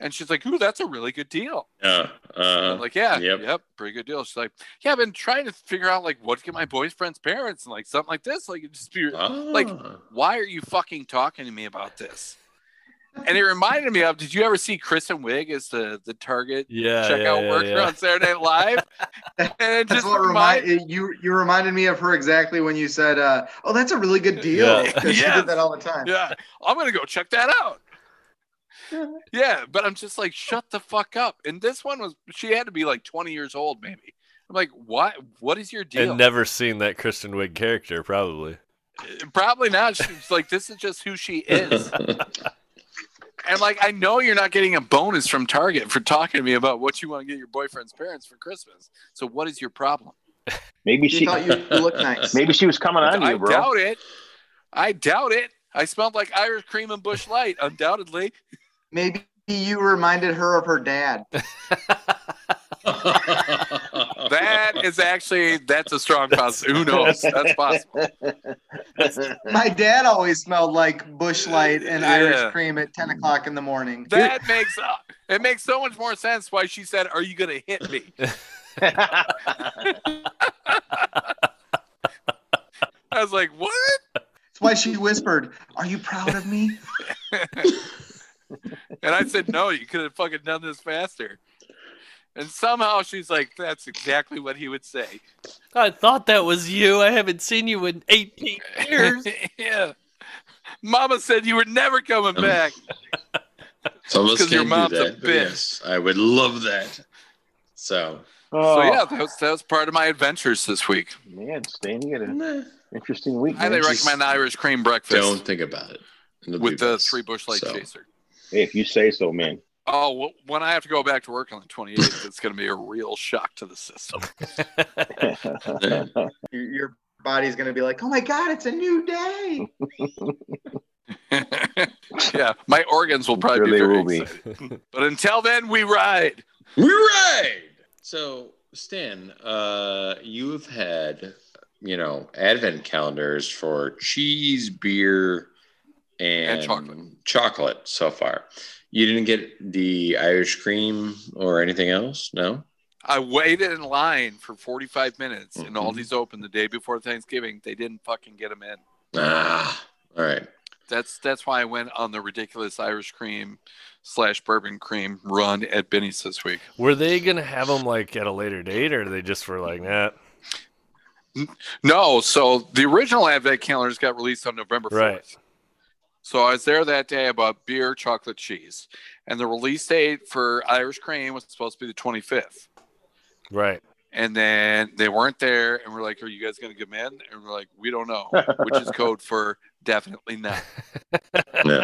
And she's like, "Ooh, that's a really good deal." Uh, And uh, I'm like, "Yeah, yep. yep. pretty good deal." She's like, "Yeah, I've been trying to figure out like what to get my boyfriend's parents and like something like this. Like, it'd just be like, ah. why are you fucking talking to me about this?" And it reminded me of, did you ever see Kristen Wiig as the the Target Yeah. check out worker on Saturday Night Live. and it That's just what remind, remind you. You reminded me of her exactly when you said, uh, "Oh, that's a really good deal." Yeah. 'Cause She Yes. did that all the time. yeah, I'm gonna go check that out. Yeah, but I'm just like, shut the fuck up. And this one was she had to be like 20 years old, maybe. I'm like, what? What is your deal? And never seen that Kristen Wiig character, probably. Probably not. She's like, this is just who she is. and like, I know you're not getting a bonus from Target for talking to me about what you want to get your boyfriend's parents for Christmas. So what is your problem? Maybe She she thought you looked nice. maybe she was coming on to I you, bro. doubt it. I doubt it. I smelled like Irish cream and bush light, undoubtedly. Maybe you reminded her of her dad. That is actually that's a strong possibility. Who knows? That's possible. My dad always smelled like bush light and Yeah. Irish cream at 10 o'clock in the morning. That makes uh, it makes so much more sense why she said, "Are you gonna hit me?" I was like, "What?" That's why she whispered, Are you proud of me? And I said, "No, you could have fucking done this faster." And somehow she's like, "That's exactly what he would say." I thought that was you. I haven't seen you in 18 yeah. Mama said you were never coming Um, back. Some of us 'Cause your can't mom's do a that. but bitch. Yes, I would love that. So, So Oh, yeah, that was, that was part of my adventures this week. man, Stan, you got an nah, interesting week. Highly man. Just recommend the Irish cream breakfast don't think about it. It'll be with the best. three bush light So, chaser. Hey, if you say so, man. Oh, well, when I have to go back to work on the 28th, it's going to be a real shock to the system. Your, your body's going to be like, oh my God, it's a new day. yeah, my organs will probably Sure be they very will be. excited. But until then, we ride. We ride. So, Stan, uh, you've had, you know, advent calendars for cheese, beer, and, And chocolate. chocolate so far. You didn't get the Irish cream or anything else, no? I waited in line for 45 minutes, and all Mhm. these opened the day before Thanksgiving. They didn't fucking get them in. Ah, all right. That's that's why I went on the ridiculous Irish cream slash bourbon cream run at Benny's this week. Were they gonna have them like at a later date, or they just were like, nah? No, so the original Advent calendars got released on November 4th. Right. So I was there that day about beer, chocolate, cheese. And the release date for Irish Cream was supposed to be the 25th. Right. And then they weren't there. And we're like, Are you guys going to come in? And we're like, We don't know, which is code for definitely not. Yeah.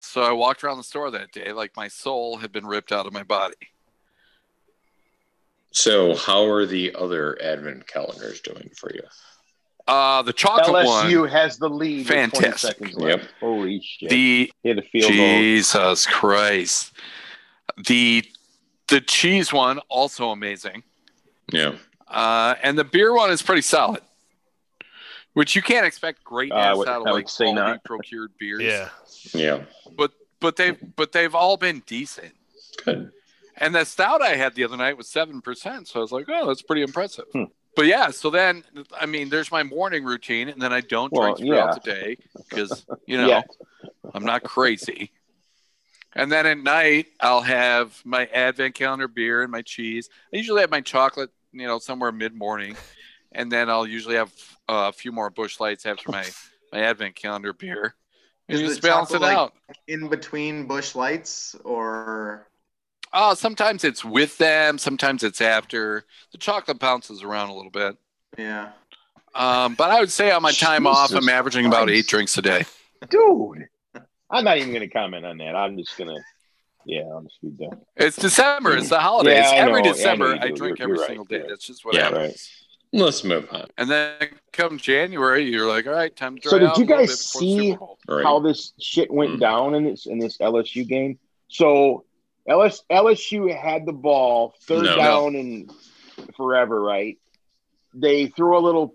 So I walked around the store that day like my soul had been ripped out of my body. so, how are the other advent calendars doing for you? Uh, the chocolate LSU one. has the lead. with 20 Fantastic. seconds left. Yep. Holy shit. The Hit a field goal. Jesus Christ. The the cheese one also amazing. Yeah. Uh, and the beer one is pretty solid. Which you can't expect greatness I would- out of I would like say quality not. procured beers. Yeah. Yeah. But they've but they've all been decent. Good. And the stout I had the other night was seven percent. So I was like, oh, that's pretty impressive. Hmm. But yeah, so then I mean, there's my morning routine, and then I don't Well, drink throughout yeah. the day because you know Yeah. I'm not crazy. And then at night I'll have my advent calendar beer and my cheese. I usually have my chocolate, you know, somewhere mid morning, and then I'll usually have uh, a few more bush lights after my my advent calendar beer, and Is you the just balance it chocolate, like- out. In between bush lights or Uh, sometimes it's with them, sometimes it's after. The chocolate bounces around a little bit. yeah. Um, but I would say on my time off, Jesus I'm averaging about Christ. eight drinks a day. Dude. I'm not even going to comment on that. I'm just going to. Yeah, I'm just be done. It's December. It's the holidays. Yeah, I every know. December, Yeah, I know I you do. drink You're- every you're right. single day. You're right. That's just what Yeah. happens. Right. Let's move on. And then come January, you're like, all right, time to dry So did out a you little guys bit before see- Super Bowl. All right. how this shit went Mm. down in this in this LSU game. So LS, LSU had the ball third No. down and forever, right? They threw a little,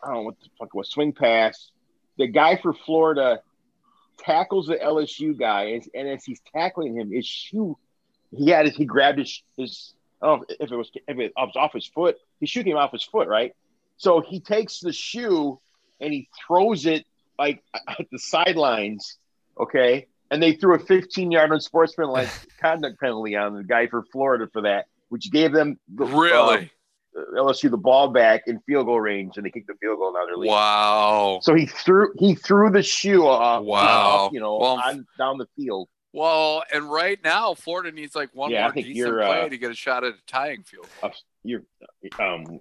I don't know what the fuck it was, swing pass. The guy for Florida tackles the LSU guy, and, and as he's tackling him, his shoe, he had his, he grabbed his, his I don't know if it was if it was off his foot, his shoe came off his foot, right? So he takes the shoe and he throws it like at the sidelines, okay? And they threw a 15 yard unsportsmanlike conduct penalty on the guy for Florida for that, which gave them the, Really? uh, LSU the ball back in field goal range, and they kicked the field goal. Now they're leading. wow. So he threw he threw the shoe off, Wow. you know, Well, on, down the field. Well, and right now, Florida needs like one Yeah, I more think decent you're, uh, play to get a shot at a tying field. Uh, You're um,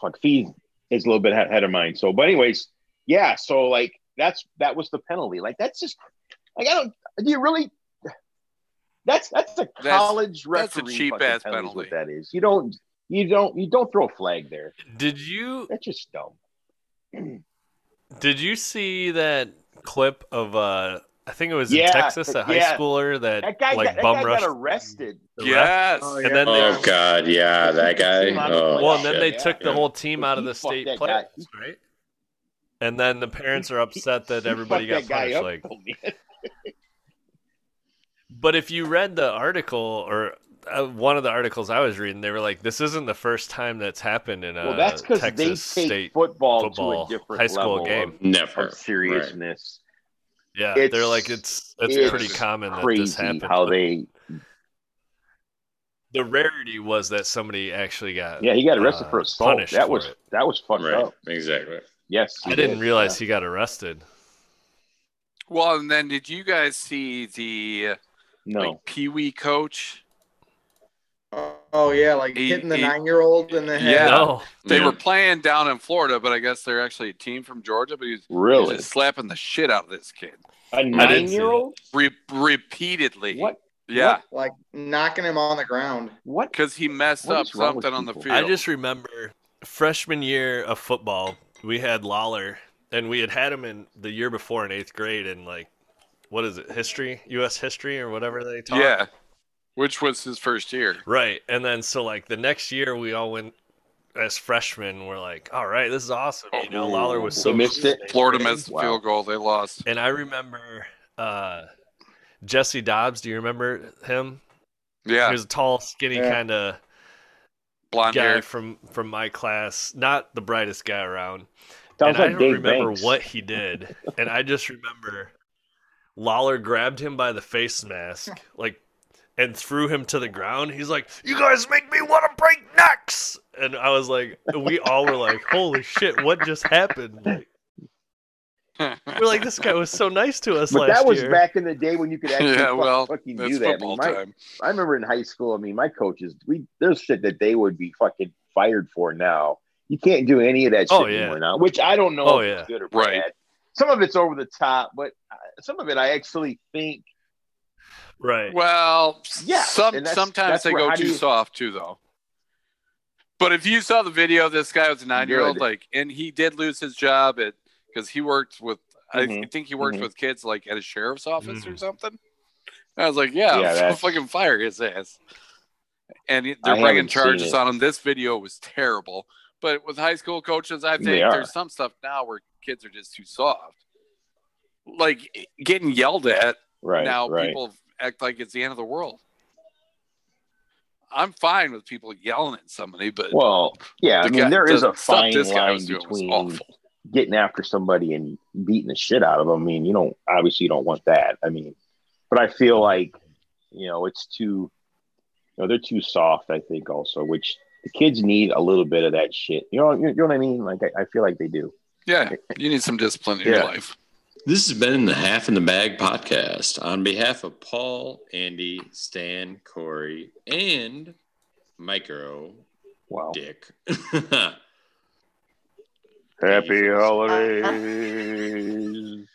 fuck, Fee is a little bit ahead of mine. So, but anyways, yeah. So like that's that was the penalty. Like that's just like I don't. Do you really? That's that's a That's- college that's a referee cheap fucking ass penalty is penalty. What that is. You don't. You don't. You don't throw a flag there. Did you That's just dumb. did you see that clip of uh I think it was Yeah, in Texas, a high yeah. schooler that, That guy. like got, that bum guy rushed got arrested. the ref, Yes. Oh, and then oh, they God. Yeah. That guy. Oh, well, and then they Yeah. took the Yeah. whole team But out of he the fucked state that playoffs, guy. right? And then the parents are upset that He everybody got fucked that guy punished. up. Like, But if you read the article or uh, one of the articles I was reading, they were like, "This isn't the first time that's happened in a well, that's because they take Uh, Texas state football, football to a different high school level game." of- Never. Of seriousness. Yeah, It's- they're like, "It's it's, it's pretty common that this Crazy happens." how But they the rarity was that somebody actually got. Yeah, he got arrested uh, for assault. punished That for was it. that was fucked Right. up. Exactly. Yes, he I didn't did. realize he got arrested. Well, and then did you guys see the uh, No, like Pee Wee coach Oh yeah, like He- hitting the he- nine-year-old in the head. Yeah. No. They Yeah. were playing down in Florida, but I guess they're actually a team from Georgia. But he's Really? just slapping the shit out of this kid A nine year old? Re- repeatedly. What? Yeah, like knocking him on the ground. What? because he messed What up is wrong with something on the people? field. I just remember freshman year of football, we had Lawler, and we had had him in the year before in eighth grade, in like what is it, history, U.S. history, or whatever they taught. yeah, which was his first year. Right. And then so like the next year we all went as freshmen, we're like, all right, this is awesome. You know, Lawler was so We missed good. it. Florida missed the Wow. field goal. They lost. And I remember uh Jesse Dobbs, do you remember him? He Yeah, was a tall, skinny Yeah. kind of blonde guy hair. from from my class, not the brightest guy around. and Sounds I like don't Dave remember Banks. what he did. and I just remember Lawler grabbed him by the face mask, like, and threw him to the ground. He's like, "You guys make me want to break necks." And I was like, we all were like, "Holy shit, what just happened?" Like, we're like, "This guy was so nice to us But last that was year." back in the day when you could actually Yeah, fuck- well, fucking That's do that. I mean, football my- time. I remember in high school. I mean, my coaches, we there's shit that they would be fucking fired for now. You can't do any of that shit Oh, yeah. anymore now, which I don't know Oh, if yeah. it's good or Right. bad. Some of it's over the top, but uh, some of it I actually think. right? Well, Yeah, some and that's- sometimes that's they where- go how do too you- soft too, though. But if you saw the video, this guy was a nine-year-old, Good. like, and he did lose his job at because he worked with. I Mhm, think he worked mhm. with kids like at a sheriff's office or Mhm. something. And I was like, yeah, Yeah, that's- fucking fire his ass. And he- I they're bringing haven't seen charges it. on him. This video was terrible. But with high school coaches, I think They are. there's some stuff now where kids are just too soft. Like getting yelled at Right now right. people act like it's the end of the world. I'm fine with people yelling at somebody, but well, yeah. I the mean, guy- there is the a stuff fine this guy line was doing was between awful. getting after somebody and beating the shit out of them. I mean, you don't obviously you don't want that. I mean, but I feel like you know it's too, you know, they're too soft. I think also, which the kids need a little bit of that shit. You know, you, you know what I mean? Like I, I feel like they do. Yeah, you need some discipline in Yeah. your life. This has been the Half in the Bag podcast. On behalf of Paul, Andy, Stan, Corey, and Micro Wow. Dick. Happy Jesus. holidays.